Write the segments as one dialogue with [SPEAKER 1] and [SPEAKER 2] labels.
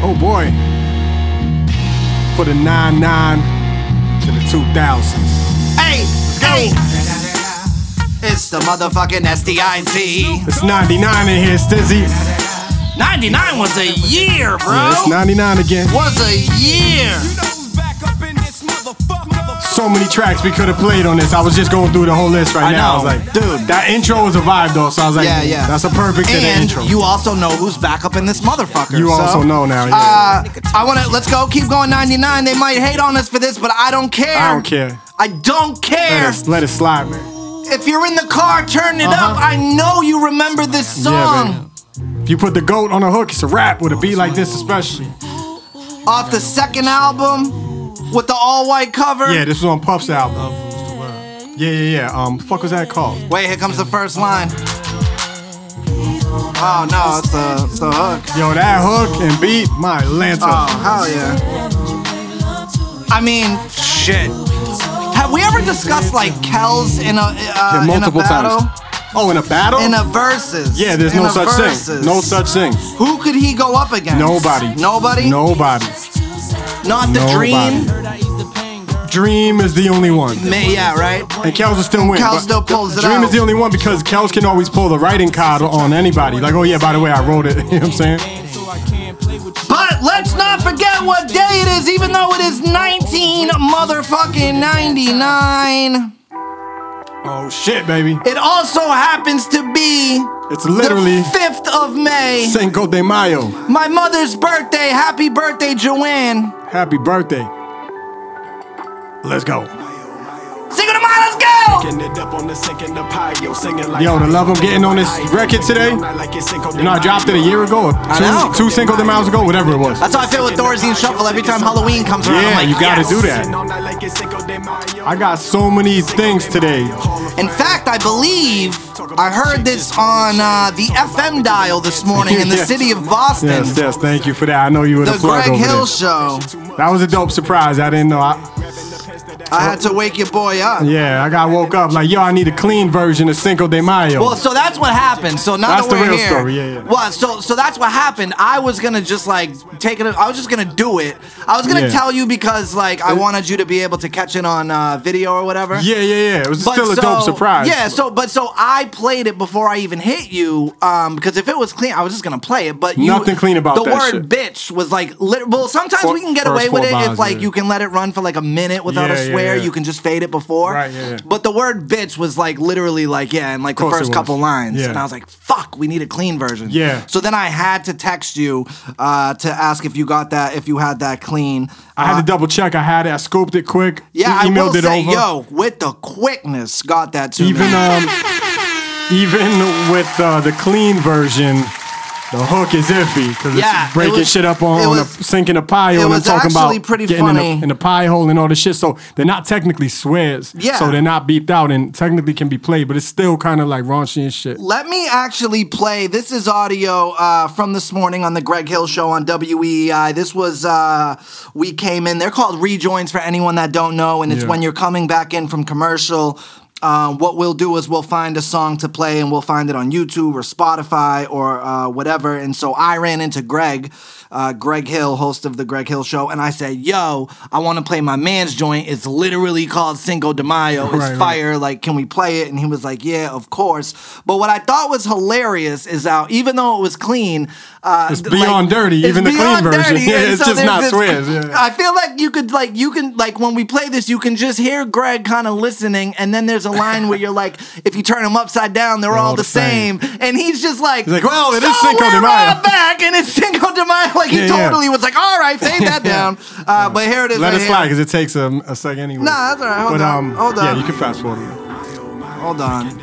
[SPEAKER 1] Oh, boy. For the 99 to the 2000s.
[SPEAKER 2] Hey, hey. It's the motherfucking SDIT.
[SPEAKER 1] It's 99 in here, Stizzy.
[SPEAKER 2] 99 was a year, bro.
[SPEAKER 1] Yeah, it's 99 again.
[SPEAKER 2] was a year.
[SPEAKER 1] So many tracks we could have played on this. I was just going through the whole list right
[SPEAKER 2] I
[SPEAKER 1] now.
[SPEAKER 2] know.
[SPEAKER 1] I was like, dude, that intro was a vibe though. So I was like,
[SPEAKER 2] Yeah, yeah.
[SPEAKER 1] that's a perfect to the
[SPEAKER 2] And
[SPEAKER 1] intro.
[SPEAKER 2] you also know who's back up in this motherfucker.
[SPEAKER 1] You
[SPEAKER 2] so-
[SPEAKER 1] also know now. Yeah.
[SPEAKER 2] Uh, I want to. Let's go. Keep going. 99. They might hate on us for this, but I don't care.
[SPEAKER 1] I don't care.
[SPEAKER 2] I don't
[SPEAKER 1] Let
[SPEAKER 2] care.
[SPEAKER 1] it, let it slide, man.
[SPEAKER 2] If you're in the car, turn it up. I know you remember this
[SPEAKER 1] Uh-huh. Yeah,
[SPEAKER 2] song.
[SPEAKER 1] man. If you put the goat on a hook, it's a rap with a beat like this, especially.
[SPEAKER 2] Off the second album with the all white cover.
[SPEAKER 1] Yeah, this was on Puff's album. Yeah, yeah, yeah. Um, fuck was that called?
[SPEAKER 2] Wait, here comes the first line. Oh no, it's the, it's the hook.
[SPEAKER 1] Yo, that hook and beat, my lanta.
[SPEAKER 2] Oh hell yeah. I mean, shit. Have we ever discussed like Kells in a uh,
[SPEAKER 1] Yeah, multiple
[SPEAKER 2] in a battle?
[SPEAKER 1] times. Oh, in a battle?
[SPEAKER 2] In a versus.
[SPEAKER 1] yeah, there's
[SPEAKER 2] In
[SPEAKER 1] no
[SPEAKER 2] a
[SPEAKER 1] such
[SPEAKER 2] versus.
[SPEAKER 1] thing. No such thing.
[SPEAKER 2] Who could he go up against?
[SPEAKER 1] Nobody.
[SPEAKER 2] Nobody.
[SPEAKER 1] Nobody.
[SPEAKER 2] Not the
[SPEAKER 1] Nobody.
[SPEAKER 2] dream.
[SPEAKER 1] Dream is the only one.
[SPEAKER 2] May, yeah, right.
[SPEAKER 1] And Kels will still win.
[SPEAKER 2] Kels
[SPEAKER 1] but
[SPEAKER 2] still pulls it
[SPEAKER 1] Dream
[SPEAKER 2] out.
[SPEAKER 1] is the only one because Kels can always pull the writing card on anybody. Like, oh yeah, by the way, I wrote it. you know what I'm saying?
[SPEAKER 2] But let's not forget what day it is, even though it is 19 motherfucking 99.
[SPEAKER 1] Oh shit, baby.
[SPEAKER 2] It also happens to be
[SPEAKER 1] It's literally
[SPEAKER 2] the 5th of May,
[SPEAKER 1] Cinco de Mayo.
[SPEAKER 2] my mother's birthday. Happy birthday, Joanne.
[SPEAKER 1] Happy birthday. Let's go.
[SPEAKER 2] Cinco de Mayo, let's go!
[SPEAKER 1] Yo, the love I'm getting on this record today. You know, I dropped it a year ago, or
[SPEAKER 2] know.
[SPEAKER 1] two, two Cinco de Mayo's ago, whatever it was.
[SPEAKER 2] That's how I feel with Thorazine Shuffle every time Halloween comes around. I'm
[SPEAKER 1] Yeah,
[SPEAKER 2] like,
[SPEAKER 1] you gotta
[SPEAKER 2] yes.
[SPEAKER 1] do that. I got so many things today.
[SPEAKER 2] In fact, I believe I heard this on uh, the FM dial this morning in the
[SPEAKER 1] Yes.
[SPEAKER 2] city of Boston.
[SPEAKER 1] Yes, yes, thank you for that. I know you were the,
[SPEAKER 2] The
[SPEAKER 1] plug
[SPEAKER 2] Greg
[SPEAKER 1] over
[SPEAKER 2] Hill
[SPEAKER 1] there.
[SPEAKER 2] Show.
[SPEAKER 1] That was a dope surprise. I didn't know. I,
[SPEAKER 2] I had to wake your boy up.
[SPEAKER 1] yeah, I got woke up like, yo, I need a clean version of Cinco de Mayo.
[SPEAKER 2] Well, so that's what happened. So now
[SPEAKER 1] That's
[SPEAKER 2] that
[SPEAKER 1] the
[SPEAKER 2] we're
[SPEAKER 1] real
[SPEAKER 2] here,
[SPEAKER 1] story, yeah, yeah.
[SPEAKER 2] Well, so so that's what happened. I was gonna just like take it. I was just gonna do it. I was gonna
[SPEAKER 1] Yeah.
[SPEAKER 2] tell you because like I wanted you to be able to catch it on uh, video or whatever.
[SPEAKER 1] yeah, yeah, yeah. It was
[SPEAKER 2] But
[SPEAKER 1] still a
[SPEAKER 2] so-
[SPEAKER 1] dope surprise.
[SPEAKER 2] Yeah, so but so I played it before I even hit you, um, because if it was clean, I was just gonna play it. But you,
[SPEAKER 1] Nothing clean about
[SPEAKER 2] the
[SPEAKER 1] that
[SPEAKER 2] word "bitch" was like. Lit- well, sometimes
[SPEAKER 1] Four-
[SPEAKER 2] we can get
[SPEAKER 1] first
[SPEAKER 2] away with
[SPEAKER 1] four
[SPEAKER 2] it if
[SPEAKER 1] bars,
[SPEAKER 2] like
[SPEAKER 1] yeah.
[SPEAKER 2] you can let it run for like a minute without
[SPEAKER 1] Yeah,
[SPEAKER 2] a
[SPEAKER 1] yeah,
[SPEAKER 2] swear.
[SPEAKER 1] yeah.
[SPEAKER 2] You can just fade it before.
[SPEAKER 1] Right, yeah, yeah.
[SPEAKER 2] But the word "bitch" was like literally like yeah, in like the
[SPEAKER 1] Course it
[SPEAKER 2] first
[SPEAKER 1] was.
[SPEAKER 2] couple lines,
[SPEAKER 1] Yeah.
[SPEAKER 2] and I was like, "Fuck, we need a clean version."
[SPEAKER 1] Yeah.
[SPEAKER 2] So then I had to text you uh, to ask if you got that, if you had that clean.
[SPEAKER 1] I had to double check. I had it. I scooped it quick.
[SPEAKER 2] Uh, Yeah, I
[SPEAKER 1] e- emailed
[SPEAKER 2] will
[SPEAKER 1] it
[SPEAKER 2] say,
[SPEAKER 1] over.
[SPEAKER 2] yo, with the quickness, got that to me.
[SPEAKER 1] even um, even with uh, the clean version, the hook is iffy because
[SPEAKER 2] Yeah, it
[SPEAKER 1] it's breaking
[SPEAKER 2] was-
[SPEAKER 1] shit up on
[SPEAKER 2] it
[SPEAKER 1] on
[SPEAKER 2] was-
[SPEAKER 1] a, sinking a pie
[SPEAKER 2] it
[SPEAKER 1] hole
[SPEAKER 2] was
[SPEAKER 1] and talking
[SPEAKER 2] actually
[SPEAKER 1] about
[SPEAKER 2] pretty
[SPEAKER 1] getting in a-
[SPEAKER 2] funny.
[SPEAKER 1] In, a, pie hole and all this shit. So they're not technically swears.
[SPEAKER 2] Yeah.
[SPEAKER 1] So they're not beeped out and technically can be played, but it's still kind of like raunchy and shit.
[SPEAKER 2] Let me actually play. This is audio uh, from this morning on the Greg Hill Show on WEEI. This was uh, we came in. They're called rejoins for anyone that don't know, and it's
[SPEAKER 1] Yeah.
[SPEAKER 2] when you're coming back in from commercial. Uh, what we'll do is we'll find a song to play, and we'll find it on YouTube or Spotify or uh, whatever. And so I ran into Greg, uh, Greg Hill, host of the Greg Hill Show, and I said, "Yo, I want to play my man's joint. It's literally called Cinco de Mayo. It's
[SPEAKER 1] Right, right.
[SPEAKER 2] fire." fire, Like, can we play it? And he was like, yeah, of course. But what I thought was hilarious is how, even though it was clean, uh,
[SPEAKER 1] It's
[SPEAKER 2] th-
[SPEAKER 1] beyond dirty, even the clean
[SPEAKER 2] beyond
[SPEAKER 1] version.
[SPEAKER 2] dirty,
[SPEAKER 1] Yeah,
[SPEAKER 2] and
[SPEAKER 1] it's just
[SPEAKER 2] there's
[SPEAKER 1] not
[SPEAKER 2] this-
[SPEAKER 1] swears, yeah.
[SPEAKER 2] I feel like you could, like, you can, like, when we play this, you can just hear Greg kind of listening, and then there's a line where you're like, if you turn them upside down, they're all, the same. And he's just like,
[SPEAKER 1] He's like, well, it
[SPEAKER 2] so
[SPEAKER 1] is Cinco de
[SPEAKER 2] we're
[SPEAKER 1] Mayo."
[SPEAKER 2] right back, and it's Cinco de Mayo. Like, he
[SPEAKER 1] Yeah, yeah.
[SPEAKER 2] totally was like, all right, fade that down. Uh, but here it is.
[SPEAKER 1] Let
[SPEAKER 2] right
[SPEAKER 1] it
[SPEAKER 2] here.
[SPEAKER 1] slide because it takes um, a, a second anyway.
[SPEAKER 2] Nah, that's all right. Hold
[SPEAKER 1] but,
[SPEAKER 2] on.
[SPEAKER 1] Um,
[SPEAKER 2] Hold
[SPEAKER 1] yeah,
[SPEAKER 2] on.
[SPEAKER 1] you can fast forward. it.
[SPEAKER 2] Hold on.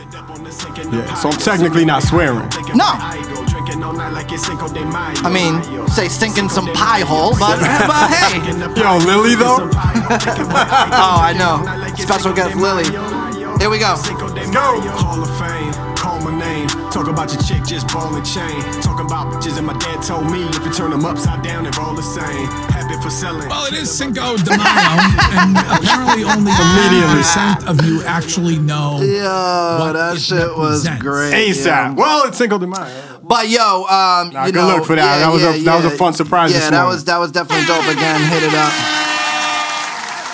[SPEAKER 1] Yeah, so I'm technically not swearing.
[SPEAKER 2] No. I mean, say sinking some pie hole, but, but hey.
[SPEAKER 1] Yo, Lily though.
[SPEAKER 2] Oh, I know. Special guest Lily. Here we go.
[SPEAKER 1] Let's go.
[SPEAKER 3] Your Hall of Fame, call my name. Talk about your chick, just ball and chain. Talk about bitches, and my dad told me if you turn them upside down, they're all the same. Happy for selling.
[SPEAKER 4] Well, it is Cinco de Mayo, and apparently only
[SPEAKER 1] Immediately.
[SPEAKER 4] 1% of you actually know.
[SPEAKER 2] Yo,
[SPEAKER 4] What
[SPEAKER 2] that
[SPEAKER 4] it
[SPEAKER 2] shit was
[SPEAKER 4] represents.
[SPEAKER 2] great.
[SPEAKER 1] ASAP.
[SPEAKER 2] yeah.
[SPEAKER 1] Well, it's Cinco de Mayo.
[SPEAKER 2] But yo, um,
[SPEAKER 1] Nah,
[SPEAKER 2] you
[SPEAKER 1] good
[SPEAKER 2] know,
[SPEAKER 1] luck for that. That was a- that was a fun surprise
[SPEAKER 2] Yeah,
[SPEAKER 1] this
[SPEAKER 2] that
[SPEAKER 1] morning.
[SPEAKER 2] was that was definitely dope. Again, hit it up.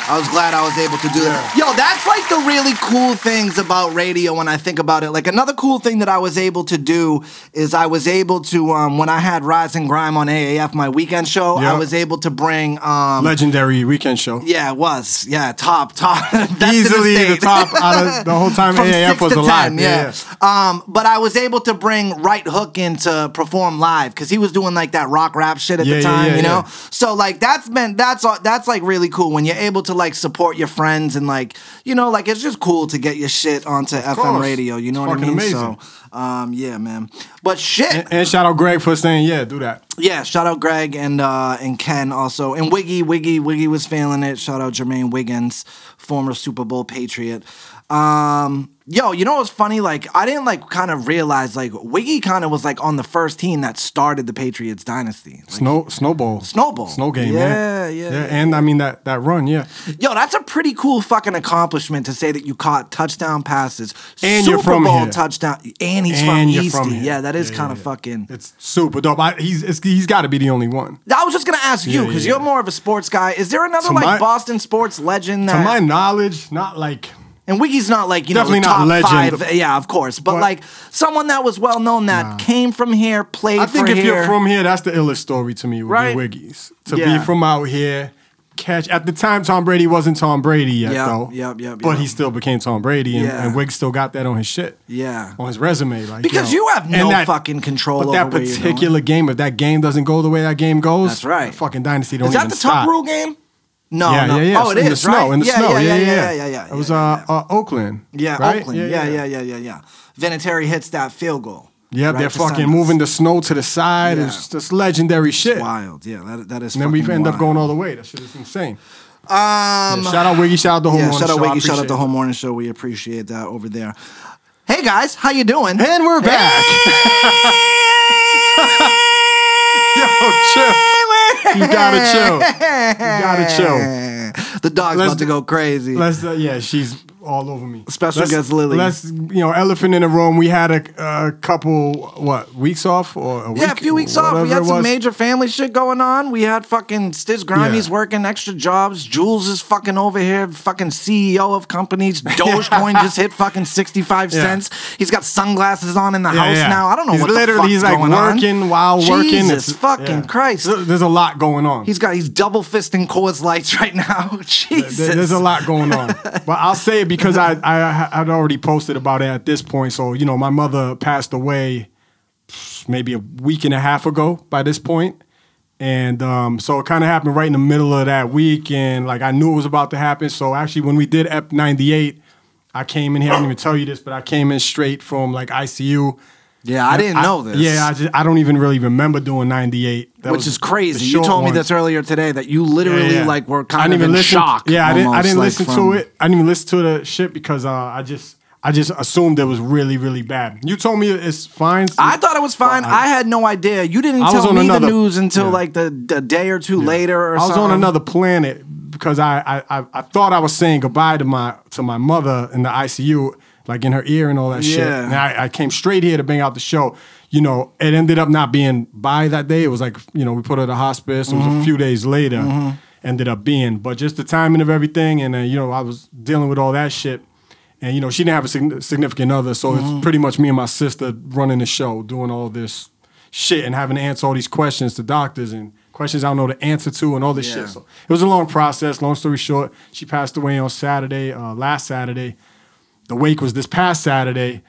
[SPEAKER 2] I was glad I was able to do that. Yo, that's like the really cool things about radio when I think about it. Like another cool thing that I was able to do is I was able to um, when I had Rise and Grime on AAF my weekend show, I
[SPEAKER 1] Yeah.
[SPEAKER 2] was able to bring um,
[SPEAKER 1] Legendary weekend show.
[SPEAKER 2] yeah, it was. Yeah, top, top. Best in the
[SPEAKER 1] Easily the,
[SPEAKER 2] state.
[SPEAKER 1] top out of the whole time
[SPEAKER 2] From
[SPEAKER 1] AAF
[SPEAKER 2] six
[SPEAKER 1] was
[SPEAKER 2] to
[SPEAKER 1] alive.
[SPEAKER 2] 10, yeah. Um, but I was able to bring Right Hook in to perform live because he was doing like that rock rap shit at
[SPEAKER 1] Yeah,
[SPEAKER 2] the
[SPEAKER 1] yeah,
[SPEAKER 2] time,
[SPEAKER 1] yeah,
[SPEAKER 2] you know.
[SPEAKER 1] yeah.
[SPEAKER 2] So like that's been that's all that's like really cool when you're able to like support your friends and like you know like it's just cool to get your shit onto FM
[SPEAKER 1] course.
[SPEAKER 2] radio. You know
[SPEAKER 1] It's
[SPEAKER 2] what I mean?
[SPEAKER 1] fucking
[SPEAKER 2] So um, yeah, man. But shit,
[SPEAKER 1] And, and shout out Greg for saying, yeah, do that.
[SPEAKER 2] yeah, shout out Greg and uh, and Ken also, and Wiggy. Wiggy Wiggy was failing it. Shout out Jermaine Wiggins, former Super Bowl Patriot. Um, yo, you know what's funny? Like I didn't like kind of realize like Wiggy kind of was like on the first team that started the Patriots dynasty. Like,
[SPEAKER 1] Snow snowball.
[SPEAKER 2] Snowball.
[SPEAKER 1] Snow game, yeah.
[SPEAKER 2] Yeah, yeah,
[SPEAKER 1] Yeah. And I mean that that run, yeah.
[SPEAKER 2] yo, that's a pretty cool fucking accomplishment to say that you caught touchdown passes,
[SPEAKER 1] And
[SPEAKER 2] Super
[SPEAKER 1] you're from
[SPEAKER 2] Bowl
[SPEAKER 1] here.
[SPEAKER 2] touchdown, and he's
[SPEAKER 1] And
[SPEAKER 2] from
[SPEAKER 1] you're
[SPEAKER 2] Eastie.
[SPEAKER 1] from here.
[SPEAKER 2] yeah, that is
[SPEAKER 1] Yeah,
[SPEAKER 2] kind of
[SPEAKER 1] yeah, yeah.
[SPEAKER 2] fucking.
[SPEAKER 1] It's super dope. I, he's it's, he's got to be the only one.
[SPEAKER 2] I was just gonna ask you
[SPEAKER 1] Yeah,
[SPEAKER 2] because
[SPEAKER 1] yeah.
[SPEAKER 2] you're more of a sports guy. Is there another
[SPEAKER 1] To
[SPEAKER 2] like
[SPEAKER 1] my-
[SPEAKER 2] Boston sports legend?
[SPEAKER 1] To
[SPEAKER 2] That,
[SPEAKER 1] my knowledge, not like
[SPEAKER 2] and Wiggy's not like you know
[SPEAKER 1] Definitely
[SPEAKER 2] the
[SPEAKER 1] not
[SPEAKER 2] top
[SPEAKER 1] legend.
[SPEAKER 2] five. Yeah, of course, but,
[SPEAKER 1] But-
[SPEAKER 2] like someone that was well known that came from here, played.
[SPEAKER 1] I think
[SPEAKER 2] for
[SPEAKER 1] if
[SPEAKER 2] here.
[SPEAKER 1] you're from here, that's the illest story to me. Would
[SPEAKER 2] Right?
[SPEAKER 1] be Wiggies to
[SPEAKER 2] Yeah.
[SPEAKER 1] be from out here. Catch at the time, Tom Brady wasn't Tom Brady yet,
[SPEAKER 2] Yep,
[SPEAKER 1] though.
[SPEAKER 2] yep, yep,
[SPEAKER 1] But
[SPEAKER 2] yep.
[SPEAKER 1] he still became Tom Brady, and,
[SPEAKER 2] Yeah.
[SPEAKER 1] and Wig still got that on his shit.
[SPEAKER 2] Yeah.
[SPEAKER 1] on his resume, like
[SPEAKER 2] Because
[SPEAKER 1] yo.
[SPEAKER 2] you have
[SPEAKER 1] And
[SPEAKER 2] no fucking control
[SPEAKER 1] But
[SPEAKER 2] over
[SPEAKER 1] that
[SPEAKER 2] where you're going.
[SPEAKER 1] particular game, if that game doesn't go the way that game goes,
[SPEAKER 2] That's right.
[SPEAKER 1] that fucking dynasty don't
[SPEAKER 2] is that
[SPEAKER 1] even
[SPEAKER 2] the
[SPEAKER 1] stop.
[SPEAKER 2] top rule game? No,
[SPEAKER 1] yeah,
[SPEAKER 2] no.
[SPEAKER 1] yeah, yeah.
[SPEAKER 2] Oh, it
[SPEAKER 1] in
[SPEAKER 2] is
[SPEAKER 1] the snow,
[SPEAKER 2] right?
[SPEAKER 1] in the
[SPEAKER 2] yeah,
[SPEAKER 1] snow.
[SPEAKER 2] Yeah, yeah, yeah,
[SPEAKER 1] yeah,
[SPEAKER 2] yeah, yeah.
[SPEAKER 1] It was
[SPEAKER 2] yeah,
[SPEAKER 1] uh, uh, Oakland.
[SPEAKER 2] yeah,
[SPEAKER 1] right?
[SPEAKER 2] Oakland. Yeah, yeah, yeah, yeah, yeah. Vinatieri hits that field goal.
[SPEAKER 1] Yeah,
[SPEAKER 2] right,
[SPEAKER 1] they're
[SPEAKER 2] to
[SPEAKER 1] fucking
[SPEAKER 2] send us.
[SPEAKER 1] moving the snow to the side.
[SPEAKER 2] Yeah.
[SPEAKER 1] It's just legendary shit.
[SPEAKER 2] Wild. Yeah, that, that is.
[SPEAKER 1] And then we
[SPEAKER 2] fucking
[SPEAKER 1] end up
[SPEAKER 2] wild.
[SPEAKER 1] going all the way. That shit is insane. Yeah,
[SPEAKER 2] Um,
[SPEAKER 1] shout out Wiggy, shout out the whole
[SPEAKER 2] yeah,
[SPEAKER 1] morning
[SPEAKER 2] shout
[SPEAKER 1] show. I
[SPEAKER 2] out Wakey, shout out
[SPEAKER 1] appreciate
[SPEAKER 2] the
[SPEAKER 1] it.
[SPEAKER 2] Home Morning Show. We appreciate that over there. Hey guys, how you doing?
[SPEAKER 1] And we're back. Yo, chill. You gotta chill. You gotta chill.
[SPEAKER 2] The dog's
[SPEAKER 1] Let's
[SPEAKER 2] about to
[SPEAKER 1] do-
[SPEAKER 2] go crazy.
[SPEAKER 1] Let's, uh, yeah, she's all over me.
[SPEAKER 2] Special
[SPEAKER 1] let's,
[SPEAKER 2] guest Lily.
[SPEAKER 1] Let's, you know, elephant in the room. We had a, a couple, what, weeks off or a week?
[SPEAKER 2] yeah, a few weeks off. We
[SPEAKER 1] whatever
[SPEAKER 2] had
[SPEAKER 1] it
[SPEAKER 2] some
[SPEAKER 1] was.
[SPEAKER 2] major family shit going on. We had fucking Stiz Grimey's working extra jobs. Jules is fucking over here, fucking CEO of companies. Dogecoin just hit fucking 65
[SPEAKER 1] Yeah.
[SPEAKER 2] cents. He's got sunglasses on in the
[SPEAKER 1] Yeah,
[SPEAKER 2] house
[SPEAKER 1] yeah.
[SPEAKER 2] now. I don't know
[SPEAKER 1] he's
[SPEAKER 2] what
[SPEAKER 1] literally
[SPEAKER 2] the
[SPEAKER 1] he's
[SPEAKER 2] fuck's
[SPEAKER 1] like
[SPEAKER 2] going on.
[SPEAKER 1] working while working.
[SPEAKER 2] Jesus fucking
[SPEAKER 1] yeah.
[SPEAKER 2] Christ.
[SPEAKER 1] There- There's a lot going on.
[SPEAKER 2] He's got he's double fisting Coors Lights right now. Jesus.
[SPEAKER 1] There- There's a lot going on, but I'll say it because I I had already posted about it at this point. So you know, my mother passed away maybe a week and a half ago by this point, and um, so it kind of happened right in the middle of that week, and like I knew it was about to happen. So actually, when we did EP ninety eight, I came in here. I didn't even tell you this, but I came in straight from like ICU.
[SPEAKER 2] Yeah, I didn't know this.
[SPEAKER 1] Yeah, I just I don't even really remember doing ninety eight,
[SPEAKER 2] which is crazy. You told me this earlier today that you
[SPEAKER 1] yeah,
[SPEAKER 2] literally
[SPEAKER 1] yeah.
[SPEAKER 2] like were
[SPEAKER 1] I
[SPEAKER 2] kind
[SPEAKER 1] didn't
[SPEAKER 2] of
[SPEAKER 1] even
[SPEAKER 2] in
[SPEAKER 1] listen,
[SPEAKER 2] shock.
[SPEAKER 1] Yeah, I didn't. I
[SPEAKER 2] almost,
[SPEAKER 1] didn't
[SPEAKER 2] like,
[SPEAKER 1] listen
[SPEAKER 2] from-
[SPEAKER 1] to it. I didn't even listen to the shit because uh, I just, I just assumed it was really, really bad. You told me it's fine.
[SPEAKER 2] I thought it was fine. I had no idea. You didn't
[SPEAKER 1] I was
[SPEAKER 2] tell
[SPEAKER 1] on
[SPEAKER 2] me
[SPEAKER 1] another-
[SPEAKER 2] the news until
[SPEAKER 1] yeah.
[SPEAKER 2] like the, the day or two later. Or
[SPEAKER 1] I was on
[SPEAKER 2] something.
[SPEAKER 1] another planet because I, I, I, I thought I was saying goodbye to my to my mother in the ICU, like in her ear and all that shit.
[SPEAKER 2] Yeah.
[SPEAKER 1] And I, I came straight here to bang out the show. You know, it ended up not being by that day. It was like you know we put her to hospice. It was a few days later. Ended up being, but just the timing of everything, and uh, you know I was dealing with all that shit. And you know she didn't have a sign- significant other, so it's pretty much me and my sister running the show, doing all this shit, and having to answer all these questions to doctors and questions I don't know the answer to, and all this
[SPEAKER 2] Yeah.
[SPEAKER 1] shit. So it was a long process. Long story short, she passed away on Saturday, uh, last Saturday. The wake was this past Saturday,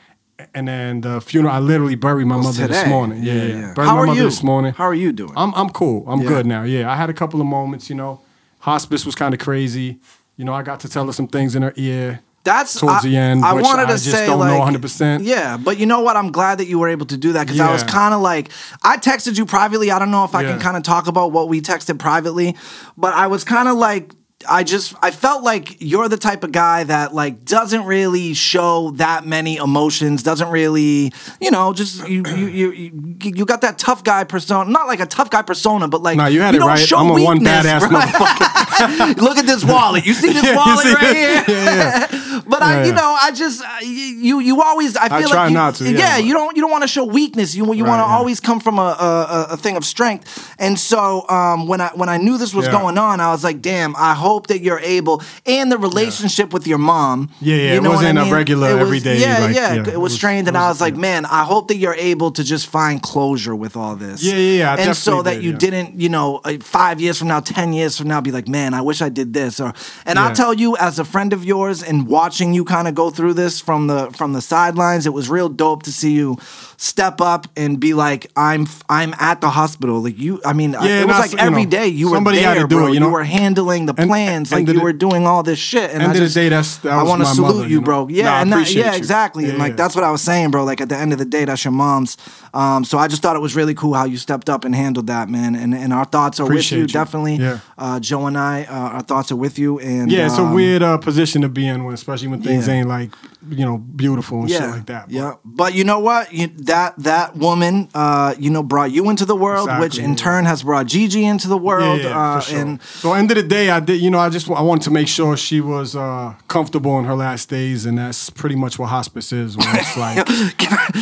[SPEAKER 1] and then the funeral. I literally buried my mother this
[SPEAKER 2] today.
[SPEAKER 1] morning. Yeah,
[SPEAKER 2] Yeah,
[SPEAKER 1] yeah.
[SPEAKER 2] yeah.
[SPEAKER 1] Buried
[SPEAKER 2] How
[SPEAKER 1] my
[SPEAKER 2] are
[SPEAKER 1] mother
[SPEAKER 2] you?
[SPEAKER 1] this morning.
[SPEAKER 2] How are you doing?
[SPEAKER 1] I'm I'm cool. I'm
[SPEAKER 2] Yeah.
[SPEAKER 1] good now. Yeah, I had a couple of moments. You know, hospice was kind of crazy. You know, I got to tell her some things in her ear.
[SPEAKER 2] That's
[SPEAKER 1] towards
[SPEAKER 2] I,
[SPEAKER 1] the end.
[SPEAKER 2] I
[SPEAKER 1] which
[SPEAKER 2] wanted
[SPEAKER 1] I
[SPEAKER 2] to
[SPEAKER 1] just
[SPEAKER 2] say
[SPEAKER 1] don't
[SPEAKER 2] like,
[SPEAKER 1] know 100. percent
[SPEAKER 2] Yeah, but you know what? I'm glad that you were able to do that because I was
[SPEAKER 1] Yeah.
[SPEAKER 2] kind of like I texted you privately. I don't know if I
[SPEAKER 1] Yeah.
[SPEAKER 2] can kind of talk about what we texted privately, but I was kind of like. I just I felt like you're the type of guy that like doesn't really show that many emotions, doesn't really, you know, just you you you, you, you got that tough guy persona. Not like a tough guy persona, but like
[SPEAKER 1] Nah, you had it
[SPEAKER 2] don't
[SPEAKER 1] right.
[SPEAKER 2] show
[SPEAKER 1] I'm a one
[SPEAKER 2] weakness,
[SPEAKER 1] badass
[SPEAKER 2] right? Look at this wallet. You see this
[SPEAKER 1] you
[SPEAKER 2] wallet
[SPEAKER 1] see
[SPEAKER 2] right
[SPEAKER 1] it?
[SPEAKER 2] here?
[SPEAKER 1] Yeah,
[SPEAKER 2] but I,
[SPEAKER 1] Yeah,
[SPEAKER 2] you
[SPEAKER 1] yeah.
[SPEAKER 2] know, I just I- you you always I feel like
[SPEAKER 1] try
[SPEAKER 2] you,
[SPEAKER 1] not to, yeah, but-
[SPEAKER 2] you don't you don't want to show weakness. You you
[SPEAKER 1] Right,
[SPEAKER 2] want to
[SPEAKER 1] yeah.
[SPEAKER 2] always come from a, a a- a thing of strength. And so um, when I when I knew this was
[SPEAKER 1] Yeah.
[SPEAKER 2] going on, I was like, damn, I hope that you're able. And the relationship with your mom,
[SPEAKER 1] Yeah, yeah,
[SPEAKER 2] you
[SPEAKER 1] it
[SPEAKER 2] know what
[SPEAKER 1] wasn't
[SPEAKER 2] I
[SPEAKER 1] a
[SPEAKER 2] mean?
[SPEAKER 1] regular
[SPEAKER 2] It was-
[SPEAKER 1] everyday,
[SPEAKER 2] Yeah,
[SPEAKER 1] like,
[SPEAKER 2] yeah,
[SPEAKER 1] yeah,
[SPEAKER 2] it
[SPEAKER 1] it
[SPEAKER 2] was
[SPEAKER 1] was-
[SPEAKER 2] strained, and I was like, man, I hope that you're able to just find closure with all this.
[SPEAKER 1] Yeah, yeah, yeah, I
[SPEAKER 2] and
[SPEAKER 1] definitely
[SPEAKER 2] so that
[SPEAKER 1] did,
[SPEAKER 2] you
[SPEAKER 1] yeah.
[SPEAKER 2] didn't, you know, uh, five years from now, ten years from now, be like, man, I wish I did this. Or and I'll
[SPEAKER 1] Yeah.
[SPEAKER 2] tell you, as a friend of yours, and watching you kind of go through this from the from the sidelines, it was real dope to see you step up and be like, I'm I'm at the hospital. Like you, I mean, I-
[SPEAKER 1] Yeah,
[SPEAKER 2] it
[SPEAKER 1] and
[SPEAKER 2] was
[SPEAKER 1] I
[SPEAKER 2] like
[SPEAKER 1] s- you
[SPEAKER 2] every
[SPEAKER 1] know,
[SPEAKER 2] day you were
[SPEAKER 1] somebody
[SPEAKER 2] there,
[SPEAKER 1] had to do
[SPEAKER 2] bro.
[SPEAKER 1] it, you know?
[SPEAKER 2] were handling the
[SPEAKER 1] And-
[SPEAKER 2] plans,
[SPEAKER 1] and
[SPEAKER 2] like you
[SPEAKER 1] the-
[SPEAKER 2] were doing all this shit.
[SPEAKER 1] end
[SPEAKER 2] And I
[SPEAKER 1] of the
[SPEAKER 2] just,
[SPEAKER 1] day, that's- that
[SPEAKER 2] I
[SPEAKER 1] was
[SPEAKER 2] wanna
[SPEAKER 1] my
[SPEAKER 2] salute
[SPEAKER 1] mother,
[SPEAKER 2] you,
[SPEAKER 1] you know?
[SPEAKER 2] bro. Yeah,
[SPEAKER 1] Nah, I
[SPEAKER 2] and that,
[SPEAKER 1] appreciate
[SPEAKER 2] yeah,
[SPEAKER 1] you.
[SPEAKER 2] exactly. and
[SPEAKER 1] Yeah,
[SPEAKER 2] like
[SPEAKER 1] yeah.
[SPEAKER 2] that's what I was saying, bro. Like at the end of the day, that's your mom's. Um, so I just thought it was really cool how you stepped up and handled that, man. And and our thoughts are
[SPEAKER 1] Appreciate
[SPEAKER 2] with
[SPEAKER 1] you.
[SPEAKER 2] you, definitely.
[SPEAKER 1] Yeah.
[SPEAKER 2] Uh, Joe and I, uh, our thoughts are with you. And
[SPEAKER 1] Yeah, it's a
[SPEAKER 2] um,
[SPEAKER 1] weird uh, position to be in, when, especially when things
[SPEAKER 2] yeah.
[SPEAKER 1] ain't like you know beautiful and shit like that. but-
[SPEAKER 2] Yeah, but you know what? You, that that woman, uh, you know, brought you into the world, which
[SPEAKER 1] Exactly,
[SPEAKER 2] in
[SPEAKER 1] yeah.
[SPEAKER 2] turn has brought Gigi into the world. uh,
[SPEAKER 1] for sure.
[SPEAKER 2] And
[SPEAKER 1] so end of the day, I did. You know, I just wa- I wanted to make sure she was uh, comfortable in her last days, and that's pretty much what hospice is. Where it's like,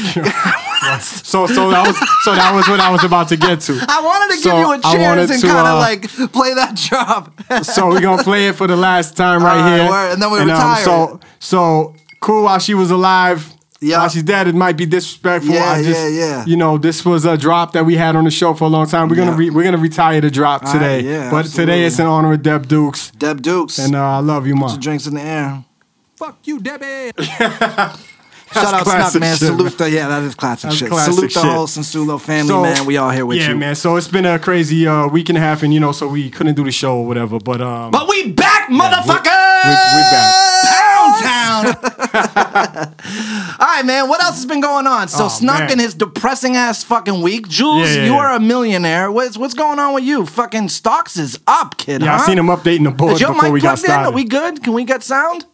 [SPEAKER 1] so so that was so that was what I was about to get to.
[SPEAKER 2] I wanted to
[SPEAKER 1] So
[SPEAKER 2] give you a
[SPEAKER 1] I
[SPEAKER 2] chance
[SPEAKER 1] wanted
[SPEAKER 2] and
[SPEAKER 1] to,
[SPEAKER 2] kind of
[SPEAKER 1] uh,
[SPEAKER 2] like play that job.
[SPEAKER 1] so we're gonna play it for the last time right
[SPEAKER 2] Alright,
[SPEAKER 1] here. um,
[SPEAKER 2] word, and then we retire it.
[SPEAKER 1] so so cool while she was alive.
[SPEAKER 2] Yeah.
[SPEAKER 1] While she's dead, it might be disrespectful.
[SPEAKER 2] Yeah,
[SPEAKER 1] I just,
[SPEAKER 2] yeah, yeah.
[SPEAKER 1] You know, this was a drop that we had on the show for a long time. We're
[SPEAKER 2] Yeah.
[SPEAKER 1] gonna re- we're gonna retire the drop
[SPEAKER 2] Alright,
[SPEAKER 1] today.
[SPEAKER 2] yeah,
[SPEAKER 1] but today it's in honor of Deb Dukes,
[SPEAKER 2] Deb Dukes
[SPEAKER 1] and uh, I love you, mom.
[SPEAKER 2] drinks in the air.
[SPEAKER 4] Fuck you, Debbie.
[SPEAKER 2] Shout out Snuck,
[SPEAKER 1] classic
[SPEAKER 2] man.
[SPEAKER 1] shit,
[SPEAKER 2] Salute the yeah, that is classic
[SPEAKER 1] That's
[SPEAKER 2] shit.
[SPEAKER 1] classic
[SPEAKER 2] Salute the
[SPEAKER 1] shit.
[SPEAKER 2] whole Sensulo family,
[SPEAKER 1] So-
[SPEAKER 2] man. We all here with
[SPEAKER 1] yeah,
[SPEAKER 2] you,
[SPEAKER 1] man. So it's been a crazy uh, week and a half, and you know, so we couldn't do the show or whatever. But um,
[SPEAKER 2] But we back, motherfucker.
[SPEAKER 1] we- we
[SPEAKER 2] back. All right, man. What else has been going on? So
[SPEAKER 1] Oh,
[SPEAKER 2] Snuck
[SPEAKER 1] man.
[SPEAKER 2] in his depressing ass fucking week. Jules,
[SPEAKER 1] Yeah, yeah,
[SPEAKER 2] you
[SPEAKER 1] yeah.
[SPEAKER 2] are a millionaire. What's what's going on with you? Fucking stocks is up, kid.
[SPEAKER 1] yeah,
[SPEAKER 2] huh?
[SPEAKER 1] I seen him updating the board
[SPEAKER 2] Is your
[SPEAKER 1] before
[SPEAKER 2] mic
[SPEAKER 1] we got
[SPEAKER 2] plugged in? Are
[SPEAKER 1] started.
[SPEAKER 2] we good? Can we get sound?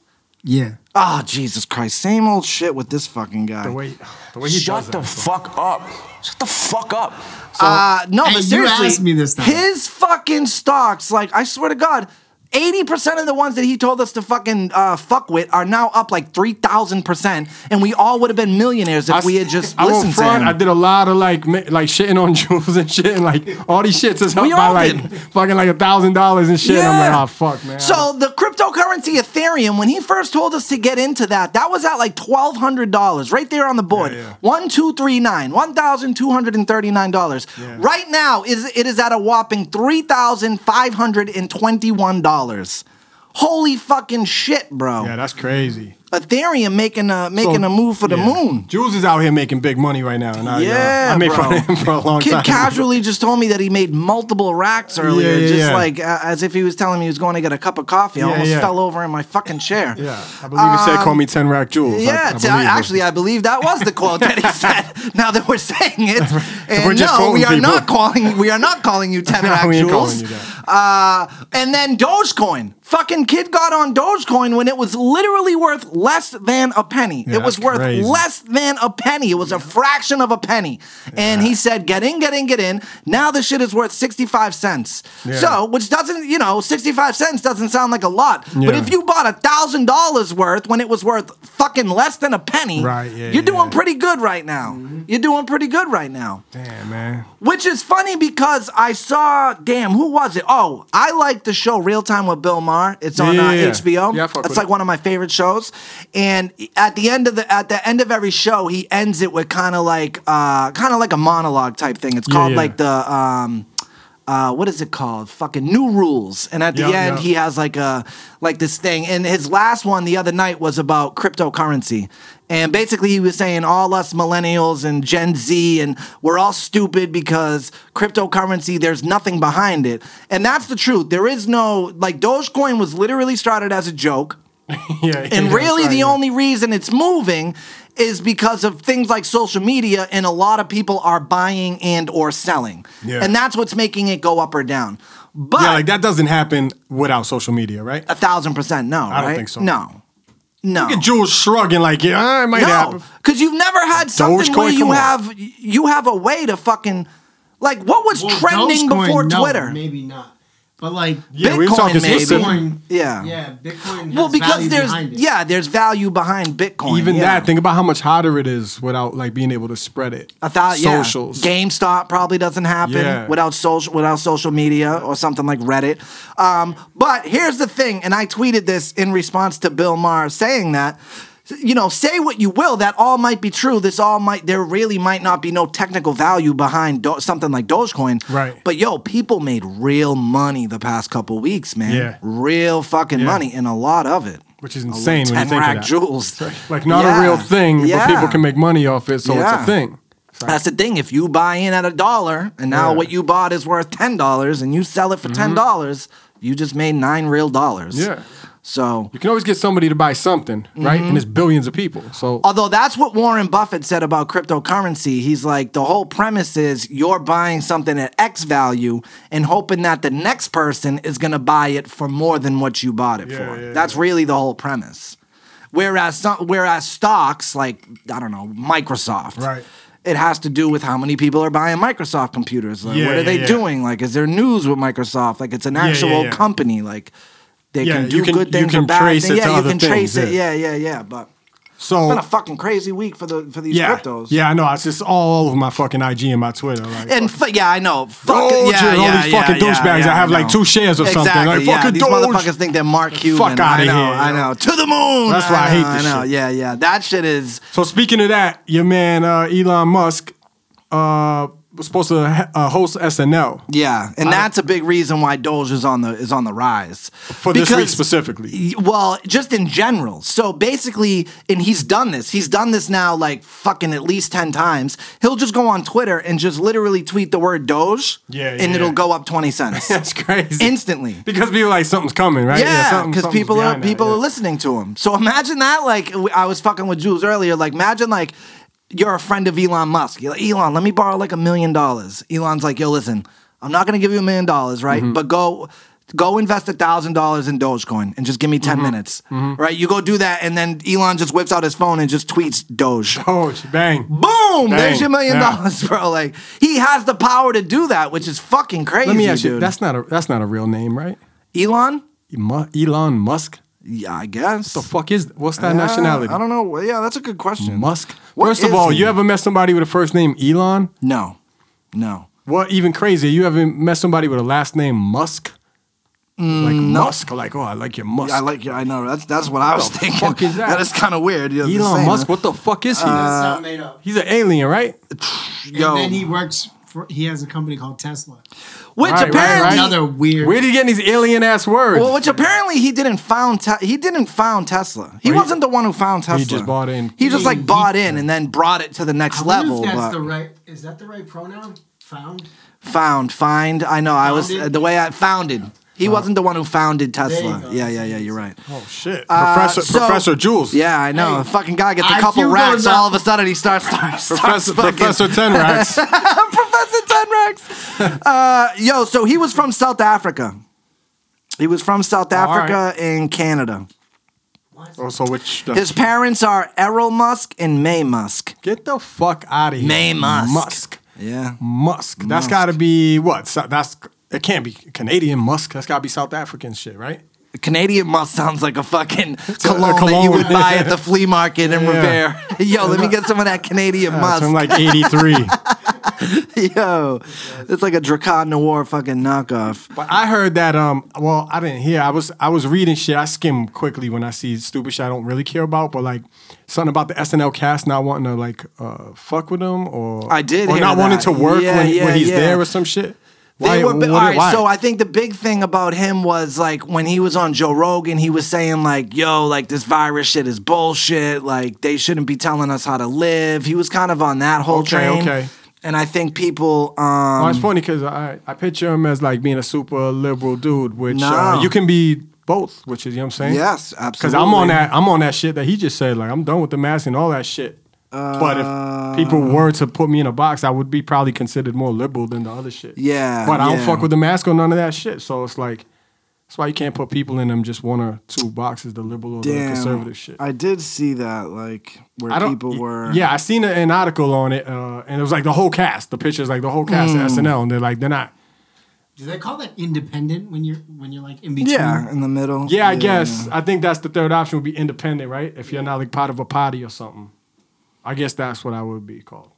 [SPEAKER 4] Yeah.
[SPEAKER 2] Oh Jesus Christ! Same old shit with this fucking guy.
[SPEAKER 1] the way, the way he
[SPEAKER 5] Shut
[SPEAKER 1] does
[SPEAKER 5] the
[SPEAKER 1] that.
[SPEAKER 5] fuck up. Shut the fuck up.
[SPEAKER 2] Uh, no,
[SPEAKER 4] Hey,
[SPEAKER 2] but
[SPEAKER 4] you
[SPEAKER 2] seriously,
[SPEAKER 4] asked me this time.
[SPEAKER 2] his fucking stocks, like I swear to God, eighty percent of the ones that he told us to fucking uh, fuck with are now up like three thousand percent, and we all would have been millionaires if
[SPEAKER 1] I s-
[SPEAKER 2] we had just
[SPEAKER 1] I won't
[SPEAKER 2] listened
[SPEAKER 1] front,
[SPEAKER 2] to
[SPEAKER 1] I
[SPEAKER 2] him.
[SPEAKER 1] did a lot of like ma- like shitting on Jules and shit, and like all these shits is up
[SPEAKER 2] We
[SPEAKER 1] by
[SPEAKER 2] all
[SPEAKER 1] like
[SPEAKER 2] did.
[SPEAKER 1] fucking like a thousand dollars and shit. I'm like, oh fuck, man.
[SPEAKER 2] So the cryptocurrency Ethereum, when he first told us to get into that, that was at like twelve hundred dollars, right there on the board.
[SPEAKER 1] Yeah, yeah.
[SPEAKER 2] One two three nine, one thousand two hundred and thirty nine dollars.
[SPEAKER 1] Yeah.
[SPEAKER 2] Right now is it is at a whopping three thousand five hundred and twenty one dollars. Holy fucking shit, bro!
[SPEAKER 1] yeah, that's crazy.
[SPEAKER 2] Ethereum making a making
[SPEAKER 1] So,
[SPEAKER 2] a move for the
[SPEAKER 1] yeah.
[SPEAKER 2] moon.
[SPEAKER 1] Jules is out here making big money right now, and I, uh,
[SPEAKER 2] Yeah,
[SPEAKER 1] I made
[SPEAKER 2] bro.
[SPEAKER 1] fun of him for a long
[SPEAKER 2] Kid
[SPEAKER 1] time.
[SPEAKER 2] casually just told me that he made multiple racks earlier,
[SPEAKER 1] yeah,
[SPEAKER 2] just
[SPEAKER 1] yeah.
[SPEAKER 2] like uh, as if he was telling me he was going to get a cup of coffee. I
[SPEAKER 1] Yeah,
[SPEAKER 2] almost
[SPEAKER 1] yeah.
[SPEAKER 2] fell over in my fucking chair.
[SPEAKER 1] Yeah, I believe he said, "Call me Ten Rack Jules." I- I
[SPEAKER 2] Yeah, t- I-
[SPEAKER 1] believe it.
[SPEAKER 2] actually, I believe that was the quote that he said. Now that we're saying it, and
[SPEAKER 1] we're just
[SPEAKER 2] no, we are
[SPEAKER 1] quoting
[SPEAKER 2] not
[SPEAKER 1] people.
[SPEAKER 2] calling. We are not calling you ten
[SPEAKER 1] No,
[SPEAKER 2] rack
[SPEAKER 1] we ain't
[SPEAKER 2] jewels.
[SPEAKER 1] calling you
[SPEAKER 2] Uh, and then Dogecoin. Fucking kid got on Dogecoin when it was literally worth less than a penny.
[SPEAKER 1] Yeah,
[SPEAKER 2] it was
[SPEAKER 1] that's
[SPEAKER 2] worth
[SPEAKER 1] crazy.
[SPEAKER 2] less than a penny. It was a fraction of a penny. And he said, "Get in, get in, get in." Now the shit is worth sixty-five cents.
[SPEAKER 1] Yeah.
[SPEAKER 2] So, which doesn't, you know, sixty-five cents doesn't sound like a lot, but
[SPEAKER 1] Yeah.
[SPEAKER 2] if you bought a thousand dollars worth when it was worth fucking less than a penny,
[SPEAKER 1] Right, yeah,
[SPEAKER 2] you're doing
[SPEAKER 1] yeah. Mm-hmm.
[SPEAKER 2] pretty good right now. You're doing pretty good right now.
[SPEAKER 1] damn man.
[SPEAKER 2] Which is funny because I saw, damn, who was it? Oh, I like the show Real Time with Bill Maher. It's on
[SPEAKER 1] Yeah,
[SPEAKER 2] uh,
[SPEAKER 1] yeah, yeah.
[SPEAKER 2] HBO.
[SPEAKER 1] Yeah, I fuck
[SPEAKER 2] it's
[SPEAKER 1] with
[SPEAKER 2] like
[SPEAKER 1] it.
[SPEAKER 2] one of my favorite shows. And at the end of the at the end of every show, he ends it with kind of like uh kind of like a monologue type thing. It's
[SPEAKER 1] Yeah,
[SPEAKER 2] called
[SPEAKER 1] yeah.
[SPEAKER 2] like the um uh, what is it called? Fucking new rules. And at the
[SPEAKER 1] Yeah,
[SPEAKER 2] end,
[SPEAKER 1] yeah.
[SPEAKER 2] he has like a like this thing. And his last one the other night was about cryptocurrency. And basically, he was saying all us millennials and Gen Z, and we're all stupid because cryptocurrency, there's nothing behind it. And that's the truth. There is no, like, Dogecoin was literally started as a joke.
[SPEAKER 1] Yeah,
[SPEAKER 2] And
[SPEAKER 1] yeah,
[SPEAKER 2] really,
[SPEAKER 1] right,
[SPEAKER 2] the
[SPEAKER 1] yeah.
[SPEAKER 2] only reason it's moving is because of things like social media and a lot of people are buying and or selling.
[SPEAKER 1] Yeah.
[SPEAKER 2] And that's what's making it go up or down. But
[SPEAKER 1] Yeah, like that doesn't happen without social media, right?
[SPEAKER 2] a thousand percent no.
[SPEAKER 1] I don't
[SPEAKER 2] right?
[SPEAKER 1] think so.
[SPEAKER 2] No. No.
[SPEAKER 1] Look at Jules shrugging like, yeah, it might
[SPEAKER 2] No,
[SPEAKER 1] happen.
[SPEAKER 2] because you've never had something
[SPEAKER 1] Dogecoin,
[SPEAKER 2] where you
[SPEAKER 1] come on.
[SPEAKER 2] have you have a way to fucking like what was
[SPEAKER 6] Well,
[SPEAKER 2] trending
[SPEAKER 6] Dogecoin,
[SPEAKER 2] before
[SPEAKER 6] no,
[SPEAKER 2] Twitter.
[SPEAKER 6] Maybe not. But like
[SPEAKER 1] Yeah, we were
[SPEAKER 2] Bitcoin,
[SPEAKER 1] talking
[SPEAKER 2] maybe.
[SPEAKER 1] specific.
[SPEAKER 6] Bitcoin,
[SPEAKER 2] Yeah.
[SPEAKER 6] yeah, Bitcoin. Has
[SPEAKER 2] Well, because
[SPEAKER 6] value
[SPEAKER 2] there's
[SPEAKER 6] behind it.
[SPEAKER 2] yeah, there's value behind Bitcoin.
[SPEAKER 1] Even
[SPEAKER 2] Oh, yeah.
[SPEAKER 1] that, think about how much hotter it is without like being able to spread it.
[SPEAKER 2] I thought yeah,
[SPEAKER 1] socials.
[SPEAKER 2] GameStop probably doesn't happen
[SPEAKER 1] Yeah.
[SPEAKER 2] without social without social media or something like Reddit. Um, but here's the thing, and I tweeted this in response to Bill Maher saying that. You know, say what you will. That all might be true. This all might. There really might not be no technical value behind Do- something like Dogecoin.
[SPEAKER 1] Right.
[SPEAKER 2] But yo, people made real money the past couple weeks, man.
[SPEAKER 1] Yeah.
[SPEAKER 2] Real fucking money, and a lot of it.
[SPEAKER 1] Which is insane when you
[SPEAKER 2] Ten
[SPEAKER 1] think
[SPEAKER 2] rack
[SPEAKER 1] of that.
[SPEAKER 2] jewels.
[SPEAKER 1] Like not
[SPEAKER 2] Yeah.
[SPEAKER 1] a real thing,
[SPEAKER 2] Yeah.
[SPEAKER 1] but people can make money off it, so it's
[SPEAKER 2] Yeah.
[SPEAKER 1] a thing.
[SPEAKER 2] That's the thing. If you buy in at a dollar and now
[SPEAKER 1] Yeah. Mm-hmm.
[SPEAKER 2] what you bought is worth ten dollars and you sell it for ten dollars, you just made nine real dollars.
[SPEAKER 1] Yeah.
[SPEAKER 2] So
[SPEAKER 1] You can always get somebody to buy something, right? And
[SPEAKER 2] Mm-hmm.
[SPEAKER 1] it's billions of people. So
[SPEAKER 2] although that's what Warren Buffett said about cryptocurrency, he's like the whole premise is you're buying something at X value and hoping that the next person is gonna buy it for more than what you bought it for.
[SPEAKER 1] yeah,
[SPEAKER 2] that's really the whole premise. Whereas some, whereas stocks like I don't know Microsoft,
[SPEAKER 1] Right.
[SPEAKER 2] It has to do with how many people are buying Microsoft computers. Like,
[SPEAKER 1] Yeah,
[SPEAKER 2] what are
[SPEAKER 1] yeah,
[SPEAKER 2] they
[SPEAKER 1] yeah.
[SPEAKER 2] doing? Like, is there news with Microsoft? Like, it's an
[SPEAKER 1] yeah,
[SPEAKER 2] actual
[SPEAKER 1] yeah.
[SPEAKER 2] company. Like, they
[SPEAKER 1] Yeah,
[SPEAKER 2] can
[SPEAKER 1] you
[SPEAKER 2] do
[SPEAKER 1] can-
[SPEAKER 2] good
[SPEAKER 1] you
[SPEAKER 2] things
[SPEAKER 1] can
[SPEAKER 2] and bad
[SPEAKER 1] trace
[SPEAKER 2] things.
[SPEAKER 1] it to
[SPEAKER 2] yeah, you
[SPEAKER 1] other
[SPEAKER 2] can trace
[SPEAKER 1] things,
[SPEAKER 2] it. Yeah,
[SPEAKER 1] yeah.
[SPEAKER 2] yeah, yeah. But
[SPEAKER 1] so
[SPEAKER 2] it's been a fucking crazy week for the for these
[SPEAKER 1] Oh. yeah,
[SPEAKER 2] cryptos.
[SPEAKER 1] yeah, I know. It's just all over my fucking IG and my Twitter. Like,
[SPEAKER 2] And fu- yeah, I know. Fuck
[SPEAKER 1] Doge
[SPEAKER 2] yeah,
[SPEAKER 1] and all
[SPEAKER 2] yeah,
[SPEAKER 1] these
[SPEAKER 2] yeah,
[SPEAKER 1] fucking
[SPEAKER 2] yeah,
[SPEAKER 1] douchebags
[SPEAKER 2] yeah,
[SPEAKER 1] that have,
[SPEAKER 2] I
[SPEAKER 1] like,
[SPEAKER 2] know.
[SPEAKER 1] two shares or something.
[SPEAKER 2] Exactly,
[SPEAKER 1] Like,
[SPEAKER 2] yeah.
[SPEAKER 1] fucking
[SPEAKER 2] These
[SPEAKER 1] Doge.
[SPEAKER 2] motherfuckers think they're Mark Cuban.
[SPEAKER 1] outta
[SPEAKER 2] I know,
[SPEAKER 1] here,
[SPEAKER 2] I
[SPEAKER 1] yo.
[SPEAKER 2] know. To the moon.
[SPEAKER 1] That's why I hate this
[SPEAKER 2] know, know.
[SPEAKER 1] shit.
[SPEAKER 2] Yeah, yeah. That shit is.
[SPEAKER 1] So speaking of that, your man uh, Elon Musk uh, was supposed to ha- uh, host SNL
[SPEAKER 2] Yeah, and that's a big reason why Doge is on the is on the rise
[SPEAKER 1] for this week
[SPEAKER 2] Because-
[SPEAKER 1] specifically.
[SPEAKER 2] well, just in general. So basically, and he's done this. He's done this now like fucking at least 10 times. He'll just go on Twitter and just literally tweet the word Doge.
[SPEAKER 1] Yeah,
[SPEAKER 2] And
[SPEAKER 1] yeah,
[SPEAKER 2] it'll
[SPEAKER 1] yeah.
[SPEAKER 2] go up 20 cents.
[SPEAKER 1] That's crazy.
[SPEAKER 2] Instantly.
[SPEAKER 1] because people are like something's coming, right?
[SPEAKER 2] Yeah,
[SPEAKER 1] something-
[SPEAKER 2] because
[SPEAKER 1] something's
[SPEAKER 2] people are
[SPEAKER 1] behind that,
[SPEAKER 2] people
[SPEAKER 1] yeah.
[SPEAKER 2] are listening to him. So imagine that. Like w- I was fucking with Jules earlier. Like imagine like you're a friend of Elon Musk. You're like, Elon, let me borrow like a million dollars. Elon's like, yo, listen, I'm not gonna give you a million dollars, right?
[SPEAKER 1] Mm-hmm.
[SPEAKER 2] But go. Go invest a thousand dollars in Dogecoin and just give me 10
[SPEAKER 1] Mm-hmm.
[SPEAKER 2] minutes, right? You go do that, and then Elon just whips out his phone and just tweets Doge.
[SPEAKER 1] Doge, Oh, bang.
[SPEAKER 2] Boom! There's
[SPEAKER 1] Dang,
[SPEAKER 2] your million
[SPEAKER 1] yeah.
[SPEAKER 2] dollars, bro. Like he has the power to do that, which is fucking crazy,
[SPEAKER 1] Let me ask
[SPEAKER 2] dude.
[SPEAKER 1] you. That's not a that's not a real name, right?
[SPEAKER 2] Elon.
[SPEAKER 1] Mu- Elon Musk.
[SPEAKER 2] Yeah, I guess.
[SPEAKER 1] The fuck is what's that
[SPEAKER 2] Yeah,
[SPEAKER 1] nationality?
[SPEAKER 2] I don't know. Well, Yeah, that's a good question.
[SPEAKER 1] Musk.
[SPEAKER 2] What
[SPEAKER 1] First of
[SPEAKER 2] is
[SPEAKER 1] all,
[SPEAKER 2] he?
[SPEAKER 1] you ever met somebody with a first name Elon?
[SPEAKER 2] No, no.
[SPEAKER 1] What even crazier? You ever met somebody with a last name Musk? like Musk, like oh, I like your Musk.
[SPEAKER 2] Mm, I like. I know. That's that's what I was
[SPEAKER 1] the
[SPEAKER 2] thinking.
[SPEAKER 1] fuck is that?
[SPEAKER 2] that is kind of weird. You know, the
[SPEAKER 1] Elon
[SPEAKER 2] same,
[SPEAKER 1] Musk.
[SPEAKER 2] huh?
[SPEAKER 1] What the fuck is he?
[SPEAKER 6] It's not made up.
[SPEAKER 1] He's an alien, right?
[SPEAKER 2] Uh, Yo,
[SPEAKER 6] And then he works. For, he has a company called Tesla.
[SPEAKER 2] which
[SPEAKER 1] Right, right,
[SPEAKER 2] apparently,
[SPEAKER 1] right.
[SPEAKER 6] Another weird.
[SPEAKER 1] Where did he get these alien ass words?
[SPEAKER 2] well, which apparently he didn't found. Te- he didn't found Tesla. He
[SPEAKER 1] Or he-
[SPEAKER 2] wasn't the one who found Tesla.
[SPEAKER 1] just bought in.
[SPEAKER 2] He just
[SPEAKER 6] He-
[SPEAKER 2] like bought in and then brought it to the next
[SPEAKER 6] I wonder
[SPEAKER 2] level.
[SPEAKER 6] If that's
[SPEAKER 2] but
[SPEAKER 6] the right. Is that the right pronoun? Found.
[SPEAKER 2] found, find. I know. I was
[SPEAKER 6] Founded?
[SPEAKER 2] the way I founded. He wasn't the one who founded Tesla.
[SPEAKER 6] go.
[SPEAKER 2] Yeah, yeah, yeah. You're right.
[SPEAKER 1] oh shit,
[SPEAKER 2] Uh,
[SPEAKER 1] Professor
[SPEAKER 2] so-
[SPEAKER 1] Professor Jules.
[SPEAKER 2] Yeah, I know.
[SPEAKER 6] Hey,
[SPEAKER 2] fucking guy gets a
[SPEAKER 6] IQ
[SPEAKER 2] couple
[SPEAKER 6] goes
[SPEAKER 2] racks.
[SPEAKER 6] up.
[SPEAKER 2] All of a sudden, he starts. starts
[SPEAKER 1] Professor
[SPEAKER 2] starts fucking-
[SPEAKER 1] Professor Ten Racks.
[SPEAKER 2] Professor Tenrex. uh, yo, so he was from South Africa. He was from South
[SPEAKER 1] right.
[SPEAKER 2] Africa and Canada.
[SPEAKER 1] oh, so which the-
[SPEAKER 2] His parents are Errol Musk and May Musk.
[SPEAKER 1] get the fuck out of here,
[SPEAKER 2] May Musk.
[SPEAKER 1] Musk.
[SPEAKER 2] Yeah.
[SPEAKER 1] Musk. That's
[SPEAKER 2] Musk.
[SPEAKER 1] got to be what? So that's it. Can't be Canadian Musk. That's got to be South African shit, right?
[SPEAKER 2] Canadian Musk sounds like a fucking
[SPEAKER 1] a- a
[SPEAKER 2] cologne, that you
[SPEAKER 1] cologne.
[SPEAKER 2] would buy at the flea market in
[SPEAKER 1] Yeah.
[SPEAKER 2] Revere. Yo, let me get some of that Canadian
[SPEAKER 1] Uh, from
[SPEAKER 2] Musk.
[SPEAKER 1] like '83.
[SPEAKER 2] Yo, it's like a Dracan Noir fucking knockoff.
[SPEAKER 1] but I heard that. Um. Well, I didn't hear. I was I was reading shit. I skim quickly when I see stupid shit I don't really care about. But like something about the SNL cast not wanting to like uh fuck with him or
[SPEAKER 2] I did
[SPEAKER 1] or
[SPEAKER 2] hear
[SPEAKER 1] not wanting
[SPEAKER 2] that.
[SPEAKER 1] to work
[SPEAKER 2] Yeah,
[SPEAKER 1] when,
[SPEAKER 2] yeah,
[SPEAKER 1] when he's
[SPEAKER 2] yeah.
[SPEAKER 1] there or some shit.
[SPEAKER 2] They were bi-
[SPEAKER 1] what-
[SPEAKER 2] all right,
[SPEAKER 1] why?
[SPEAKER 2] so I think the big thing about him was like when he was on Joe Rogan, he was saying like, "Yo, like this virus shit is bullshit. Like they shouldn't be telling us how to live." He was kind of on that whole
[SPEAKER 1] Okay,
[SPEAKER 2] train.
[SPEAKER 1] okay.
[SPEAKER 2] And I think people,
[SPEAKER 1] Well,
[SPEAKER 2] um,
[SPEAKER 1] it's funny because I I picture him as like being a super liberal dude, which uh,
[SPEAKER 2] No.
[SPEAKER 1] you can be both. Which is you know what I'm saying?
[SPEAKER 2] yes,
[SPEAKER 1] Because
[SPEAKER 2] absolutely.
[SPEAKER 1] I'm on that I'm on that shit that he just said. Like I'm done with the mask and all that shit. but if people
[SPEAKER 2] Uh.
[SPEAKER 1] were to put me in a box, I would be probably considered more liberal than the other shit.
[SPEAKER 2] Yeah,
[SPEAKER 1] But I don't
[SPEAKER 2] yeah.
[SPEAKER 1] fuck with the mask or none of that shit. So it's like that's why you can't put people in them just one or two boxes, the liberal or the
[SPEAKER 2] Damn,
[SPEAKER 1] conservative shit.
[SPEAKER 2] I did see that, like where
[SPEAKER 1] I don't-
[SPEAKER 2] people were.
[SPEAKER 1] Yeah, I seen an article on it, uh, and it was like the whole cast. The pictures, like the whole cast
[SPEAKER 2] Hmm.
[SPEAKER 1] of SNL, and they're like they're not.
[SPEAKER 6] Do they call that independent when you're when you're like in between?
[SPEAKER 2] yeah, in the middle.
[SPEAKER 1] Yeah, I guess I think that's the third option would be independent, right? If you're not like part of a party or something, I guess that's what I would be called.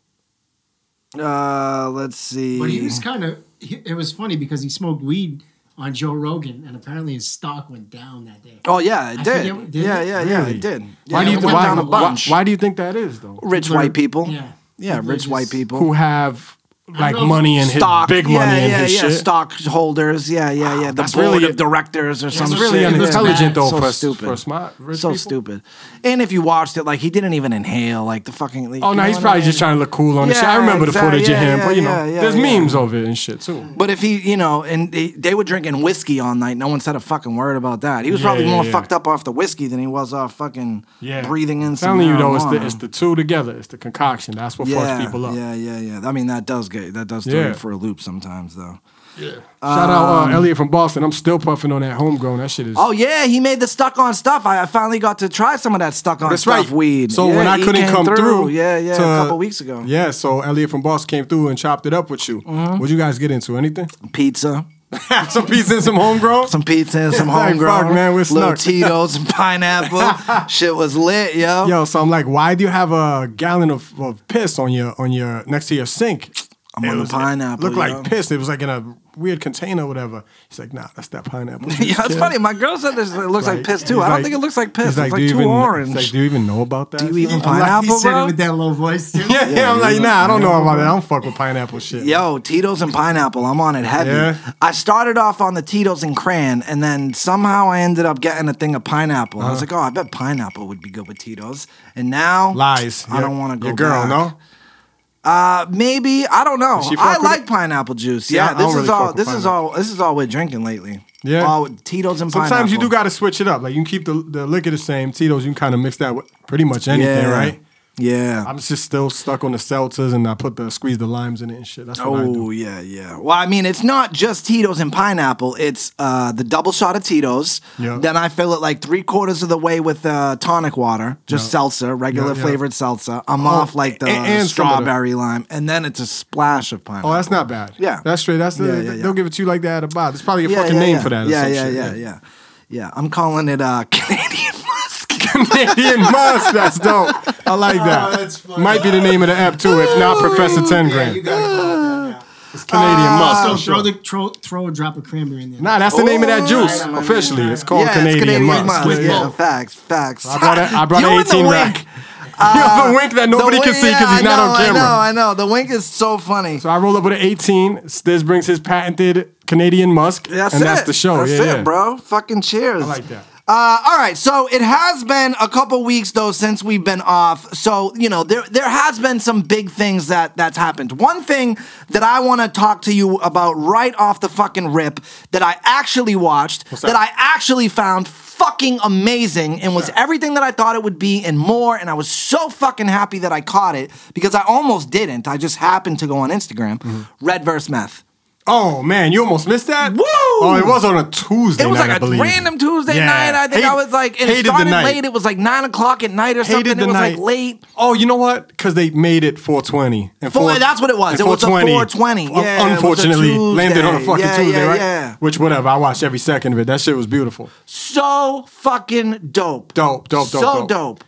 [SPEAKER 2] Uh, let's see.
[SPEAKER 6] But he was kind of. It was funny because he smoked weed on Joe Rogan, and apparently his stock went down that day.
[SPEAKER 2] oh yeah, it
[SPEAKER 6] I
[SPEAKER 2] did.
[SPEAKER 6] forget what- did
[SPEAKER 2] yeah,
[SPEAKER 6] it?
[SPEAKER 2] yeah, yeah,
[SPEAKER 1] Really?
[SPEAKER 2] it did.
[SPEAKER 1] Why
[SPEAKER 2] yeah,
[SPEAKER 1] do you
[SPEAKER 2] it
[SPEAKER 6] th-
[SPEAKER 2] went
[SPEAKER 1] why,
[SPEAKER 2] down a
[SPEAKER 1] why-
[SPEAKER 2] bunch?
[SPEAKER 1] why do you think that is though?
[SPEAKER 2] rich white people.
[SPEAKER 6] Yeah.
[SPEAKER 2] yeah,
[SPEAKER 6] People are
[SPEAKER 2] rich white
[SPEAKER 6] just-
[SPEAKER 2] people.
[SPEAKER 1] Who have like
[SPEAKER 6] know.
[SPEAKER 1] money in his
[SPEAKER 2] stock,
[SPEAKER 1] big
[SPEAKER 2] yeah,
[SPEAKER 1] money in
[SPEAKER 2] yeah,
[SPEAKER 1] his
[SPEAKER 2] yeah,
[SPEAKER 1] shit.
[SPEAKER 2] stockholders, yeah, yeah, yeah. The
[SPEAKER 1] That's
[SPEAKER 2] board
[SPEAKER 1] really-
[SPEAKER 2] of directors or
[SPEAKER 1] It's
[SPEAKER 2] something.
[SPEAKER 1] really
[SPEAKER 6] shit.
[SPEAKER 1] unintelligent though
[SPEAKER 2] So
[SPEAKER 1] for,
[SPEAKER 2] stupid.
[SPEAKER 1] for smart rich
[SPEAKER 2] so
[SPEAKER 1] people.
[SPEAKER 2] stupid. And if you watched it, like he didn't even inhale, like the fucking. like,
[SPEAKER 1] Oh
[SPEAKER 2] you
[SPEAKER 1] no,
[SPEAKER 2] know
[SPEAKER 1] he's
[SPEAKER 2] what I
[SPEAKER 1] probably
[SPEAKER 2] mean?
[SPEAKER 1] just trying to look cool on the
[SPEAKER 2] Yeah,
[SPEAKER 1] shit. I remember the
[SPEAKER 2] exact-
[SPEAKER 1] footage of
[SPEAKER 2] yeah,
[SPEAKER 1] him, but you know,
[SPEAKER 2] yeah, yeah,
[SPEAKER 1] there's
[SPEAKER 2] yeah.
[SPEAKER 1] memes of it and shit too.
[SPEAKER 2] But if he, you know, and they, they were drinking whiskey all night, no one said a fucking word about that. He was
[SPEAKER 1] Yeah,
[SPEAKER 2] probably
[SPEAKER 1] yeah,
[SPEAKER 2] more
[SPEAKER 1] yeah.
[SPEAKER 2] fucked up off the whiskey than he was off fucking breathing in. some
[SPEAKER 1] Telling you though, it's the
[SPEAKER 2] marijuana.
[SPEAKER 1] it's the two together. It's the concoction. That's what
[SPEAKER 2] yeah,
[SPEAKER 1] fucks people up.
[SPEAKER 2] yeah, yeah, yeah. I mean, that does get that does throw
[SPEAKER 1] Yeah.
[SPEAKER 2] you for a loop sometimes, though.
[SPEAKER 1] Shout out uh, Elliot from Boston. I'm still puffing on that homegrown. That shit is.
[SPEAKER 2] Oh yeah, he made the stuck on stuff. I, I finally got to try some of that stuck on
[SPEAKER 1] That's
[SPEAKER 2] stuff
[SPEAKER 1] right.
[SPEAKER 2] weed.
[SPEAKER 1] So
[SPEAKER 2] Yeah,
[SPEAKER 1] when I
[SPEAKER 2] he
[SPEAKER 1] couldn't
[SPEAKER 2] came
[SPEAKER 1] come through,
[SPEAKER 2] yeah, yeah,
[SPEAKER 1] to-
[SPEAKER 2] a couple weeks ago, Mm-hmm.
[SPEAKER 1] Yeah, so Elliot from Boston came through and chopped it up with you. What'd you guys get into? Anything?
[SPEAKER 2] pizza,
[SPEAKER 1] some pizza and some homegrown.
[SPEAKER 2] some pizza, and some
[SPEAKER 1] Like, fuck,
[SPEAKER 2] homegrown,
[SPEAKER 1] man, we're
[SPEAKER 2] little
[SPEAKER 1] snuck.
[SPEAKER 2] Tito's and pineapple. Shit was lit, yo.
[SPEAKER 1] Yo, so I'm like, why do you have a gallon of, of piss on your on your next to your sink?
[SPEAKER 2] I'm on the pineapple,
[SPEAKER 1] Looked
[SPEAKER 2] yo.
[SPEAKER 1] like piss. It was like in a weird container, or whatever. He's like, nah, that's that pineapple.
[SPEAKER 2] yeah, it's funny. My girl said this. It looks like, piss too.
[SPEAKER 1] he's
[SPEAKER 2] I don't
[SPEAKER 1] like-
[SPEAKER 2] think it looks like piss.
[SPEAKER 1] he's
[SPEAKER 2] It's like,
[SPEAKER 1] do you
[SPEAKER 2] too
[SPEAKER 1] even,
[SPEAKER 2] orange.
[SPEAKER 1] He's like, do you even know about that?
[SPEAKER 2] do you even
[SPEAKER 1] yeah.
[SPEAKER 6] He
[SPEAKER 2] pineapple,
[SPEAKER 6] said it
[SPEAKER 2] bro?
[SPEAKER 6] with that low voice too.
[SPEAKER 1] Yeah, yeah, I'm
[SPEAKER 2] you
[SPEAKER 1] like,
[SPEAKER 2] know,
[SPEAKER 1] nah, I don't know about that. I don't fuck with pineapple shit.
[SPEAKER 2] Yo, Tito's and pineapple. I'm on it heavy.
[SPEAKER 1] Yeah.
[SPEAKER 2] I started off on the Tito's and crayon, and then somehow I ended up getting a thing of pineapple. I was
[SPEAKER 1] Uh-huh.
[SPEAKER 2] like, oh, I bet pineapple would be good with Tito's. And now
[SPEAKER 1] Lies.
[SPEAKER 2] I
[SPEAKER 1] Yeah.
[SPEAKER 2] don't want to go.
[SPEAKER 1] Your girl,
[SPEAKER 2] back.
[SPEAKER 1] no?
[SPEAKER 2] Uh, maybe I don't know.
[SPEAKER 1] she fuck
[SPEAKER 2] I
[SPEAKER 1] with
[SPEAKER 2] like
[SPEAKER 1] it?
[SPEAKER 2] pineapple juice.
[SPEAKER 1] Yeah, I
[SPEAKER 2] Yeah,
[SPEAKER 1] don't
[SPEAKER 2] this is
[SPEAKER 1] really fuck
[SPEAKER 2] all.
[SPEAKER 1] with
[SPEAKER 2] This is all. This is all we're drinking lately.
[SPEAKER 1] Yeah.
[SPEAKER 2] all Tito's and pineapple.
[SPEAKER 1] Sometimes you do got to switch it up. Like you can keep the, the liquor the same. Tito's, you can kind of mix that with pretty much anything,
[SPEAKER 2] Yeah.
[SPEAKER 1] right?
[SPEAKER 2] Yeah.
[SPEAKER 1] I'm just still stuck on the seltzers and I put the squeeze the limes in it and shit. That's what I
[SPEAKER 2] Oh
[SPEAKER 1] do.
[SPEAKER 2] yeah, yeah. Well, I mean, it's not just Tito's and pineapple. It's uh, the double shot of Tito's.
[SPEAKER 1] Yeah.
[SPEAKER 2] Then I fill it like three quarters of the way with uh, tonic water, just seltzer, regular
[SPEAKER 1] Yeah, yeah.
[SPEAKER 2] flavored seltzer. I'm off like the
[SPEAKER 1] and- and some of the-
[SPEAKER 2] strawberry lime, and then it's a splash of pineapple.
[SPEAKER 1] Oh, that's not bad.
[SPEAKER 2] Yeah.
[SPEAKER 1] that's straight. That's
[SPEAKER 2] Yeah,
[SPEAKER 1] the,
[SPEAKER 2] yeah, yeah.
[SPEAKER 1] they'll give it to you like that at a bar. There's probably a fucking
[SPEAKER 2] yeah,
[SPEAKER 1] name
[SPEAKER 2] yeah.
[SPEAKER 1] for that. Or
[SPEAKER 2] Yeah,
[SPEAKER 1] some
[SPEAKER 2] yeah,
[SPEAKER 1] shit.
[SPEAKER 2] yeah, yeah, yeah, I'm calling it uh, Canadian Musk.
[SPEAKER 1] Canadian Moss. That's dope. I like that.
[SPEAKER 6] that's funny.
[SPEAKER 1] Might be the name of the app too. If not, Professor Ten
[SPEAKER 6] Yeah,
[SPEAKER 1] Grand.
[SPEAKER 6] you gotta call it that.
[SPEAKER 1] it's Canadian
[SPEAKER 6] Yeah.
[SPEAKER 1] Moss.
[SPEAKER 6] So
[SPEAKER 2] Oh,
[SPEAKER 1] for sure.
[SPEAKER 6] throw the throw, throw a drop of cranberry in there.
[SPEAKER 1] Nah, that's the name of that juice.
[SPEAKER 6] Alright,
[SPEAKER 1] Officially,
[SPEAKER 6] alright,
[SPEAKER 1] it's called
[SPEAKER 2] Oh, yeah,
[SPEAKER 1] Canadian,
[SPEAKER 2] it's Canadian
[SPEAKER 1] Moss.
[SPEAKER 2] Musk.
[SPEAKER 1] Yeah,
[SPEAKER 2] Yeah,
[SPEAKER 1] yeah.
[SPEAKER 2] facts, facts.
[SPEAKER 1] I brought a, I brought
[SPEAKER 2] You
[SPEAKER 1] an
[SPEAKER 2] and the
[SPEAKER 1] 18
[SPEAKER 2] wink.
[SPEAKER 1] rack. Yo, the wink that nobody
[SPEAKER 2] The
[SPEAKER 1] can
[SPEAKER 2] wink-
[SPEAKER 1] see because
[SPEAKER 2] yeah,
[SPEAKER 1] he's not
[SPEAKER 2] I know,
[SPEAKER 1] on camera.
[SPEAKER 2] I know, I know. The wink is so funny.
[SPEAKER 1] So I roll up with an 18. Stiz brings his patented Canadian musk,
[SPEAKER 2] That's
[SPEAKER 1] and
[SPEAKER 2] it.
[SPEAKER 1] that's the show.
[SPEAKER 2] That's
[SPEAKER 1] yeah,
[SPEAKER 2] it,
[SPEAKER 1] yeah.
[SPEAKER 2] bro. Fucking cheers.
[SPEAKER 1] I like that.
[SPEAKER 2] Uh, all right, so it has been a couple weeks though since we've been off. So you know there there has been some big things that that's happened. One thing that I want to talk to you about right off the fucking rip that I actually watched that?
[SPEAKER 1] that?
[SPEAKER 2] I actually found fucking amazing and was everything that I thought it would be and more. And I was so fucking happy that I caught it because I almost didn't. I just happened to go on Instagram.
[SPEAKER 1] Mm-hmm.
[SPEAKER 2] Red verse meth.
[SPEAKER 1] Oh man, you almost missed that.
[SPEAKER 2] Woo!
[SPEAKER 1] Oh, it was on a Tuesday.
[SPEAKER 2] It was
[SPEAKER 1] night, I
[SPEAKER 2] like a
[SPEAKER 1] believe.
[SPEAKER 2] random Tuesday
[SPEAKER 1] Yeah.
[SPEAKER 2] night. I think
[SPEAKER 1] Hate-
[SPEAKER 2] I was like, and it
[SPEAKER 1] hated the
[SPEAKER 2] started
[SPEAKER 1] night.
[SPEAKER 2] late. It was like nine o'clock at night or something.
[SPEAKER 1] Hated
[SPEAKER 2] It
[SPEAKER 1] the
[SPEAKER 2] was
[SPEAKER 1] night.
[SPEAKER 2] like late.
[SPEAKER 1] Oh, you know what? Because they made it 420. And
[SPEAKER 2] Four- that's what it was.
[SPEAKER 1] and
[SPEAKER 2] It was a 420.
[SPEAKER 1] Un-
[SPEAKER 2] Yeah, it was a
[SPEAKER 1] unfortunately, landed on a
[SPEAKER 2] Tuesday.
[SPEAKER 1] fucking
[SPEAKER 2] Yeah,
[SPEAKER 1] Tuesday,
[SPEAKER 2] yeah,
[SPEAKER 1] right?
[SPEAKER 2] yeah.
[SPEAKER 1] Which, whatever. I watched every second of it. That shit was beautiful.
[SPEAKER 2] So fucking dope.
[SPEAKER 1] Dope, dope, dope,
[SPEAKER 2] So
[SPEAKER 1] dope.
[SPEAKER 2] dope.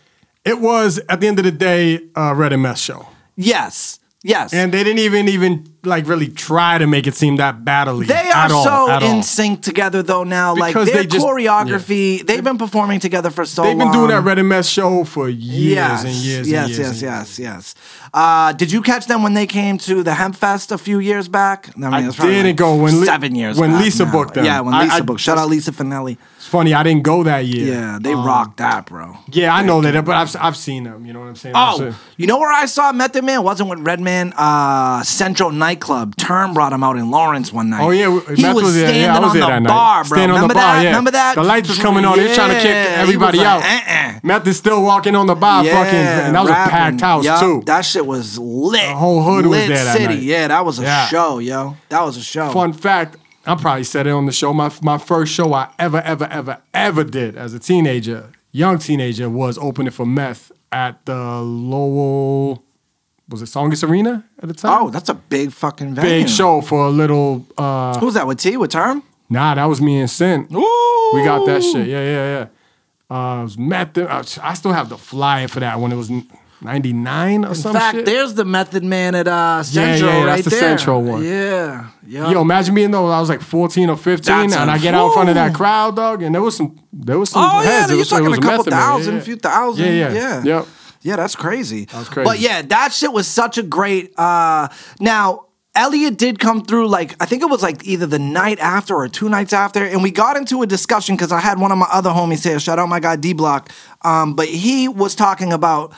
[SPEAKER 1] It was at the end of the day a red and mess show,
[SPEAKER 2] Yes. Yes.
[SPEAKER 1] and they didn't even even like really try to make it seem that battly.
[SPEAKER 2] they are
[SPEAKER 1] at all,
[SPEAKER 2] so
[SPEAKER 1] at all.
[SPEAKER 2] in sync together though now.
[SPEAKER 1] Because
[SPEAKER 2] like their
[SPEAKER 1] they just-
[SPEAKER 2] choreography, they've been performing together for so
[SPEAKER 1] They've been
[SPEAKER 2] long.
[SPEAKER 1] doing that red and mess show for years
[SPEAKER 2] Yes,
[SPEAKER 1] and years.
[SPEAKER 2] yes,
[SPEAKER 1] and years
[SPEAKER 2] yes,
[SPEAKER 1] and years.
[SPEAKER 2] yes, yes. Uh, did you catch them when they came to the Hemp Fest a few years back? mean,
[SPEAKER 1] I
[SPEAKER 2] it's probably
[SPEAKER 1] didn't go when Li-
[SPEAKER 2] seven years
[SPEAKER 1] when
[SPEAKER 2] back
[SPEAKER 1] Lisa
[SPEAKER 2] now.
[SPEAKER 1] booked them.
[SPEAKER 2] Yeah, when
[SPEAKER 1] I-
[SPEAKER 2] Lisa
[SPEAKER 1] I-
[SPEAKER 2] booked. Shout out Lisa Finelli.
[SPEAKER 1] It's funny, I didn't go that year. Um,
[SPEAKER 2] Yeah, they rocked that, bro.
[SPEAKER 1] Yeah, I know that, but I've, I've seen them. You know what I'm saying? I've
[SPEAKER 2] Oh,
[SPEAKER 1] seen-
[SPEAKER 2] you know where I saw Method Man? It wasn't with Redman Batman uh, Central nightclub. Term brought him out in Lawrence one night.
[SPEAKER 1] Oh yeah, we-
[SPEAKER 2] he
[SPEAKER 1] Matt
[SPEAKER 2] was
[SPEAKER 1] there.
[SPEAKER 2] standing
[SPEAKER 1] yeah, I was
[SPEAKER 2] on
[SPEAKER 1] there
[SPEAKER 2] the
[SPEAKER 1] that night.
[SPEAKER 2] bar, bro.
[SPEAKER 1] Standing on
[SPEAKER 2] remember
[SPEAKER 1] the bar,
[SPEAKER 2] that?
[SPEAKER 1] yeah.
[SPEAKER 2] Remember that?
[SPEAKER 1] The lights was coming on. They were trying to kick
[SPEAKER 2] Yeah, he was
[SPEAKER 1] everybody
[SPEAKER 2] like,
[SPEAKER 1] out.
[SPEAKER 2] "Uh-uh."
[SPEAKER 1] Matt is still walking on the bar, fucking, and that was a
[SPEAKER 2] rapping.
[SPEAKER 1] packed house
[SPEAKER 2] Yup,
[SPEAKER 1] too.
[SPEAKER 2] That shit was lit. The
[SPEAKER 1] whole hood was
[SPEAKER 2] lit
[SPEAKER 1] there that
[SPEAKER 2] city.
[SPEAKER 1] night.
[SPEAKER 2] Yeah, that was a
[SPEAKER 1] Yeah.
[SPEAKER 2] show, yo. That was a show.
[SPEAKER 1] Fun fact, I probably said it on the show. My my first show I ever, ever, ever, ever did as a teenager, young teenager, was opening for meth at the Lowell, was it Songus Arena at the time?
[SPEAKER 2] Oh, that's a big fucking venue.
[SPEAKER 1] Big show for a little, uh,
[SPEAKER 2] Who's that with T? With Term?
[SPEAKER 1] nah, that was me and Sin.
[SPEAKER 2] Ooh,
[SPEAKER 1] We got that shit. Yeah, yeah, yeah. Uh, it was meth. I I still have the flyer for that when it was 99 or
[SPEAKER 2] In
[SPEAKER 1] some
[SPEAKER 2] fact,
[SPEAKER 1] shit.
[SPEAKER 2] there's the Method Man at uh, Central
[SPEAKER 1] yeah,
[SPEAKER 2] right
[SPEAKER 1] that's the
[SPEAKER 2] there.
[SPEAKER 1] Central one.
[SPEAKER 2] Yeah, yeah.
[SPEAKER 1] Yo, imagine being though I was like 14 or 15
[SPEAKER 2] That's
[SPEAKER 1] and I
[SPEAKER 2] a
[SPEAKER 1] get out in front of that
[SPEAKER 2] fool.
[SPEAKER 1] crowd, dog, and there was some there was some
[SPEAKER 2] Oh yeah,
[SPEAKER 1] heads. It
[SPEAKER 2] you're
[SPEAKER 1] was- it
[SPEAKER 2] talking
[SPEAKER 1] was
[SPEAKER 2] a couple
[SPEAKER 1] method man. Yeah,
[SPEAKER 2] thousand,
[SPEAKER 1] yeah.
[SPEAKER 2] few thousand.
[SPEAKER 1] Yeah, yeah.
[SPEAKER 2] yeah.
[SPEAKER 1] Yep.
[SPEAKER 2] Yeah, that's crazy. That's
[SPEAKER 1] crazy.
[SPEAKER 2] But yeah, that shit was such a great. uh Now Elliot did come through. Like I think it was like either the night after or two nights after, and we got into a discussion because I had one of my other homies here. Shout out my guy D Block. Um, but he was talking about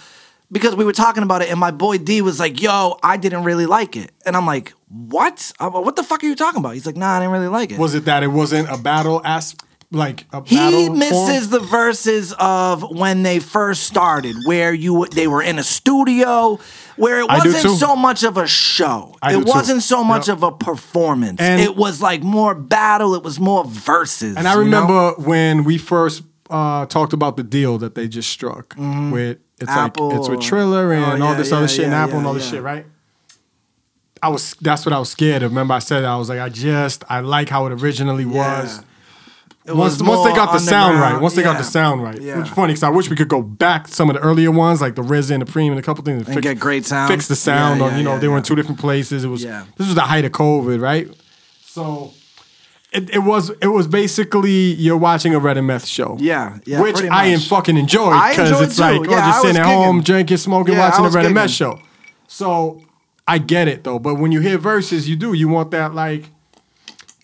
[SPEAKER 2] because we were talking about it, and my boy D was like, "Yo, I didn't really like it," and I'm like, "What? I'm like, What the fuck are you talking about?" He's like, "Nah, I didn't really like it."
[SPEAKER 1] Was it that it wasn't a battle as like a
[SPEAKER 2] He
[SPEAKER 1] battle
[SPEAKER 2] misses the verses of when they first started, where you they were in a studio, where it
[SPEAKER 1] I do
[SPEAKER 2] wasn't
[SPEAKER 1] too.
[SPEAKER 2] so much of a show.
[SPEAKER 1] I do
[SPEAKER 2] it
[SPEAKER 1] too.
[SPEAKER 2] wasn't so much
[SPEAKER 1] Yep.
[SPEAKER 2] of a performance.
[SPEAKER 1] And-
[SPEAKER 2] it was like more battle. It was more verses.
[SPEAKER 1] And I
[SPEAKER 2] you know?
[SPEAKER 1] remember when we first uh, talked about the deal that they just struck with it's
[SPEAKER 2] Mm-hmm. Apple
[SPEAKER 1] like it's with
[SPEAKER 2] or-
[SPEAKER 1] Triller and
[SPEAKER 2] Oh,
[SPEAKER 1] all
[SPEAKER 2] yeah,
[SPEAKER 1] this other
[SPEAKER 2] yeah,
[SPEAKER 1] shit and
[SPEAKER 2] yeah,
[SPEAKER 1] Apple and
[SPEAKER 2] yeah,
[SPEAKER 1] all this
[SPEAKER 2] yeah.
[SPEAKER 1] shit, right? I was that's what I was scared of. Remember I said that I was like, I just I like how it originally was.
[SPEAKER 2] It
[SPEAKER 1] Once,
[SPEAKER 2] was
[SPEAKER 1] once they
[SPEAKER 2] more
[SPEAKER 1] got the sound right,
[SPEAKER 2] underground.
[SPEAKER 1] once they got the
[SPEAKER 2] Yeah.
[SPEAKER 1] sound right,
[SPEAKER 2] Yeah.
[SPEAKER 1] which is funny because I wish we could go back to some of the earlier ones like the RZA and the Preem and a couple things and,
[SPEAKER 2] get great sound.
[SPEAKER 1] fix the sound.
[SPEAKER 2] Yeah,
[SPEAKER 1] on
[SPEAKER 2] yeah,
[SPEAKER 1] you know
[SPEAKER 2] yeah,
[SPEAKER 1] they were in
[SPEAKER 2] yeah.
[SPEAKER 1] two different places. It was
[SPEAKER 2] Yeah.
[SPEAKER 1] this was the height of COVID, right? So it, it was it was basically you're watching a red and meth show.
[SPEAKER 2] Yeah, yeah,
[SPEAKER 1] which
[SPEAKER 2] pretty
[SPEAKER 1] I am
[SPEAKER 2] much.
[SPEAKER 1] fucking enjoy
[SPEAKER 2] I
[SPEAKER 1] because
[SPEAKER 2] enjoyed
[SPEAKER 1] it's like
[SPEAKER 2] too.
[SPEAKER 1] oh,
[SPEAKER 2] Yeah, I
[SPEAKER 1] just sitting at
[SPEAKER 2] was
[SPEAKER 1] home
[SPEAKER 2] gigging.
[SPEAKER 1] drinking, smoking,
[SPEAKER 2] Yeah, I
[SPEAKER 1] watching a
[SPEAKER 2] was
[SPEAKER 1] red and meth
[SPEAKER 2] gigging.
[SPEAKER 1] show. So I get it though, but when you hear verses, you do you want that like.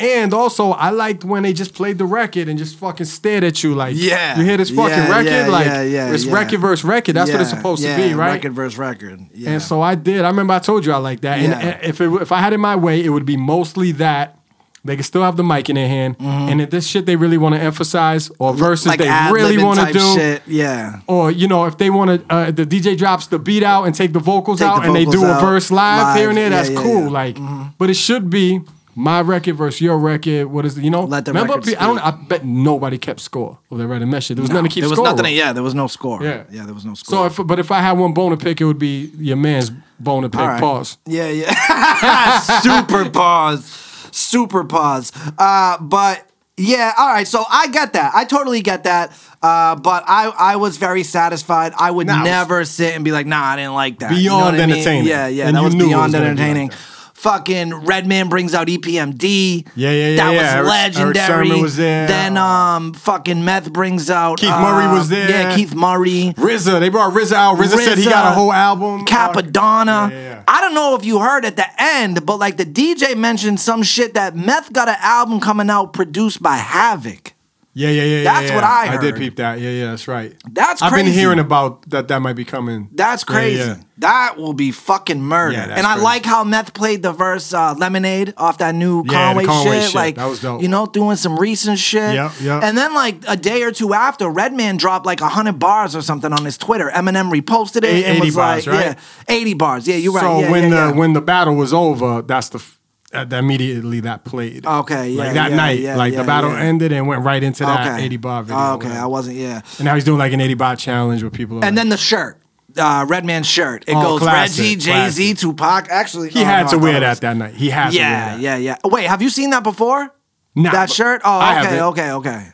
[SPEAKER 1] And also, I liked when they just played the record and just fucking stared at you like,
[SPEAKER 2] Yeah.
[SPEAKER 1] you hear this fucking
[SPEAKER 2] Yeah,
[SPEAKER 1] record,
[SPEAKER 2] yeah,
[SPEAKER 1] like
[SPEAKER 2] yeah, yeah,
[SPEAKER 1] it's
[SPEAKER 2] yeah.
[SPEAKER 1] record versus record. That's what it's
[SPEAKER 2] Yeah,
[SPEAKER 1] supposed
[SPEAKER 2] yeah,
[SPEAKER 1] to be, right?
[SPEAKER 2] Record versus record. Yeah.
[SPEAKER 1] And so I did. I remember I told you I like that. And-
[SPEAKER 2] Yeah.
[SPEAKER 1] And if it, if I had it my way, it would be mostly that. They could still have the mic in their hand, and if this shit they really want to emphasize, or verses
[SPEAKER 2] Mm-hmm. like
[SPEAKER 1] they really
[SPEAKER 2] ad-libbing
[SPEAKER 1] want to
[SPEAKER 2] type
[SPEAKER 1] do,
[SPEAKER 2] shit. Yeah.
[SPEAKER 1] or you know, if they want to, uh, the DJ drops the beat out and take the vocals
[SPEAKER 2] Take the
[SPEAKER 1] out, and they do
[SPEAKER 2] vocals
[SPEAKER 1] a
[SPEAKER 2] out
[SPEAKER 1] verse live,
[SPEAKER 2] live.
[SPEAKER 1] here and there.
[SPEAKER 2] Yeah,
[SPEAKER 1] That's
[SPEAKER 2] yeah,
[SPEAKER 1] cool.
[SPEAKER 2] yeah. Mm-hmm.
[SPEAKER 1] Like, but it should be my record versus your record. What is it? You know,
[SPEAKER 2] Let the
[SPEAKER 1] remember?
[SPEAKER 2] record
[SPEAKER 1] pe- I don't. I
[SPEAKER 2] speak.
[SPEAKER 1] bet nobody kept score of that red and mesh shit. There was nothing to keep
[SPEAKER 2] there was
[SPEAKER 1] score.
[SPEAKER 2] nothing.
[SPEAKER 1] with.
[SPEAKER 2] Yeah, there was no score.
[SPEAKER 1] Yeah.
[SPEAKER 2] yeah, there was no
[SPEAKER 1] So,
[SPEAKER 2] score.
[SPEAKER 1] if, but if I had one bone to pick, it would be your man's bone to pick.
[SPEAKER 2] All right.
[SPEAKER 1] Pause.
[SPEAKER 2] Yeah, yeah. Super pause. Super pause. Uh, but yeah, all right. So I get that. I totally get that. Uh, but I, I was very satisfied. I would
[SPEAKER 1] Nah, it was-
[SPEAKER 2] never sit and be like, nah, I didn't like that.
[SPEAKER 1] Beyond
[SPEAKER 2] what I mean?
[SPEAKER 1] entertaining.
[SPEAKER 2] Yeah, yeah.
[SPEAKER 1] And
[SPEAKER 2] that
[SPEAKER 1] you
[SPEAKER 2] was
[SPEAKER 1] knew it was
[SPEAKER 2] beyond
[SPEAKER 1] gonna be like
[SPEAKER 2] entertaining.
[SPEAKER 1] that.
[SPEAKER 2] Fucking Redman brings out E EPMD.
[SPEAKER 1] Yeah, yeah, yeah,
[SPEAKER 2] That
[SPEAKER 1] yeah. Eric-
[SPEAKER 2] was
[SPEAKER 1] Eric
[SPEAKER 2] legendary.
[SPEAKER 1] Sermon was there.
[SPEAKER 2] Then um, fucking Meth brings out
[SPEAKER 1] Keith
[SPEAKER 2] uh,
[SPEAKER 1] Murray was there.
[SPEAKER 2] Yeah, Keith Murray.
[SPEAKER 1] RZA, they brought RZA out. RZA, said he
[SPEAKER 2] RZA,
[SPEAKER 1] got a whole album. Yeah,
[SPEAKER 2] Capadonna.
[SPEAKER 1] yeah, yeah.
[SPEAKER 2] I don't know if you heard at the end, but like the DJ mentioned some shit that Meth got an album coming out produced by Havoc.
[SPEAKER 1] Yeah, yeah, yeah. yeah,
[SPEAKER 2] That's
[SPEAKER 1] yeah.
[SPEAKER 2] what I
[SPEAKER 1] I did
[SPEAKER 2] heard.
[SPEAKER 1] peep that. Yeah, yeah, that's right.
[SPEAKER 2] That's
[SPEAKER 1] I've been
[SPEAKER 2] crazy.
[SPEAKER 1] hearing about that. That might be coming.
[SPEAKER 2] That's
[SPEAKER 1] Yeah,
[SPEAKER 2] crazy.
[SPEAKER 1] yeah.
[SPEAKER 2] That will be fucking murder.
[SPEAKER 1] Yeah, that's
[SPEAKER 2] and I
[SPEAKER 1] crazy.
[SPEAKER 2] like how Meth played the verse uh, "Lemonade" off that
[SPEAKER 1] Yeah,
[SPEAKER 2] new
[SPEAKER 1] the
[SPEAKER 2] Conway,
[SPEAKER 1] Conway
[SPEAKER 2] shit.
[SPEAKER 1] shit.
[SPEAKER 2] Like
[SPEAKER 1] That was dope.
[SPEAKER 2] You know, doing some recent shit.
[SPEAKER 1] Yep, yep.
[SPEAKER 2] And then like a day or two after, Redman dropped like hundred bars or something on his Twitter. Eminem reposted it
[SPEAKER 1] Eight-
[SPEAKER 2] and
[SPEAKER 1] 80
[SPEAKER 2] was
[SPEAKER 1] bars,
[SPEAKER 2] like,
[SPEAKER 1] right?
[SPEAKER 2] "Yeah, eighty bars. Yeah, you're right."
[SPEAKER 1] So
[SPEAKER 2] Yeah,
[SPEAKER 1] when
[SPEAKER 2] yeah,
[SPEAKER 1] the
[SPEAKER 2] yeah.
[SPEAKER 1] when the battle was over, that's the f- uh, that immediately that played.
[SPEAKER 2] Okay, yeah,
[SPEAKER 1] Like that
[SPEAKER 2] yeah,
[SPEAKER 1] night,
[SPEAKER 2] yeah,
[SPEAKER 1] like
[SPEAKER 2] yeah,
[SPEAKER 1] the battle
[SPEAKER 2] yeah.
[SPEAKER 1] ended and went right into that
[SPEAKER 2] Okay.
[SPEAKER 1] eighty bar video.
[SPEAKER 2] Oh,
[SPEAKER 1] or
[SPEAKER 2] okay,
[SPEAKER 1] whatever.
[SPEAKER 2] I wasn't. Yeah.
[SPEAKER 1] and now he's doing like an eighty bar challenge with people.
[SPEAKER 2] And then the shirt, uh, Redman's shirt. It
[SPEAKER 1] Oh,
[SPEAKER 2] goes
[SPEAKER 1] classic,
[SPEAKER 2] Reggie, Jay Z,
[SPEAKER 1] classic.
[SPEAKER 2] Tupac. Actually,
[SPEAKER 1] he
[SPEAKER 2] oh,
[SPEAKER 1] had
[SPEAKER 2] no,
[SPEAKER 1] to
[SPEAKER 2] I
[SPEAKER 1] wear
[SPEAKER 2] thought it
[SPEAKER 1] that
[SPEAKER 2] was-
[SPEAKER 1] that night. He had
[SPEAKER 2] Yeah,
[SPEAKER 1] to wear that.
[SPEAKER 2] yeah, yeah. Wait, have you seen that before?
[SPEAKER 1] Nah,
[SPEAKER 2] that
[SPEAKER 1] but
[SPEAKER 2] shirt?
[SPEAKER 1] I
[SPEAKER 2] Oh,
[SPEAKER 1] haven't. Uh,
[SPEAKER 2] okay, okay, okay.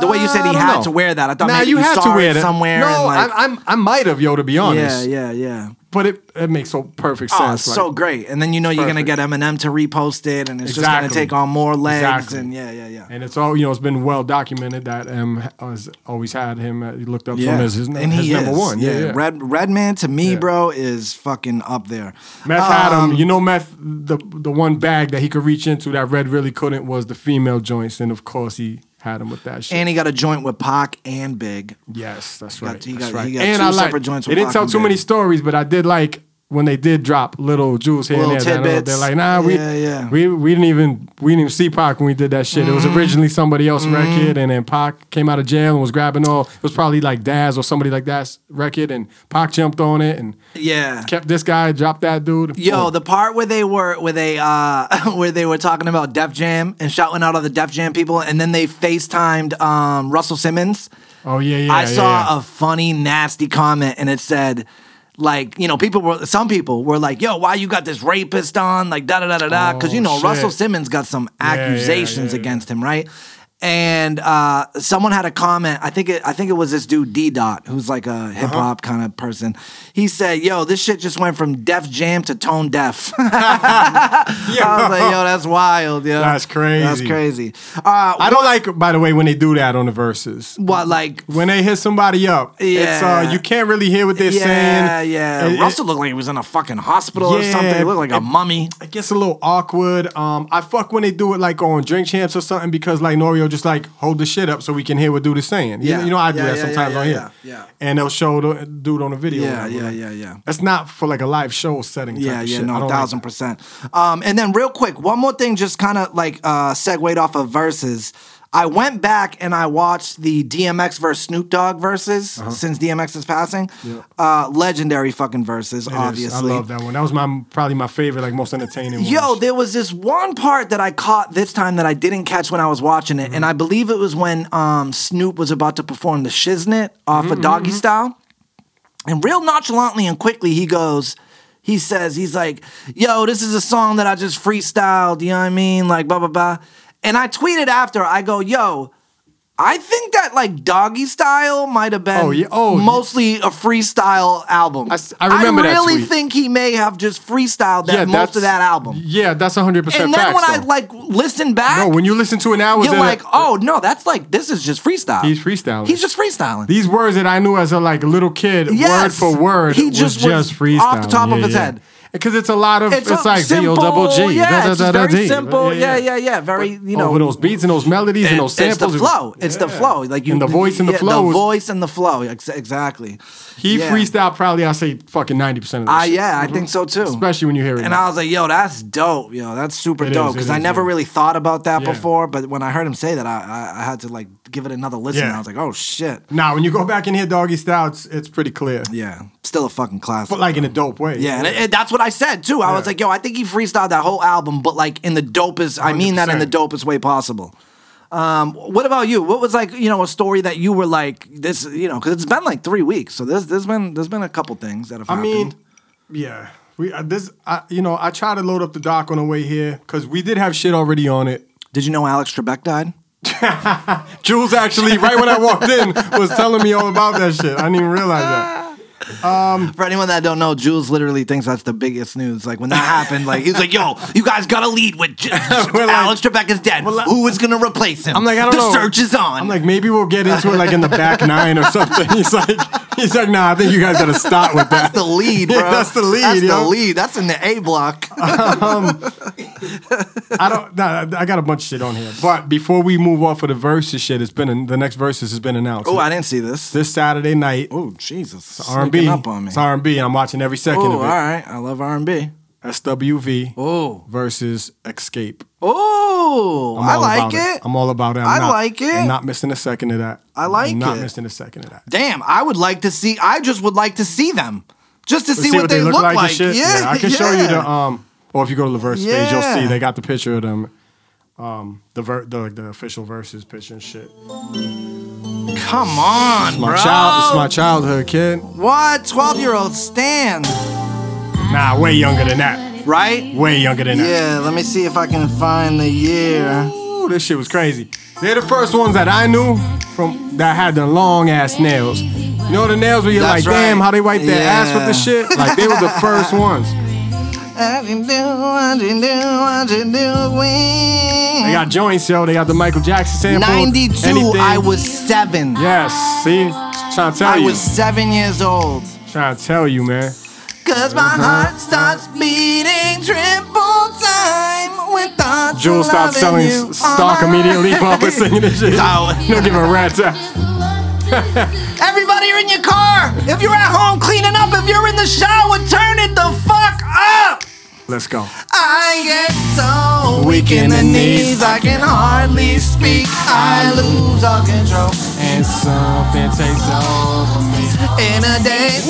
[SPEAKER 2] The way you said
[SPEAKER 1] I
[SPEAKER 2] he
[SPEAKER 1] don't
[SPEAKER 2] had
[SPEAKER 1] know.
[SPEAKER 2] to wear that, I thought
[SPEAKER 1] nah,
[SPEAKER 2] maybe
[SPEAKER 1] you
[SPEAKER 2] you
[SPEAKER 1] had
[SPEAKER 2] saw
[SPEAKER 1] to wear
[SPEAKER 2] it
[SPEAKER 1] that
[SPEAKER 2] somewhere.
[SPEAKER 1] No,
[SPEAKER 2] and, like,
[SPEAKER 1] I, I'm, I might have, yo, to be honest.
[SPEAKER 2] yeah, yeah, yeah.
[SPEAKER 1] But it, it makes so perfect sense.
[SPEAKER 2] Oh,
[SPEAKER 1] like-
[SPEAKER 2] it's so great. And then you know you're gonna get Eminem to repost it, and it's just
[SPEAKER 1] Exactly.
[SPEAKER 2] gonna take on more legs.
[SPEAKER 1] Exactly.
[SPEAKER 2] And yeah, yeah, yeah.
[SPEAKER 1] And it's all you know. It's been well documented that um has always had him uh, looked up to him as his,
[SPEAKER 2] and
[SPEAKER 1] his
[SPEAKER 2] he
[SPEAKER 1] number
[SPEAKER 2] is.
[SPEAKER 1] one. Yeah, yeah.
[SPEAKER 2] Red Redman to me,
[SPEAKER 1] Yeah.
[SPEAKER 2] bro, is fucking up there. Uh,
[SPEAKER 1] Meth had
[SPEAKER 2] Um,
[SPEAKER 1] him. You know, meth the the one bag that he could reach into that Red really couldn't was the female joints, and of course he had him with that shit.
[SPEAKER 2] And he got a joint with Pac and Big.
[SPEAKER 1] yes, that's
[SPEAKER 2] got-
[SPEAKER 1] right.
[SPEAKER 2] he
[SPEAKER 1] that's
[SPEAKER 2] got-
[SPEAKER 1] right.
[SPEAKER 2] he got
[SPEAKER 1] and
[SPEAKER 2] two
[SPEAKER 1] I like.
[SPEAKER 2] separate joints
[SPEAKER 1] It
[SPEAKER 2] with
[SPEAKER 1] didn't tell
[SPEAKER 2] Lock and
[SPEAKER 1] too many
[SPEAKER 2] Big.
[SPEAKER 1] stories, but I did like when they did drop little jewels here
[SPEAKER 2] Little
[SPEAKER 1] and there, that little-
[SPEAKER 2] tidbits.
[SPEAKER 1] they're like, nah, we,
[SPEAKER 2] Yeah, yeah. Mm-hmm.
[SPEAKER 1] we we didn't even we didn't even see Pac when we did that shit. It was originally somebody else's record, and then Pac came out of jail and was grabbing all. It was probably like Daz or somebody like that's record, and Pac jumped on it and
[SPEAKER 2] Yeah.
[SPEAKER 1] kept this guy, dropped that dude. Oh,
[SPEAKER 2] Yo, the part where they were where they uh where they were talking about Def Jam and shouting out all the Def Jam people, and then they FaceTimed um Russell Simmons.
[SPEAKER 1] oh yeah, yeah.
[SPEAKER 2] I
[SPEAKER 1] yeah,
[SPEAKER 2] saw
[SPEAKER 1] yeah.
[SPEAKER 2] a funny, nasty comment, and it said, like, you know, people were some people were like, "Yo, why you got this rapist on?" Like, da da da da da, because you
[SPEAKER 1] Oh,
[SPEAKER 2] know
[SPEAKER 1] shit.
[SPEAKER 2] Russell Simmons got some
[SPEAKER 1] yeah, yeah,
[SPEAKER 2] accusations
[SPEAKER 1] yeah.
[SPEAKER 2] against him, right? And uh, someone had a comment. I think it. I think it was this dude D Dot, who's like
[SPEAKER 1] Uh-huh.
[SPEAKER 2] a hip hop kind of person. He said, "Yo, this shit just went from Def Jam to Tone Deaf." I was like, "Yo, that's wild, yo,
[SPEAKER 1] That's crazy.
[SPEAKER 2] that's crazy." Uh,
[SPEAKER 1] I don't like, by the way, when they do that on the verses.
[SPEAKER 2] what like
[SPEAKER 1] When they hit somebody up, it's
[SPEAKER 2] Yeah.
[SPEAKER 1] uh, you can't really hear what they're
[SPEAKER 2] yeah,
[SPEAKER 1] saying.
[SPEAKER 2] Yeah,
[SPEAKER 1] It- it-
[SPEAKER 2] Russell looked like he was in a fucking hospital or
[SPEAKER 1] Yeah,
[SPEAKER 2] something. He looked like a
[SPEAKER 1] it-
[SPEAKER 2] mummy.
[SPEAKER 1] it gets a little awkward. Um, I fuck when they do it like on drink champs or something because like Norio just like hold the shit up so we can hear what dude is saying. You-
[SPEAKER 2] Yeah.
[SPEAKER 1] You, know I do
[SPEAKER 2] Yeah,
[SPEAKER 1] that
[SPEAKER 2] yeah,
[SPEAKER 1] sometimes
[SPEAKER 2] yeah,
[SPEAKER 1] on
[SPEAKER 2] yeah,
[SPEAKER 1] here.
[SPEAKER 2] yeah.
[SPEAKER 1] And they'll show the dude on the video. or
[SPEAKER 2] Yeah,
[SPEAKER 1] whatever.
[SPEAKER 2] yeah, yeah, yeah.
[SPEAKER 1] That's not for like a live show setting. Type
[SPEAKER 2] Yeah,
[SPEAKER 1] of
[SPEAKER 2] yeah,
[SPEAKER 1] shit. I
[SPEAKER 2] no,
[SPEAKER 1] don't
[SPEAKER 2] thousand
[SPEAKER 1] Like
[SPEAKER 2] percent. Um, and then real quick, one more thing, just kind of like uh, segued off of verses. I went back and I watched the DMX versus Snoop Dogg verses since DMX is passing. Uh, legendary fucking verses,
[SPEAKER 1] that. It is.
[SPEAKER 2] obviously.
[SPEAKER 1] I love that one. That was my probably my favorite, like most entertaining.
[SPEAKER 2] Yo,
[SPEAKER 1] one.
[SPEAKER 2] there was this one part that I caught this time that I didn't catch when I was watching it, and I believe it was when um, Snoop was about to perform the shiznit off
[SPEAKER 1] Mm-hmm,
[SPEAKER 2] of Doggy Style, and real nonchalantly and quickly he goes. He says, he's like, yo, this is a song that I just freestyled, you know what I mean? Like, blah, blah, blah. And I tweeted after, I go, yo, I think that like Doggy Style might have been
[SPEAKER 1] Oh, yeah. Oh, yeah.
[SPEAKER 2] mostly a freestyle album.
[SPEAKER 1] I s- I remember that
[SPEAKER 2] really
[SPEAKER 1] tweet.
[SPEAKER 2] think he may have just freestyled that most
[SPEAKER 1] that's-
[SPEAKER 2] of that album.
[SPEAKER 1] Yeah, that's hundred percent.
[SPEAKER 2] And then when I
[SPEAKER 1] though.
[SPEAKER 2] like listen back,
[SPEAKER 1] no, when you listen to it now, it's
[SPEAKER 2] you're
[SPEAKER 1] a-
[SPEAKER 2] like, oh no, that's like this is just freestyle.
[SPEAKER 1] He's freestyling.
[SPEAKER 2] He's just freestyling.
[SPEAKER 1] these words that I knew as a like little kid,
[SPEAKER 2] Yes.
[SPEAKER 1] word for word,
[SPEAKER 2] He
[SPEAKER 1] was
[SPEAKER 2] just was
[SPEAKER 1] just freestyle
[SPEAKER 2] off the top of his head.
[SPEAKER 1] Because it's a lot of it's,
[SPEAKER 2] a
[SPEAKER 1] like simple,
[SPEAKER 2] simple,
[SPEAKER 1] double G,
[SPEAKER 2] yeah,
[SPEAKER 1] da, da,
[SPEAKER 2] it's
[SPEAKER 1] da, da,
[SPEAKER 2] just very
[SPEAKER 1] D.
[SPEAKER 2] simple, yeah, yeah, yeah, very you know
[SPEAKER 1] Over those beats and those melodies and those
[SPEAKER 2] It's
[SPEAKER 1] samples,
[SPEAKER 2] the flow. It's the
[SPEAKER 1] Yeah.
[SPEAKER 2] flow. Like you,
[SPEAKER 1] and the voice and the
[SPEAKER 2] yeah,
[SPEAKER 1] flow.
[SPEAKER 2] The
[SPEAKER 1] is-
[SPEAKER 2] voice and the flow. Ex- Exactly.
[SPEAKER 1] he
[SPEAKER 2] yeah.
[SPEAKER 1] freestyled probably I say fucking ninety percent of the
[SPEAKER 2] Ah,
[SPEAKER 1] shit. Mm-hmm.
[SPEAKER 2] yeah, I think so too.
[SPEAKER 1] Especially when you hear it.
[SPEAKER 2] And
[SPEAKER 1] now.
[SPEAKER 2] I was like, yo, that's dope. Yo, that's super
[SPEAKER 1] It
[SPEAKER 2] dope.
[SPEAKER 1] is, it
[SPEAKER 2] Because I
[SPEAKER 1] is,
[SPEAKER 2] never
[SPEAKER 1] yeah.
[SPEAKER 2] really thought about that
[SPEAKER 1] Yeah.
[SPEAKER 2] before. But when I heard him say that, I, I, I had to like give it another listen.
[SPEAKER 1] Yeah.
[SPEAKER 2] I was like, oh shit.
[SPEAKER 1] now when you go back and hear Doggy Style, it's, it's pretty clear,
[SPEAKER 2] Yeah. Still a fucking classic.
[SPEAKER 1] but like in a dope way.
[SPEAKER 2] yeah, and it, it- that's what I said too. I was
[SPEAKER 1] Yeah.
[SPEAKER 2] like, yo, I think he freestyled that whole album, but like in the dopest, I mean that in the dopest way possible. Um, what about you? What was like, you know, a story that you were like, this, you know, because it's been like three weeks, so there's there's been there's been a couple things that have.
[SPEAKER 1] I
[SPEAKER 2] happened.
[SPEAKER 1] mean, yeah. We uh, this I, you know I try to load up the doc on the way here because we did have shit already on it.
[SPEAKER 2] did you know Alex Trebek died?
[SPEAKER 1] Jules actually, right when I walked in, was telling me all about that shit. I didn't even realize that.
[SPEAKER 2] For anyone that don't know, Jules literally thinks that's the biggest news. Like when that happened, like he's like, "Yo, you guys got to lead with J-
[SPEAKER 1] We're like-
[SPEAKER 2] Alex Trebek is dead.
[SPEAKER 1] like-
[SPEAKER 2] Who is gonna replace him?
[SPEAKER 1] I'm like, I don't
[SPEAKER 2] the
[SPEAKER 1] know.
[SPEAKER 2] search is on.
[SPEAKER 1] I'm like, maybe we'll get into it like in the back nine or something. He's like, he's like, nah, I think you guys gotta stop with that.
[SPEAKER 2] that's the lead, bro.
[SPEAKER 1] Yeah, that's the lead,
[SPEAKER 2] That's the
[SPEAKER 1] yo.
[SPEAKER 2] lead. That's in the A block.
[SPEAKER 1] I don't. Nah, I got a bunch of shit on here. But before we move off of the verses shit, it's been the next verses has been announced.
[SPEAKER 2] oh, I didn't see this.
[SPEAKER 1] this Saturday night,
[SPEAKER 2] Oh, Jesus,
[SPEAKER 1] R&B.
[SPEAKER 2] Sneaking up on me.
[SPEAKER 1] It's R&B. I'm watching every second
[SPEAKER 2] Oh,
[SPEAKER 1] of
[SPEAKER 2] all
[SPEAKER 1] it.
[SPEAKER 2] right. I love R and B.
[SPEAKER 1] SWV
[SPEAKER 2] Oh,
[SPEAKER 1] versus Escape.
[SPEAKER 2] oh,
[SPEAKER 1] I'm
[SPEAKER 2] I
[SPEAKER 1] all
[SPEAKER 2] like
[SPEAKER 1] about
[SPEAKER 2] it.
[SPEAKER 1] I'm all about it. I'm
[SPEAKER 2] I
[SPEAKER 1] not-
[SPEAKER 2] like it.
[SPEAKER 1] I'm not missing a second of that.
[SPEAKER 2] I like
[SPEAKER 1] I'm not
[SPEAKER 2] it.
[SPEAKER 1] missing a second of that.
[SPEAKER 2] Damn, I would like to see. I just would like to see them, just to see, what, they, look, like.
[SPEAKER 1] and shit?
[SPEAKER 2] Yeah,
[SPEAKER 1] I can show you
[SPEAKER 2] yeah.
[SPEAKER 1] the um, or if you go to the verse page,
[SPEAKER 2] Yeah.
[SPEAKER 1] you'll see they got the picture of them, um, the ver- the, the official verses picture and shit.
[SPEAKER 2] Come
[SPEAKER 1] My
[SPEAKER 2] on, bro.
[SPEAKER 1] um, child, it's my childhood kid.
[SPEAKER 2] What? 12 year old Stan,
[SPEAKER 1] Nah, way younger than that.
[SPEAKER 2] right?
[SPEAKER 1] Way younger than that.
[SPEAKER 2] Yeah, let me see if I can find the year.
[SPEAKER 1] Ooh, this shit was crazy. They're the first ones that I knew from that had the long ass nails. You know the nails where you're
[SPEAKER 2] That's
[SPEAKER 1] like, damn,
[SPEAKER 2] right.
[SPEAKER 1] how they wipe their ass with the
[SPEAKER 2] Yeah.
[SPEAKER 1] shit? Like they were the first ones. They
[SPEAKER 2] I
[SPEAKER 1] got joints, yo. They got the Michael Jackson sample.
[SPEAKER 2] 92,
[SPEAKER 1] anything.
[SPEAKER 2] I was seven.
[SPEAKER 1] Yes, see, trying to tell
[SPEAKER 2] I
[SPEAKER 1] you,
[SPEAKER 2] was seven years old.
[SPEAKER 1] trying to tell you, man.
[SPEAKER 2] Cause my
[SPEAKER 1] Uh-huh.
[SPEAKER 2] heart starts beating triple time when thoughts
[SPEAKER 1] Jewel
[SPEAKER 2] of
[SPEAKER 1] stopped selling
[SPEAKER 2] loving
[SPEAKER 1] s-
[SPEAKER 2] you Uh-huh.
[SPEAKER 1] stock
[SPEAKER 2] are
[SPEAKER 1] immediately.
[SPEAKER 2] mine.
[SPEAKER 1] Papa singing this shit.
[SPEAKER 2] Dog.
[SPEAKER 1] No give a rat's ass.
[SPEAKER 2] Everybody in your car, if you're at home cleaning up, if you're in the shower, turn it the fuck up.
[SPEAKER 1] Let's go.
[SPEAKER 2] I get so weak in the knees, I can hardly speak. I lose all control,
[SPEAKER 1] And something takes over me.
[SPEAKER 2] in a day.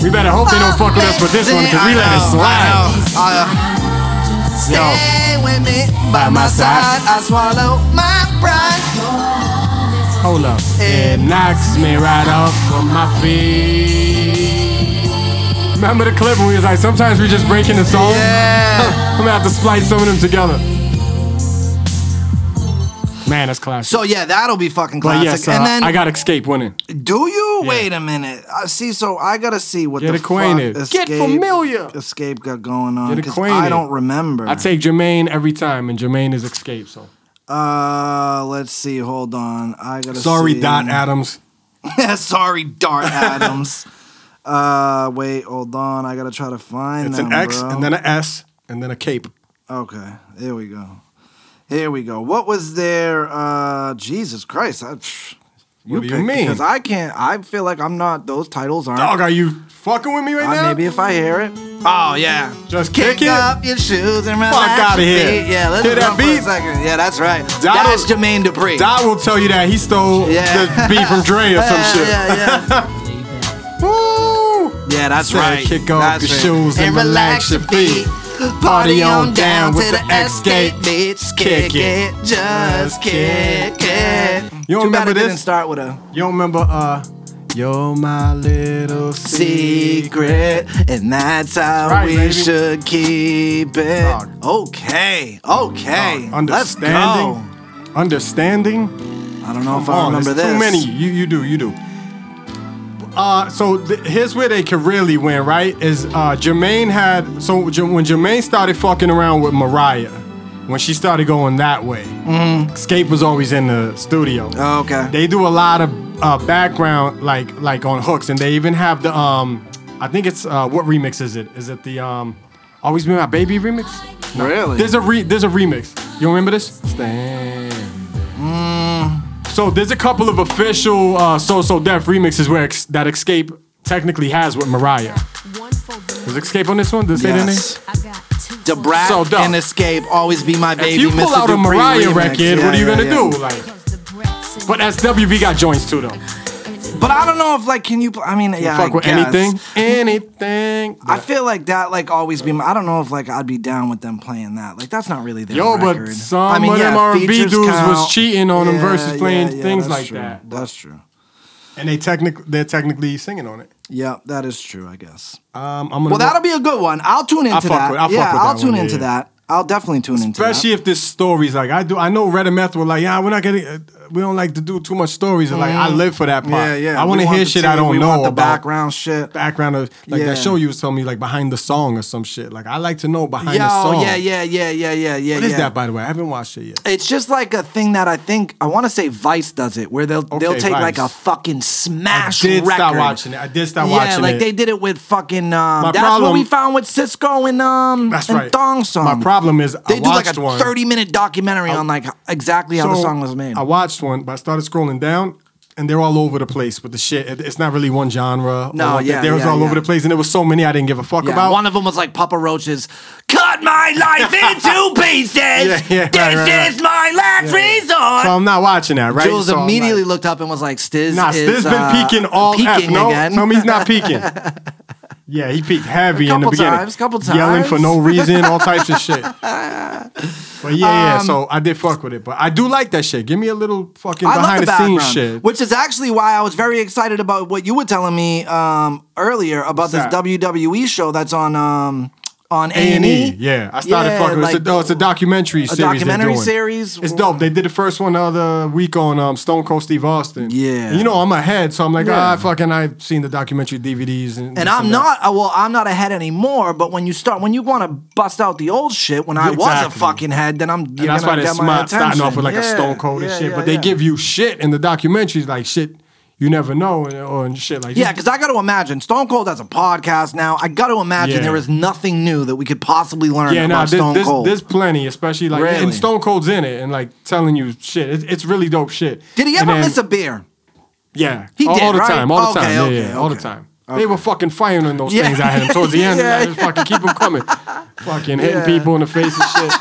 [SPEAKER 1] We better hope they don't fuck with us with this one because we let it slide. Yo,
[SPEAKER 2] uh, Stay with me by my side. I swallow my pride.
[SPEAKER 1] hold up. It knocks me right off of my feet. Remember the clip when we was like, sometimes we just break into songs?
[SPEAKER 2] Yeah.
[SPEAKER 1] I'm gonna have to splice some of them together. Man, that's classic.
[SPEAKER 2] So yeah, that'll be fucking
[SPEAKER 1] but
[SPEAKER 2] classic.
[SPEAKER 1] yes, uh,
[SPEAKER 2] and then
[SPEAKER 1] I got Escape winning.
[SPEAKER 2] do you? Wait a minute. I see. So I gotta see what
[SPEAKER 1] Get
[SPEAKER 2] the
[SPEAKER 1] acquainted.
[SPEAKER 2] fuck
[SPEAKER 1] Get familiar.
[SPEAKER 2] Escape got going on
[SPEAKER 1] Get
[SPEAKER 2] because I
[SPEAKER 1] acquainted.
[SPEAKER 2] don't remember.
[SPEAKER 1] I take Jermaine every time, and Jermaine is Escape, so.
[SPEAKER 2] uh, let's see. Hold on. I gotta.
[SPEAKER 1] Sorry,
[SPEAKER 2] see.
[SPEAKER 1] Dot Adams.
[SPEAKER 2] Sorry, Dart Adams. uh, wait. Hold on. I gotta try to find.
[SPEAKER 1] It's an
[SPEAKER 2] them,
[SPEAKER 1] X,
[SPEAKER 2] bro.
[SPEAKER 1] and then an S, and then a cape.
[SPEAKER 2] Okay, here we go. Here we go. What was their uh Jesus Christ? I,
[SPEAKER 1] What do you
[SPEAKER 2] pick,
[SPEAKER 1] mean?
[SPEAKER 2] Because I can't. I feel like I'm not. Those titles aren't.
[SPEAKER 1] Dog, are you fucking with me right
[SPEAKER 2] Uh,
[SPEAKER 1] now?
[SPEAKER 2] maybe if I hear it. Oh yeah.
[SPEAKER 1] Just
[SPEAKER 2] Kick
[SPEAKER 1] kick it.
[SPEAKER 2] up your shoes and relax.
[SPEAKER 1] outta
[SPEAKER 2] your
[SPEAKER 1] here.
[SPEAKER 2] feet. Yeah, let's
[SPEAKER 1] Hear that
[SPEAKER 2] jump for a
[SPEAKER 1] beat?
[SPEAKER 2] second. Yeah, that's right.
[SPEAKER 1] Donald-
[SPEAKER 2] that's Jermaine Dupri.
[SPEAKER 1] Dot will tell you that he stole
[SPEAKER 2] Yeah.
[SPEAKER 1] the beat from Dre or some
[SPEAKER 2] yeah,
[SPEAKER 1] shit.
[SPEAKER 2] yeah, yeah.
[SPEAKER 1] Woo!
[SPEAKER 2] Yeah, that's
[SPEAKER 1] Say,
[SPEAKER 2] right.
[SPEAKER 1] kick off
[SPEAKER 2] That's
[SPEAKER 1] your
[SPEAKER 2] right.
[SPEAKER 1] shoes and relax your feet.
[SPEAKER 2] Party
[SPEAKER 1] Party
[SPEAKER 2] on
[SPEAKER 1] on
[SPEAKER 2] down
[SPEAKER 1] down
[SPEAKER 2] to
[SPEAKER 1] with
[SPEAKER 2] the
[SPEAKER 1] the
[SPEAKER 2] X
[SPEAKER 1] X-Gate.
[SPEAKER 2] gate, bitch. Kick
[SPEAKER 1] Kick
[SPEAKER 2] it,
[SPEAKER 1] it.
[SPEAKER 2] just
[SPEAKER 1] Just
[SPEAKER 2] kick
[SPEAKER 1] kick
[SPEAKER 2] it.
[SPEAKER 1] You don't
[SPEAKER 2] Too bad
[SPEAKER 1] remember
[SPEAKER 2] it
[SPEAKER 1] this?
[SPEAKER 2] Didn't start with a
[SPEAKER 1] You don't remember, uh, you're my little secret.
[SPEAKER 2] secret, and that's how
[SPEAKER 1] right,
[SPEAKER 2] we
[SPEAKER 1] baby.
[SPEAKER 2] should keep it.
[SPEAKER 1] Dog.
[SPEAKER 2] Okay, okay. Let's go.
[SPEAKER 1] Understanding. Understanding.
[SPEAKER 2] I don't know if I
[SPEAKER 1] Oh,
[SPEAKER 2] remember
[SPEAKER 1] there's
[SPEAKER 2] this.
[SPEAKER 1] Too many. You you do you do. Uh, so th- here's where they could really win, right? Is uh, Jermaine had so J- when Jermaine started fucking around with Mariah, when she started going that way, Escape was always in the studio.
[SPEAKER 2] Mm-hmm. Oh, okay.
[SPEAKER 1] They do a lot of uh, background like like on hooks, and they even have the um, I think it's uh, what remix is it? Is it the um, Always Be My Baby remix?
[SPEAKER 2] really?
[SPEAKER 1] There's a re- there's a remix. You remember this? Stand. So there's a couple of official uh, So So Def remixes where ex- that Escape technically has with Mariah. Was Escape on this one? Did it say their name?
[SPEAKER 2] yes. Debrat
[SPEAKER 1] So dope.
[SPEAKER 2] and Escape always be my baby.
[SPEAKER 1] If you pull
[SPEAKER 2] Mr.
[SPEAKER 1] out a
[SPEAKER 2] Dupree
[SPEAKER 1] Mariah
[SPEAKER 2] remix.
[SPEAKER 1] record,
[SPEAKER 2] Yeah,
[SPEAKER 1] what are you
[SPEAKER 2] yeah,
[SPEAKER 1] gonna
[SPEAKER 2] yeah.
[SPEAKER 1] do? Like, but that's WV got joints too though.
[SPEAKER 2] But I don't know if like can you? pl- I mean, yeah,
[SPEAKER 1] Fuck
[SPEAKER 2] I
[SPEAKER 1] with
[SPEAKER 2] guess.
[SPEAKER 1] anything, anything.
[SPEAKER 2] I feel like that like always be. My, I don't know if like I'd be down with them playing that. Like that's not really their
[SPEAKER 1] Yo, but
[SPEAKER 2] record.
[SPEAKER 1] some
[SPEAKER 2] I mean,
[SPEAKER 1] of
[SPEAKER 2] yeah,
[SPEAKER 1] them R&B
[SPEAKER 2] features
[SPEAKER 1] dudes was
[SPEAKER 2] count.
[SPEAKER 1] cheating on them versus playing things
[SPEAKER 2] that's
[SPEAKER 1] like
[SPEAKER 2] true.
[SPEAKER 1] that.
[SPEAKER 2] That's true.
[SPEAKER 1] and they technic they're technically singing on it.
[SPEAKER 2] Yeah, that is true. I guess.
[SPEAKER 1] Um, I'm gonna
[SPEAKER 2] Well, that'll be a good one. I'll tune into
[SPEAKER 1] I'll fuck
[SPEAKER 2] that.
[SPEAKER 1] with- I'll fuck
[SPEAKER 2] yeah,
[SPEAKER 1] with
[SPEAKER 2] I'll
[SPEAKER 1] that
[SPEAKER 2] tune
[SPEAKER 1] one, yeah,
[SPEAKER 2] into
[SPEAKER 1] yeah.
[SPEAKER 2] that. I'll definitely tune into that.
[SPEAKER 1] Especially if this stories like I do. I know Red and Meth were like, yeah, we're not getting, uh, we don't like to do too much stories. And like, I live for that part.
[SPEAKER 2] Mm. Yeah, yeah.
[SPEAKER 1] I
[SPEAKER 2] We
[SPEAKER 1] want to
[SPEAKER 2] want
[SPEAKER 1] hear
[SPEAKER 2] the
[SPEAKER 1] shit
[SPEAKER 2] tea,
[SPEAKER 1] I don't
[SPEAKER 2] we
[SPEAKER 1] know
[SPEAKER 2] want the
[SPEAKER 1] about.
[SPEAKER 2] background shit.
[SPEAKER 1] background of like
[SPEAKER 2] Yeah.
[SPEAKER 1] that show you was telling me like behind the song or some shit. Like I like to know behind
[SPEAKER 2] Yo,
[SPEAKER 1] the song.
[SPEAKER 2] yeah, yeah, yeah, yeah, yeah, yeah.
[SPEAKER 1] What is
[SPEAKER 2] yeah.
[SPEAKER 1] that by the way? I haven't watched it yet.
[SPEAKER 2] It's just like a thing that I think I want to say Vice does it, where they'll they'll
[SPEAKER 1] Okay,
[SPEAKER 2] take like a
[SPEAKER 1] Vice.
[SPEAKER 2] fucking smash
[SPEAKER 1] I did
[SPEAKER 2] record.
[SPEAKER 1] start watching it. I did start
[SPEAKER 2] yeah,
[SPEAKER 1] watching
[SPEAKER 2] like
[SPEAKER 1] it.
[SPEAKER 2] they did it with fucking. Um, that's what
[SPEAKER 1] problem-
[SPEAKER 2] we found with Cisco and um
[SPEAKER 1] That's
[SPEAKER 2] and
[SPEAKER 1] right.
[SPEAKER 2] Thong Song.
[SPEAKER 1] My problem is
[SPEAKER 2] they
[SPEAKER 1] I
[SPEAKER 2] do like
[SPEAKER 1] watched
[SPEAKER 2] a
[SPEAKER 1] one.
[SPEAKER 2] thirty minute documentary on like exactly how the
[SPEAKER 1] So,
[SPEAKER 2] song was made.
[SPEAKER 1] I watched one, but I started scrolling down, and they're all over the place with the shit. It- It's not really one genre. or
[SPEAKER 2] No,
[SPEAKER 1] one thing.
[SPEAKER 2] yeah,
[SPEAKER 1] they was
[SPEAKER 2] yeah,
[SPEAKER 1] all
[SPEAKER 2] yeah.
[SPEAKER 1] over the place, and there was so many I didn't give a fuck
[SPEAKER 2] yeah,
[SPEAKER 1] about.
[SPEAKER 2] one of them was like Papa Roach's "Cut My Life into Pieces."
[SPEAKER 1] yeah, right,
[SPEAKER 2] this
[SPEAKER 1] right, right.
[SPEAKER 2] is my last resort.
[SPEAKER 1] so I'm not watching that, right?
[SPEAKER 2] Jules
[SPEAKER 1] So I'm
[SPEAKER 2] immediately
[SPEAKER 1] like,
[SPEAKER 2] looked up and was like, "Stiz
[SPEAKER 1] Nah,
[SPEAKER 2] is
[SPEAKER 1] this
[SPEAKER 2] uh,
[SPEAKER 1] been peaking all
[SPEAKER 2] peaking
[SPEAKER 1] F. No,
[SPEAKER 2] again."
[SPEAKER 1] tell me he's not peaking. yeah, he peaked heavy in the
[SPEAKER 2] Couple
[SPEAKER 1] beginning.
[SPEAKER 2] times, couple
[SPEAKER 1] Yelling for
[SPEAKER 2] times.
[SPEAKER 1] no reason, all types of shit. But yeah, yeah, so I did fuck with it. But I do like that shit. Give me a little fucking
[SPEAKER 2] Um, I love
[SPEAKER 1] behind
[SPEAKER 2] the,
[SPEAKER 1] the, scenes
[SPEAKER 2] background,
[SPEAKER 1] shit.
[SPEAKER 2] which is actually why I was very excited about what you were telling me um, earlier about this
[SPEAKER 1] that?
[SPEAKER 2] WWE show that's on um, on A
[SPEAKER 1] A and E, yeah. I started fucking. with it's, a, oh, it's a documentary series. they're
[SPEAKER 2] documentary
[SPEAKER 1] doing.
[SPEAKER 2] series?
[SPEAKER 1] It's dope. They did the first one the other week on um, Stone Cold Steve Austin.
[SPEAKER 2] Yeah.
[SPEAKER 1] And you know I'm ahead, so I'm like,
[SPEAKER 2] Yeah.
[SPEAKER 1] ah, fucking. I've seen the documentary DVDs, and
[SPEAKER 2] and
[SPEAKER 1] this
[SPEAKER 2] I'm
[SPEAKER 1] that.
[SPEAKER 2] not uh, well. I'm not ahead anymore. But when you start, when you want to bust out the old shit, when I was a
[SPEAKER 1] Exactly.
[SPEAKER 2] fucking head, then I'm. You're
[SPEAKER 1] And that's why
[SPEAKER 2] gonna
[SPEAKER 1] they're
[SPEAKER 2] get my
[SPEAKER 1] smart, starting off with
[SPEAKER 2] attention.
[SPEAKER 1] like a
[SPEAKER 2] Yeah,
[SPEAKER 1] Stone Cold and
[SPEAKER 2] yeah,
[SPEAKER 1] shit.
[SPEAKER 2] yeah,
[SPEAKER 1] but they
[SPEAKER 2] yeah.
[SPEAKER 1] give you shit in the documentaries, like shit you never know, and, or and shit like
[SPEAKER 2] Yeah, because I got to imagine Stone Cold has a podcast now. I got to imagine
[SPEAKER 1] Yeah.
[SPEAKER 2] there is nothing new that we could possibly learn
[SPEAKER 1] Yeah,
[SPEAKER 2] about
[SPEAKER 1] no,
[SPEAKER 2] Stone
[SPEAKER 1] there's, there's,
[SPEAKER 2] Cold.
[SPEAKER 1] there's plenty, especially like
[SPEAKER 2] Really?
[SPEAKER 1] and Stone Cold's in it and like telling you shit. It's, it's really dope shit.
[SPEAKER 2] Did he
[SPEAKER 1] And
[SPEAKER 2] ever
[SPEAKER 1] then-
[SPEAKER 2] miss a beer?
[SPEAKER 1] Yeah,
[SPEAKER 2] He
[SPEAKER 1] all,
[SPEAKER 2] did,
[SPEAKER 1] all the
[SPEAKER 2] right?
[SPEAKER 1] time, all the
[SPEAKER 2] Okay,
[SPEAKER 1] time,
[SPEAKER 2] okay,
[SPEAKER 1] yeah, yeah, all the
[SPEAKER 2] okay.
[SPEAKER 1] time. They were fucking firing on those
[SPEAKER 2] Yeah.
[SPEAKER 1] things at him towards the end.
[SPEAKER 2] Yeah,
[SPEAKER 1] man. Just fucking keep them coming, fucking hitting
[SPEAKER 2] Yeah.
[SPEAKER 1] people in the face and shit.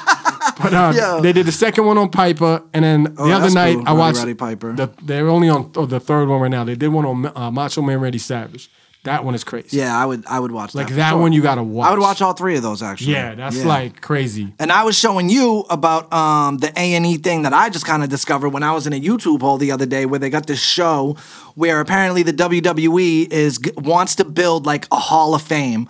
[SPEAKER 1] But uh,
[SPEAKER 2] Yo.
[SPEAKER 1] they did the second one on Piper, and then
[SPEAKER 2] Oh,
[SPEAKER 1] the other
[SPEAKER 2] that's
[SPEAKER 1] night
[SPEAKER 2] cool.
[SPEAKER 1] I
[SPEAKER 2] Roddy
[SPEAKER 1] watched.
[SPEAKER 2] Roddy Piper.
[SPEAKER 1] The, they're only on oh, the third one right now. They did one on uh, Macho Man Randy Savage. That one is crazy.
[SPEAKER 2] Yeah, I would I would watch
[SPEAKER 1] like
[SPEAKER 2] that. for
[SPEAKER 1] that
[SPEAKER 2] sure.
[SPEAKER 1] one you gotta watch.
[SPEAKER 2] I would watch all three of those actually.
[SPEAKER 1] Yeah, that's like crazy.
[SPEAKER 2] And I was showing you about um, the A and E thing that I just kind of discovered when I was in a YouTube hole the other day, where they got this show where apparently the WWE is g- wants to build like a Hall of Fame,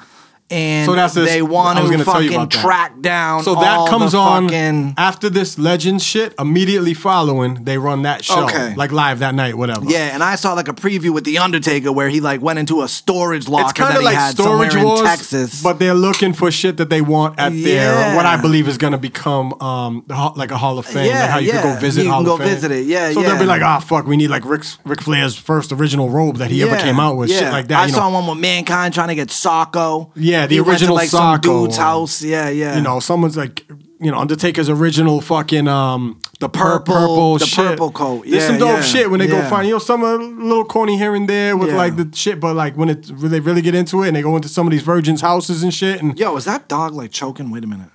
[SPEAKER 2] and
[SPEAKER 1] So that's this-
[SPEAKER 2] they want
[SPEAKER 1] I was
[SPEAKER 2] to
[SPEAKER 1] gonna tell you
[SPEAKER 2] fucking
[SPEAKER 1] about that.
[SPEAKER 2] track down.
[SPEAKER 1] So that
[SPEAKER 2] all the
[SPEAKER 1] comes on
[SPEAKER 2] fucking-
[SPEAKER 1] after this legend shit. Immediately following, they run that show
[SPEAKER 2] Okay.
[SPEAKER 1] like live that night, whatever.
[SPEAKER 2] yeah, and I saw like a preview with the Undertaker where he like went into a storage locker
[SPEAKER 1] It's kind
[SPEAKER 2] that
[SPEAKER 1] of
[SPEAKER 2] he
[SPEAKER 1] like
[SPEAKER 2] had
[SPEAKER 1] storage
[SPEAKER 2] somewhere
[SPEAKER 1] wars,
[SPEAKER 2] in Texas.
[SPEAKER 1] but they're looking for shit that they want at
[SPEAKER 2] Yeah.
[SPEAKER 1] their what I believe is going to become um the ho- like a Hall of Fame,
[SPEAKER 2] Yeah,
[SPEAKER 1] like how you
[SPEAKER 2] yeah.
[SPEAKER 1] can go visit.
[SPEAKER 2] You can
[SPEAKER 1] Hall
[SPEAKER 2] go
[SPEAKER 1] of Fame.
[SPEAKER 2] visit it. Yeah,
[SPEAKER 1] so
[SPEAKER 2] yeah.
[SPEAKER 1] they'll be like, ah, fuck, we need like Rick Ric Flair's first original robe that he ever
[SPEAKER 2] Yeah,
[SPEAKER 1] came out with,
[SPEAKER 2] yeah.
[SPEAKER 1] shit like that.
[SPEAKER 2] I
[SPEAKER 1] you know.
[SPEAKER 2] saw one with mankind trying to get Socko.
[SPEAKER 1] Yeah, the
[SPEAKER 2] He went to,
[SPEAKER 1] original
[SPEAKER 2] like some
[SPEAKER 1] Socko,
[SPEAKER 2] dude's
[SPEAKER 1] um,
[SPEAKER 2] house. Yeah, yeah.
[SPEAKER 1] you know, someone's like, you know, Undertaker's original fucking um the pur-
[SPEAKER 2] Purple-
[SPEAKER 1] purple,
[SPEAKER 2] the
[SPEAKER 1] shit.
[SPEAKER 2] purple coat.
[SPEAKER 1] There's some
[SPEAKER 2] Yeah,
[SPEAKER 1] dope
[SPEAKER 2] yeah,
[SPEAKER 1] shit when they
[SPEAKER 2] yeah.
[SPEAKER 1] go find you know some are a little corny here and there with
[SPEAKER 2] Yeah.
[SPEAKER 1] like the shit, but like when it when they really get into it and they go into some of these virgins' houses and shit and
[SPEAKER 2] Yo, is that dog like choking? Wait a minute.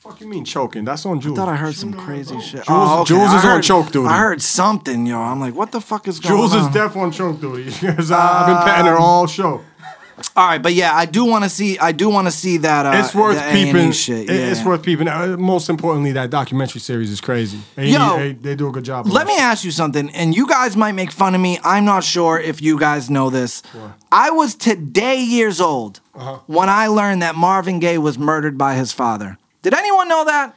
[SPEAKER 1] fuck you mean choking? That's on Jules.
[SPEAKER 2] I thought I heard some crazy shit. Jules,
[SPEAKER 1] Jules
[SPEAKER 2] I
[SPEAKER 1] is on
[SPEAKER 2] heard-
[SPEAKER 1] choke duty.
[SPEAKER 2] I heard something, yo. I'm like, what the fuck is going
[SPEAKER 1] Jules
[SPEAKER 2] on? Uh,
[SPEAKER 1] is deaf on choke duty. 'Cause I- I've been petting her all show.
[SPEAKER 2] All right, but yeah, I do want to see. I do want to see that. Uh,
[SPEAKER 1] It's worth
[SPEAKER 2] the A&E
[SPEAKER 1] peeping. It-
[SPEAKER 2] Shit.
[SPEAKER 1] It's
[SPEAKER 2] yeah.
[SPEAKER 1] worth peeping. Uh, Most importantly, that documentary series is crazy. They-
[SPEAKER 2] Yo,
[SPEAKER 1] they, they do a good job. of
[SPEAKER 2] Let
[SPEAKER 1] it.
[SPEAKER 2] me ask you something, and you guys might make fun of me. I'm not sure if you guys know this. I was today years old when I learned that Marvin Gaye was murdered by his father. Did anyone know that?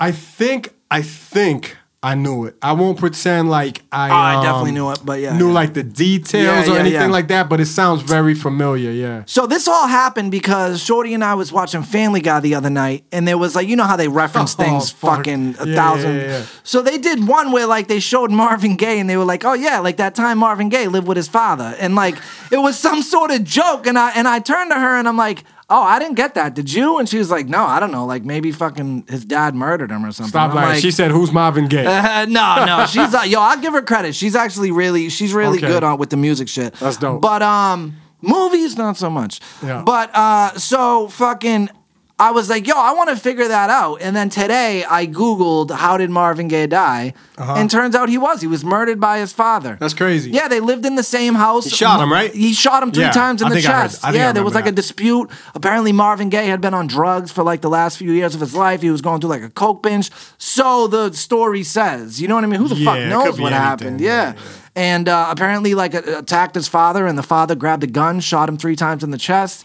[SPEAKER 1] I think I think I knew it. I won't pretend like I.
[SPEAKER 2] Oh, I definitely
[SPEAKER 1] um,
[SPEAKER 2] knew it, but yeah,
[SPEAKER 1] knew
[SPEAKER 2] yeah.
[SPEAKER 1] like the details
[SPEAKER 2] Yeah,
[SPEAKER 1] or
[SPEAKER 2] yeah,
[SPEAKER 1] anything
[SPEAKER 2] yeah.
[SPEAKER 1] like that. But it sounds very familiar. Yeah.
[SPEAKER 2] So this all happened because Shorty and I was watching Family Guy the other night, and there was like you know how they reference
[SPEAKER 1] Oh,
[SPEAKER 2] things
[SPEAKER 1] fuck.
[SPEAKER 2] fucking a
[SPEAKER 1] Yeah, yeah,
[SPEAKER 2] thousand.
[SPEAKER 1] yeah, yeah.
[SPEAKER 2] So they did one where like they showed Marvin Gaye, and they were like, oh yeah, like that time Marvin Gaye lived with his father, and like it was some sort of joke, and I and I turned to her and I'm like. Oh, I didn't get that. Did you? And she was like, "No, I don't know. Like maybe fucking his dad murdered him or something."
[SPEAKER 1] Stop
[SPEAKER 2] I'm
[SPEAKER 1] lying. she said, "Who's Marvin Gaye?"
[SPEAKER 2] uh, no, no. She's uh, yo. I'll give her credit. She's actually really she's really
[SPEAKER 1] Okay.
[SPEAKER 2] good on with the music shit.
[SPEAKER 1] That's dope.
[SPEAKER 2] But um, movies not so much.
[SPEAKER 1] Yeah.
[SPEAKER 2] But uh, so fucking. I was like, yo, I want to figure that out. And then today I Googled how did Marvin Gaye die? And turns out he was. He was murdered by his father.
[SPEAKER 1] Uh-huh. That's crazy.
[SPEAKER 2] Yeah, they lived in the same house. He
[SPEAKER 1] shot him, right?
[SPEAKER 2] He shot him three
[SPEAKER 1] Yeah,
[SPEAKER 2] times in
[SPEAKER 1] I
[SPEAKER 2] the
[SPEAKER 1] think I heard-
[SPEAKER 2] chest.
[SPEAKER 1] I think I
[SPEAKER 2] yeah, there was
[SPEAKER 1] remember
[SPEAKER 2] like a
[SPEAKER 1] that.
[SPEAKER 2] dispute. Apparently, Marvin Gaye had been on drugs for like the last few years of his life. He was going through like a coke binge. So the story says, you know what I mean? Who the
[SPEAKER 1] Yeah,
[SPEAKER 2] fuck
[SPEAKER 1] it
[SPEAKER 2] knows
[SPEAKER 1] could be
[SPEAKER 2] what
[SPEAKER 1] anything.
[SPEAKER 2] happened?
[SPEAKER 1] Yeah,
[SPEAKER 2] Yeah.
[SPEAKER 1] yeah.
[SPEAKER 2] And uh, apparently, like a- attacked his father, and the father grabbed a gun, shot him three times in the chest,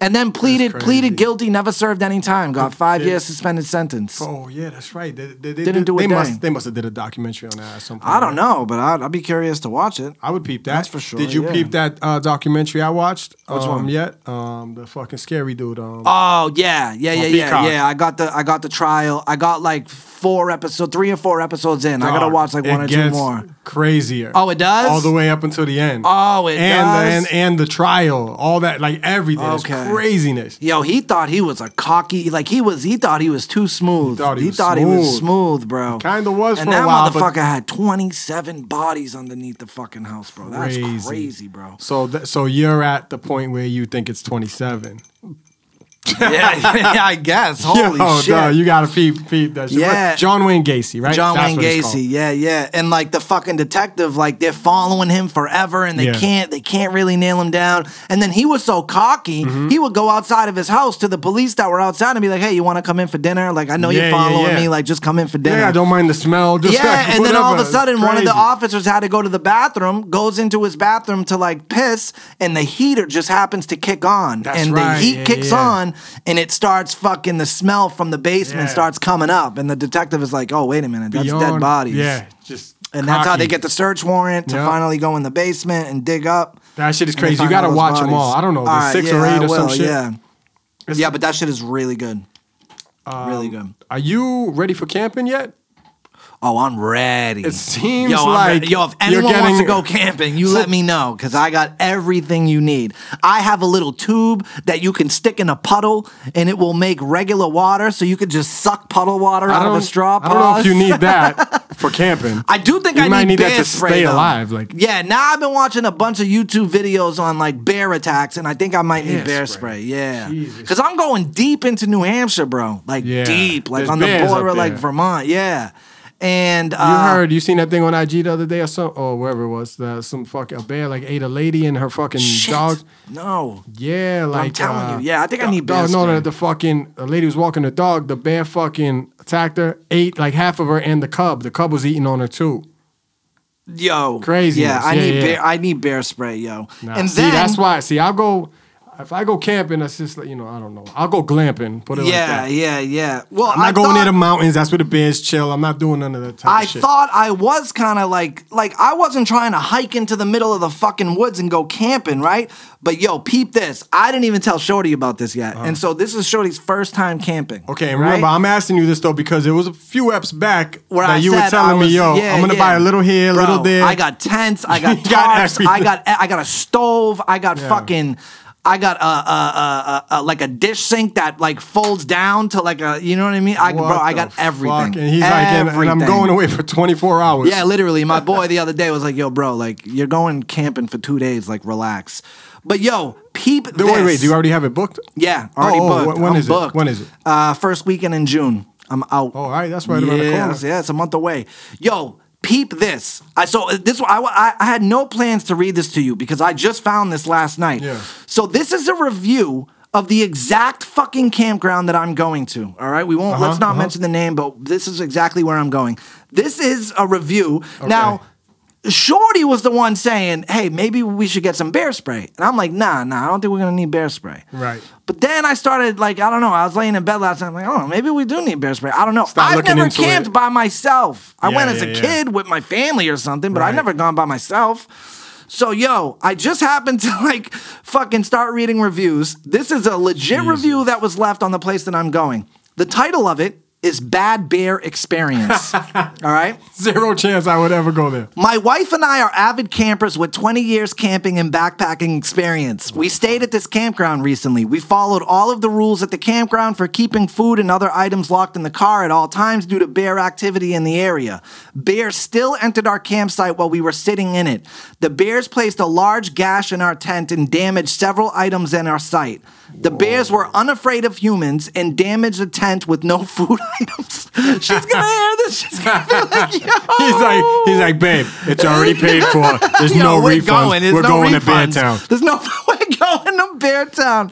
[SPEAKER 2] and then pleaded
[SPEAKER 1] crazy.
[SPEAKER 2] pleaded guilty, never served any time, got five
[SPEAKER 1] Yeah.
[SPEAKER 2] years suspended sentence.
[SPEAKER 1] Oh yeah, that's right. They, they, they,
[SPEAKER 2] Didn't do a
[SPEAKER 1] they
[SPEAKER 2] thing.
[SPEAKER 1] must they must have did a documentary on that at some point.
[SPEAKER 2] I
[SPEAKER 1] right?
[SPEAKER 2] don't know, but I'd, I'd be curious to watch it.
[SPEAKER 1] I would peep that.
[SPEAKER 2] That's for sure,
[SPEAKER 1] Did you
[SPEAKER 2] yeah.
[SPEAKER 1] peep that uh, documentary I watched? Which um,
[SPEAKER 2] one?
[SPEAKER 1] Yet, um, the fucking scary dude. Um,
[SPEAKER 2] Oh yeah, yeah, yeah, yeah,
[SPEAKER 1] Peacock.
[SPEAKER 2] yeah. I got the I got the trial. I got like four episode, three or four episodes in. Oh, I gotta
[SPEAKER 1] dog,
[SPEAKER 2] watch like one
[SPEAKER 1] it
[SPEAKER 2] or two
[SPEAKER 1] gets
[SPEAKER 2] more.
[SPEAKER 1] Crazier.
[SPEAKER 2] Oh, it does?
[SPEAKER 1] All the way up until the end.
[SPEAKER 2] Oh, it
[SPEAKER 1] and The,
[SPEAKER 2] does?
[SPEAKER 1] and and the trial, all that, like everything. It's
[SPEAKER 2] Okay.
[SPEAKER 1] craziness.
[SPEAKER 2] Yo, he thought he was a cocky, like he was. He thought he was too smooth.
[SPEAKER 1] thought he was smooth.
[SPEAKER 2] smooth, bro.
[SPEAKER 1] Kinda was
[SPEAKER 2] And
[SPEAKER 1] for a
[SPEAKER 2] that
[SPEAKER 1] while, but-
[SPEAKER 2] motherfucker had twenty seven bodies underneath the fucking house, bro. That's crazy, bro.
[SPEAKER 1] So, th- so you're at the point where you think it's 27.
[SPEAKER 2] yeah, yeah, I guess. Holy
[SPEAKER 1] Yo,
[SPEAKER 2] shit.
[SPEAKER 1] duh, you gotta peep, peep that shit. What-
[SPEAKER 2] Yeah.
[SPEAKER 1] John Wayne Gacy, right?
[SPEAKER 2] John
[SPEAKER 1] That's
[SPEAKER 2] Wayne
[SPEAKER 1] what it's called.
[SPEAKER 2] Gacy, yeah, yeah, and like the fucking detective, like they're following him forever, and they
[SPEAKER 1] Yeah.
[SPEAKER 2] can't, they can't really nail him down. And then he was so cocky,
[SPEAKER 1] Mm-hmm.
[SPEAKER 2] he would go outside of his house to the police that were outside and be like, "Hey, you want to come in for dinner? Like, I know
[SPEAKER 1] Yeah,
[SPEAKER 2] you're
[SPEAKER 1] yeah,
[SPEAKER 2] following
[SPEAKER 1] yeah.
[SPEAKER 2] me. Like, just come in for dinner."
[SPEAKER 1] Yeah, I don't mind the smell. Just
[SPEAKER 2] Yeah, and then all of
[SPEAKER 1] whatever.
[SPEAKER 2] a
[SPEAKER 1] It's
[SPEAKER 2] sudden, one of the
[SPEAKER 1] crazy.
[SPEAKER 2] officers had to go to the bathroom, goes into his bathroom to like piss, and the heater just happens to kick on.
[SPEAKER 1] That's
[SPEAKER 2] and
[SPEAKER 1] right,
[SPEAKER 2] the heat
[SPEAKER 1] yeah,
[SPEAKER 2] kicks
[SPEAKER 1] yeah.
[SPEAKER 2] on, and it starts fucking the smell from the basement
[SPEAKER 1] Yeah.
[SPEAKER 2] starts coming up. And the detective is like, oh, wait a minute, that's dead
[SPEAKER 1] Beyond-
[SPEAKER 2] bodies.
[SPEAKER 1] Yeah, just
[SPEAKER 2] And that's how they
[SPEAKER 1] cocky.
[SPEAKER 2] get the search warrant to
[SPEAKER 1] Yeah.
[SPEAKER 2] finally go in the basement and dig up.
[SPEAKER 1] That shit is
[SPEAKER 2] and they
[SPEAKER 1] crazy. You
[SPEAKER 2] find all
[SPEAKER 1] gotta
[SPEAKER 2] those
[SPEAKER 1] watch them
[SPEAKER 2] bodies.
[SPEAKER 1] all. I don't know, there's
[SPEAKER 2] Alright,
[SPEAKER 1] six
[SPEAKER 2] yeah,
[SPEAKER 1] or
[SPEAKER 2] I
[SPEAKER 1] eight or some
[SPEAKER 2] will,
[SPEAKER 1] shit.
[SPEAKER 2] Yeah.
[SPEAKER 1] It's-
[SPEAKER 2] yeah, but that shit is really good.
[SPEAKER 1] Um,
[SPEAKER 2] really good.
[SPEAKER 1] Are you ready for camping yet?
[SPEAKER 2] Oh, I'm ready.
[SPEAKER 1] It seems
[SPEAKER 2] yo, I'm
[SPEAKER 1] like
[SPEAKER 2] re- yo, if
[SPEAKER 1] you're
[SPEAKER 2] anyone wants to
[SPEAKER 1] getting-
[SPEAKER 2] go camping, you
[SPEAKER 1] So-
[SPEAKER 2] let me know because I got everything you need. I have a little tube that you can stick in a puddle, and it will make regular water, so you could just suck puddle water out of a straw.
[SPEAKER 1] I don't know if
[SPEAKER 2] pause.
[SPEAKER 1] you need that for camping.
[SPEAKER 2] I do think
[SPEAKER 1] You
[SPEAKER 2] I
[SPEAKER 1] might need
[SPEAKER 2] need,
[SPEAKER 1] that
[SPEAKER 2] bear
[SPEAKER 1] to
[SPEAKER 2] spray,
[SPEAKER 1] stay
[SPEAKER 2] though.
[SPEAKER 1] alive, like-
[SPEAKER 2] yeah, now I've been watching a bunch of YouTube videos on like bear attacks, and I think I might need
[SPEAKER 1] Bear
[SPEAKER 2] bear
[SPEAKER 1] spray.
[SPEAKER 2] spray. Yeah, because I'm going deep into New Hampshire, bro. Like
[SPEAKER 1] Yeah.
[SPEAKER 2] deep, like
[SPEAKER 1] There's
[SPEAKER 2] on the
[SPEAKER 1] bears up
[SPEAKER 2] border, like
[SPEAKER 1] there.
[SPEAKER 2] Vermont. Yeah, and
[SPEAKER 1] You
[SPEAKER 2] uh,
[SPEAKER 1] heard? You seen that thing on IG the other day or some or wherever it was? That some fucking a bear like ate a lady and her fucking
[SPEAKER 2] shit.
[SPEAKER 1] dogs.
[SPEAKER 2] No,
[SPEAKER 1] Yeah, like
[SPEAKER 2] telling
[SPEAKER 1] uh,
[SPEAKER 2] you. Yeah, I think I
[SPEAKER 1] dog-
[SPEAKER 2] need bear
[SPEAKER 1] dog. No,
[SPEAKER 2] spray.
[SPEAKER 1] no, the fucking the lady was walking the dog. The bear fucking attacked her, ate like half of her and the cub. The cub was eating on her too.
[SPEAKER 2] yo,
[SPEAKER 1] Craziness.
[SPEAKER 2] Yeah, I
[SPEAKER 1] Yeah,
[SPEAKER 2] need
[SPEAKER 1] yeah.
[SPEAKER 2] bear. I need bear spray, yo.
[SPEAKER 1] Nah,
[SPEAKER 2] And
[SPEAKER 1] see,
[SPEAKER 2] then
[SPEAKER 1] that's why. See, I'll go if I go camping. That's just like you know, I don't know. I'll go glamping. Put it like
[SPEAKER 2] Yeah,
[SPEAKER 1] that.
[SPEAKER 2] yeah, yeah. Well,
[SPEAKER 1] I'm not
[SPEAKER 2] I
[SPEAKER 1] going
[SPEAKER 2] thought,
[SPEAKER 1] near the mountains. That's where the bears chill. I'm not doing none of that type
[SPEAKER 2] I
[SPEAKER 1] of shit.
[SPEAKER 2] thought I was kind of like like I wasn't trying to hike into the middle of the fucking woods and go camping, right? But yo, peep this. I didn't even tell Shorty about this yet, and so this is Shorty's first time camping.
[SPEAKER 1] Uh-huh. Okay, and
[SPEAKER 2] right?
[SPEAKER 1] remember, I'm asking you this though because it was a few eps back
[SPEAKER 2] Where
[SPEAKER 1] that
[SPEAKER 2] I
[SPEAKER 1] you were
[SPEAKER 2] said
[SPEAKER 1] telling
[SPEAKER 2] I
[SPEAKER 1] me,
[SPEAKER 2] was-
[SPEAKER 1] yo,
[SPEAKER 2] yeah,
[SPEAKER 1] I'm gonna
[SPEAKER 2] yeah.
[SPEAKER 1] buy a little here, a
[SPEAKER 2] Bro,
[SPEAKER 1] little there.
[SPEAKER 2] I got tents, I got
[SPEAKER 1] You got
[SPEAKER 2] tarps, I
[SPEAKER 1] everything.
[SPEAKER 2] got e, I got a stove, I got
[SPEAKER 1] Yeah.
[SPEAKER 2] fucking. I got a, a, a, a, a like a dish sink that like folds down to like a you know what I mean? I
[SPEAKER 1] What
[SPEAKER 2] bro, I
[SPEAKER 1] the
[SPEAKER 2] got
[SPEAKER 1] fuck?
[SPEAKER 2] everything.
[SPEAKER 1] And he's like, and, and I'm
[SPEAKER 2] Everything.
[SPEAKER 1] going away for 24 hours.
[SPEAKER 2] Yeah, literally. My boy the other day was like, "Yo, bro, like you're going camping for two days, like relax." But yo, peep
[SPEAKER 1] Dude,
[SPEAKER 2] this.
[SPEAKER 1] Wait, wait, do you already have it booked?
[SPEAKER 2] yeah, already
[SPEAKER 1] Oh, oh,
[SPEAKER 2] booked.
[SPEAKER 1] wh- when
[SPEAKER 2] I'm
[SPEAKER 1] is it?
[SPEAKER 2] booked.
[SPEAKER 1] When is it? Oh,
[SPEAKER 2] Uh, first weekend in June. I'm out.
[SPEAKER 1] all right, that's right around the
[SPEAKER 2] Yeah,
[SPEAKER 1] corner.
[SPEAKER 2] Yeah, it's a month away. Yo, peep this. I so uh, this I, I I had no plans to read this to you because I just found this last night.
[SPEAKER 1] Yeah.
[SPEAKER 2] So this is a review of the exact fucking campground that I'm going to. All right, we won't.
[SPEAKER 1] Uh-huh,
[SPEAKER 2] let's not mention the name, but this is exactly where I'm going. This is a review. Now, Shorty was the one saying, "Hey, maybe we should get some bear spray," and I'm like, "Nah, nah, I don't think we're gonna need bear spray."
[SPEAKER 1] Right.
[SPEAKER 2] But then I started like I don't know. I was laying in bed last night. I'm like, oh, maybe we do need bear spray. I don't know.
[SPEAKER 1] Start
[SPEAKER 2] I've
[SPEAKER 1] looking
[SPEAKER 2] never
[SPEAKER 1] into
[SPEAKER 2] camped
[SPEAKER 1] it.
[SPEAKER 2] by myself. I
[SPEAKER 1] Yeah,
[SPEAKER 2] went as
[SPEAKER 1] yeah,
[SPEAKER 2] a
[SPEAKER 1] yeah.
[SPEAKER 2] kid with my family or something, but I've
[SPEAKER 1] Right.
[SPEAKER 2] never gone by myself. So yo, I just happened to like fucking start reading reviews. This is a legit review that was left on the place that I'm going. The title of it is Bad Bear Experience. All right.
[SPEAKER 1] Zero chance I would ever go there.
[SPEAKER 2] My wife and I are avid campers with 20 years camping and backpacking experience. We stayed at this campground recently. We followed all of the rules at the campground for keeping food and other items locked in the car at all times due to bear activity in the area. Bears still entered our campsite while we were sitting in it. The bears placed a large gash in our tent and damaged several items in our site. The bears were unafraid of humans and damaged the tent with no food items. She's gonna hear this. She's gonna be like, yo.
[SPEAKER 1] He's like, he's like, babe, it's already paid for. There's
[SPEAKER 2] Yo,
[SPEAKER 1] no
[SPEAKER 2] we're
[SPEAKER 1] refunds.
[SPEAKER 2] Going. There's
[SPEAKER 1] we're
[SPEAKER 2] no
[SPEAKER 1] going
[SPEAKER 2] refunds.
[SPEAKER 1] to Bear Town.
[SPEAKER 2] There's no we're going to Bear Town.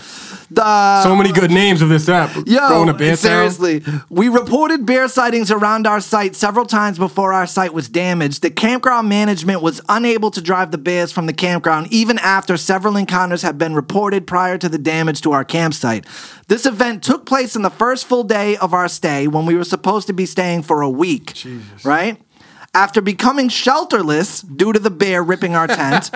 [SPEAKER 2] The
[SPEAKER 1] So many good names of this app.
[SPEAKER 2] Yo,
[SPEAKER 1] going to Bear Town.
[SPEAKER 2] seriously, we reported bear sightings around our site several times before our site was damaged. The campground management was unable to drive the bears from the campground even after several encounters had been reported prior to the damage to our campsite. This event took place in the first full day of our stay when we were supposed to be staying for a week. Right? After becoming shelterless due to the bear ripping our tent,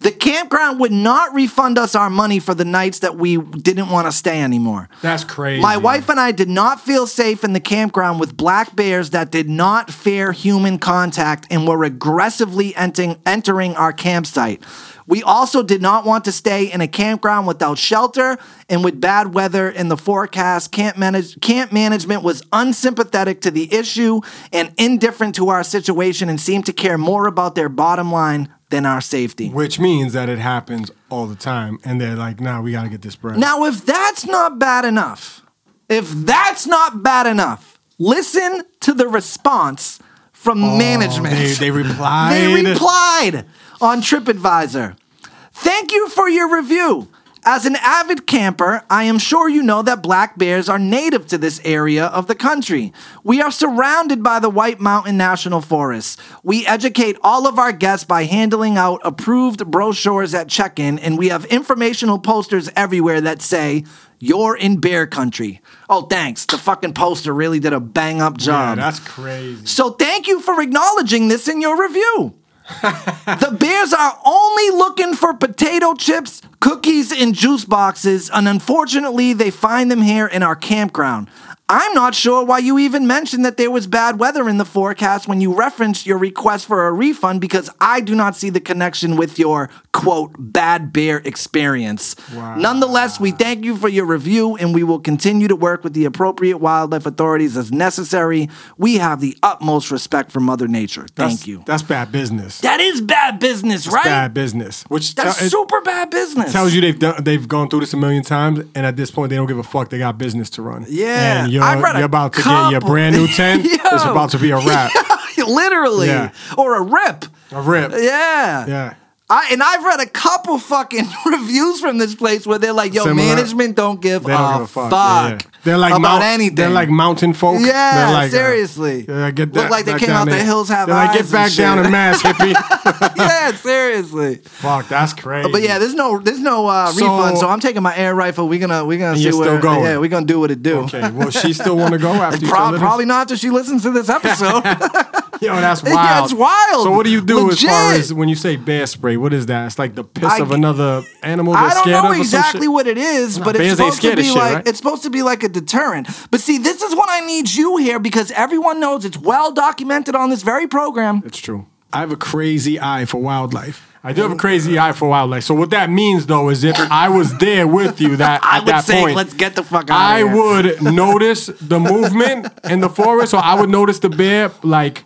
[SPEAKER 2] the campground would not refund us our money for the nights that we didn't want to stay anymore.
[SPEAKER 1] That's crazy.
[SPEAKER 2] My wife and I did not feel safe in the campground with black bears that did not fear human contact and were aggressively entering, entering our campsite. We also did not want to stay in a campground without shelter and with bad weather in the forecast. Camp, manage, camp management was unsympathetic to the issue and indifferent to our situation and seemed to care more about their bottom line than our safety.
[SPEAKER 1] Which means that it happens all the time, and they're like, "Nah, we gotta get this bread."
[SPEAKER 2] Now, if that's not bad enough, if that's not bad enough, listen to the response from management.
[SPEAKER 1] Oh, They, they replied.
[SPEAKER 2] They replied on TripAdvisor. Thank you for your review. As an avid camper, I am sure you know that black bears are native to this area of the country. We are surrounded by the White Mountain National Forest. We educate all of our guests by handling out approved brochures at check in, and we have informational posters everywhere that say, You're in bear country. Oh, thanks. The fucking poster really did a bang up
[SPEAKER 1] Yeah,
[SPEAKER 2] job.
[SPEAKER 1] that's crazy.
[SPEAKER 2] So thank you for acknowledging this in your review. the Bears are only looking for potato chips, Cookies in juice boxes, and unfortunately, they find them here in our campground. I'm not sure why you even mentioned that there was bad weather in the forecast when you referenced your request for a refund because I do not see the connection with your quote bad beer experience. Nonetheless, we thank you for your review and we will continue to work with the appropriate wildlife authorities as necessary. We have the utmost respect for Mother Nature. Thank
[SPEAKER 1] That's-
[SPEAKER 2] you.
[SPEAKER 1] That's bad business.
[SPEAKER 2] That is bad business, right?
[SPEAKER 1] Bad business. Which
[SPEAKER 2] That's
[SPEAKER 1] tell- it
[SPEAKER 2] super bad business.
[SPEAKER 1] tells you they've done, they've gone through this a million times, and at this point they don't give a fuck. They got business to run.
[SPEAKER 2] Yeah,
[SPEAKER 1] and you're,
[SPEAKER 2] I read a
[SPEAKER 1] you're about to get your
[SPEAKER 2] couple-
[SPEAKER 1] brand new tent. It's
[SPEAKER 2] Yo.
[SPEAKER 1] about to be a wrap,
[SPEAKER 2] literally,
[SPEAKER 1] Yeah.
[SPEAKER 2] or a rip.
[SPEAKER 1] a rip.
[SPEAKER 2] Yeah.
[SPEAKER 1] yeah.
[SPEAKER 2] I, and I've read a couple fucking reviews from this place where they're like, "Yo,
[SPEAKER 1] Similar.
[SPEAKER 2] management don't give,
[SPEAKER 1] They don't
[SPEAKER 2] a,
[SPEAKER 1] give a fuck.
[SPEAKER 2] Uh, fuck.
[SPEAKER 1] Yeah, yeah. They're like
[SPEAKER 2] about
[SPEAKER 1] mount-
[SPEAKER 2] anything.
[SPEAKER 1] They're like mountain folk.
[SPEAKER 2] Yeah,
[SPEAKER 1] They're like, uh,
[SPEAKER 2] seriously.
[SPEAKER 1] yeah, get
[SPEAKER 2] Look
[SPEAKER 1] that-
[SPEAKER 2] like they
[SPEAKER 1] back
[SPEAKER 2] came
[SPEAKER 1] down
[SPEAKER 2] out the
[SPEAKER 1] there.
[SPEAKER 2] hills have
[SPEAKER 1] They're like,
[SPEAKER 2] eyes
[SPEAKER 1] get
[SPEAKER 2] and
[SPEAKER 1] back down
[SPEAKER 2] shit."
[SPEAKER 1] to mass hippie.
[SPEAKER 2] yeah, seriously.
[SPEAKER 1] Fuck, that's crazy.
[SPEAKER 2] But yeah, there's no there's no uh,
[SPEAKER 1] So-
[SPEAKER 2] refund, so I'm taking my air rifle. We're gonna we're gonna see
[SPEAKER 1] you're still
[SPEAKER 2] where
[SPEAKER 1] going.
[SPEAKER 2] yeah we're gonna do what it do.
[SPEAKER 1] okay. Well, she still want to go after you.
[SPEAKER 2] Prob-
[SPEAKER 1] so
[SPEAKER 2] probably not after she listens to this episode.
[SPEAKER 1] let us- Yo, that's wild.
[SPEAKER 2] Yeah, it's wild.
[SPEAKER 1] So what do you do as far
[SPEAKER 2] Legit.
[SPEAKER 1] as when you say bear spray? What is that? It's like the piss
[SPEAKER 2] I
[SPEAKER 1] of
[SPEAKER 2] g-
[SPEAKER 1] another animal. They're
[SPEAKER 2] I don't
[SPEAKER 1] scared
[SPEAKER 2] know
[SPEAKER 1] of or some
[SPEAKER 2] exactly
[SPEAKER 1] shit?
[SPEAKER 2] what it is, but it's
[SPEAKER 1] bears ain't
[SPEAKER 2] supposed to
[SPEAKER 1] scared
[SPEAKER 2] be
[SPEAKER 1] of shit,
[SPEAKER 2] like
[SPEAKER 1] right?
[SPEAKER 2] it's supposed to be like a deterrent. But see, this is what I need you here because everyone knows it's well documented on this very program.
[SPEAKER 1] It's true. I have a crazy eye for wildlife. I do have a crazy eye for wildlife. So what that means though is if I was there with you that
[SPEAKER 2] I
[SPEAKER 1] at
[SPEAKER 2] would
[SPEAKER 1] that
[SPEAKER 2] say,
[SPEAKER 1] point,
[SPEAKER 2] let's get the fuck out.
[SPEAKER 1] I would notice the movement in the forest, or I would notice the bear like,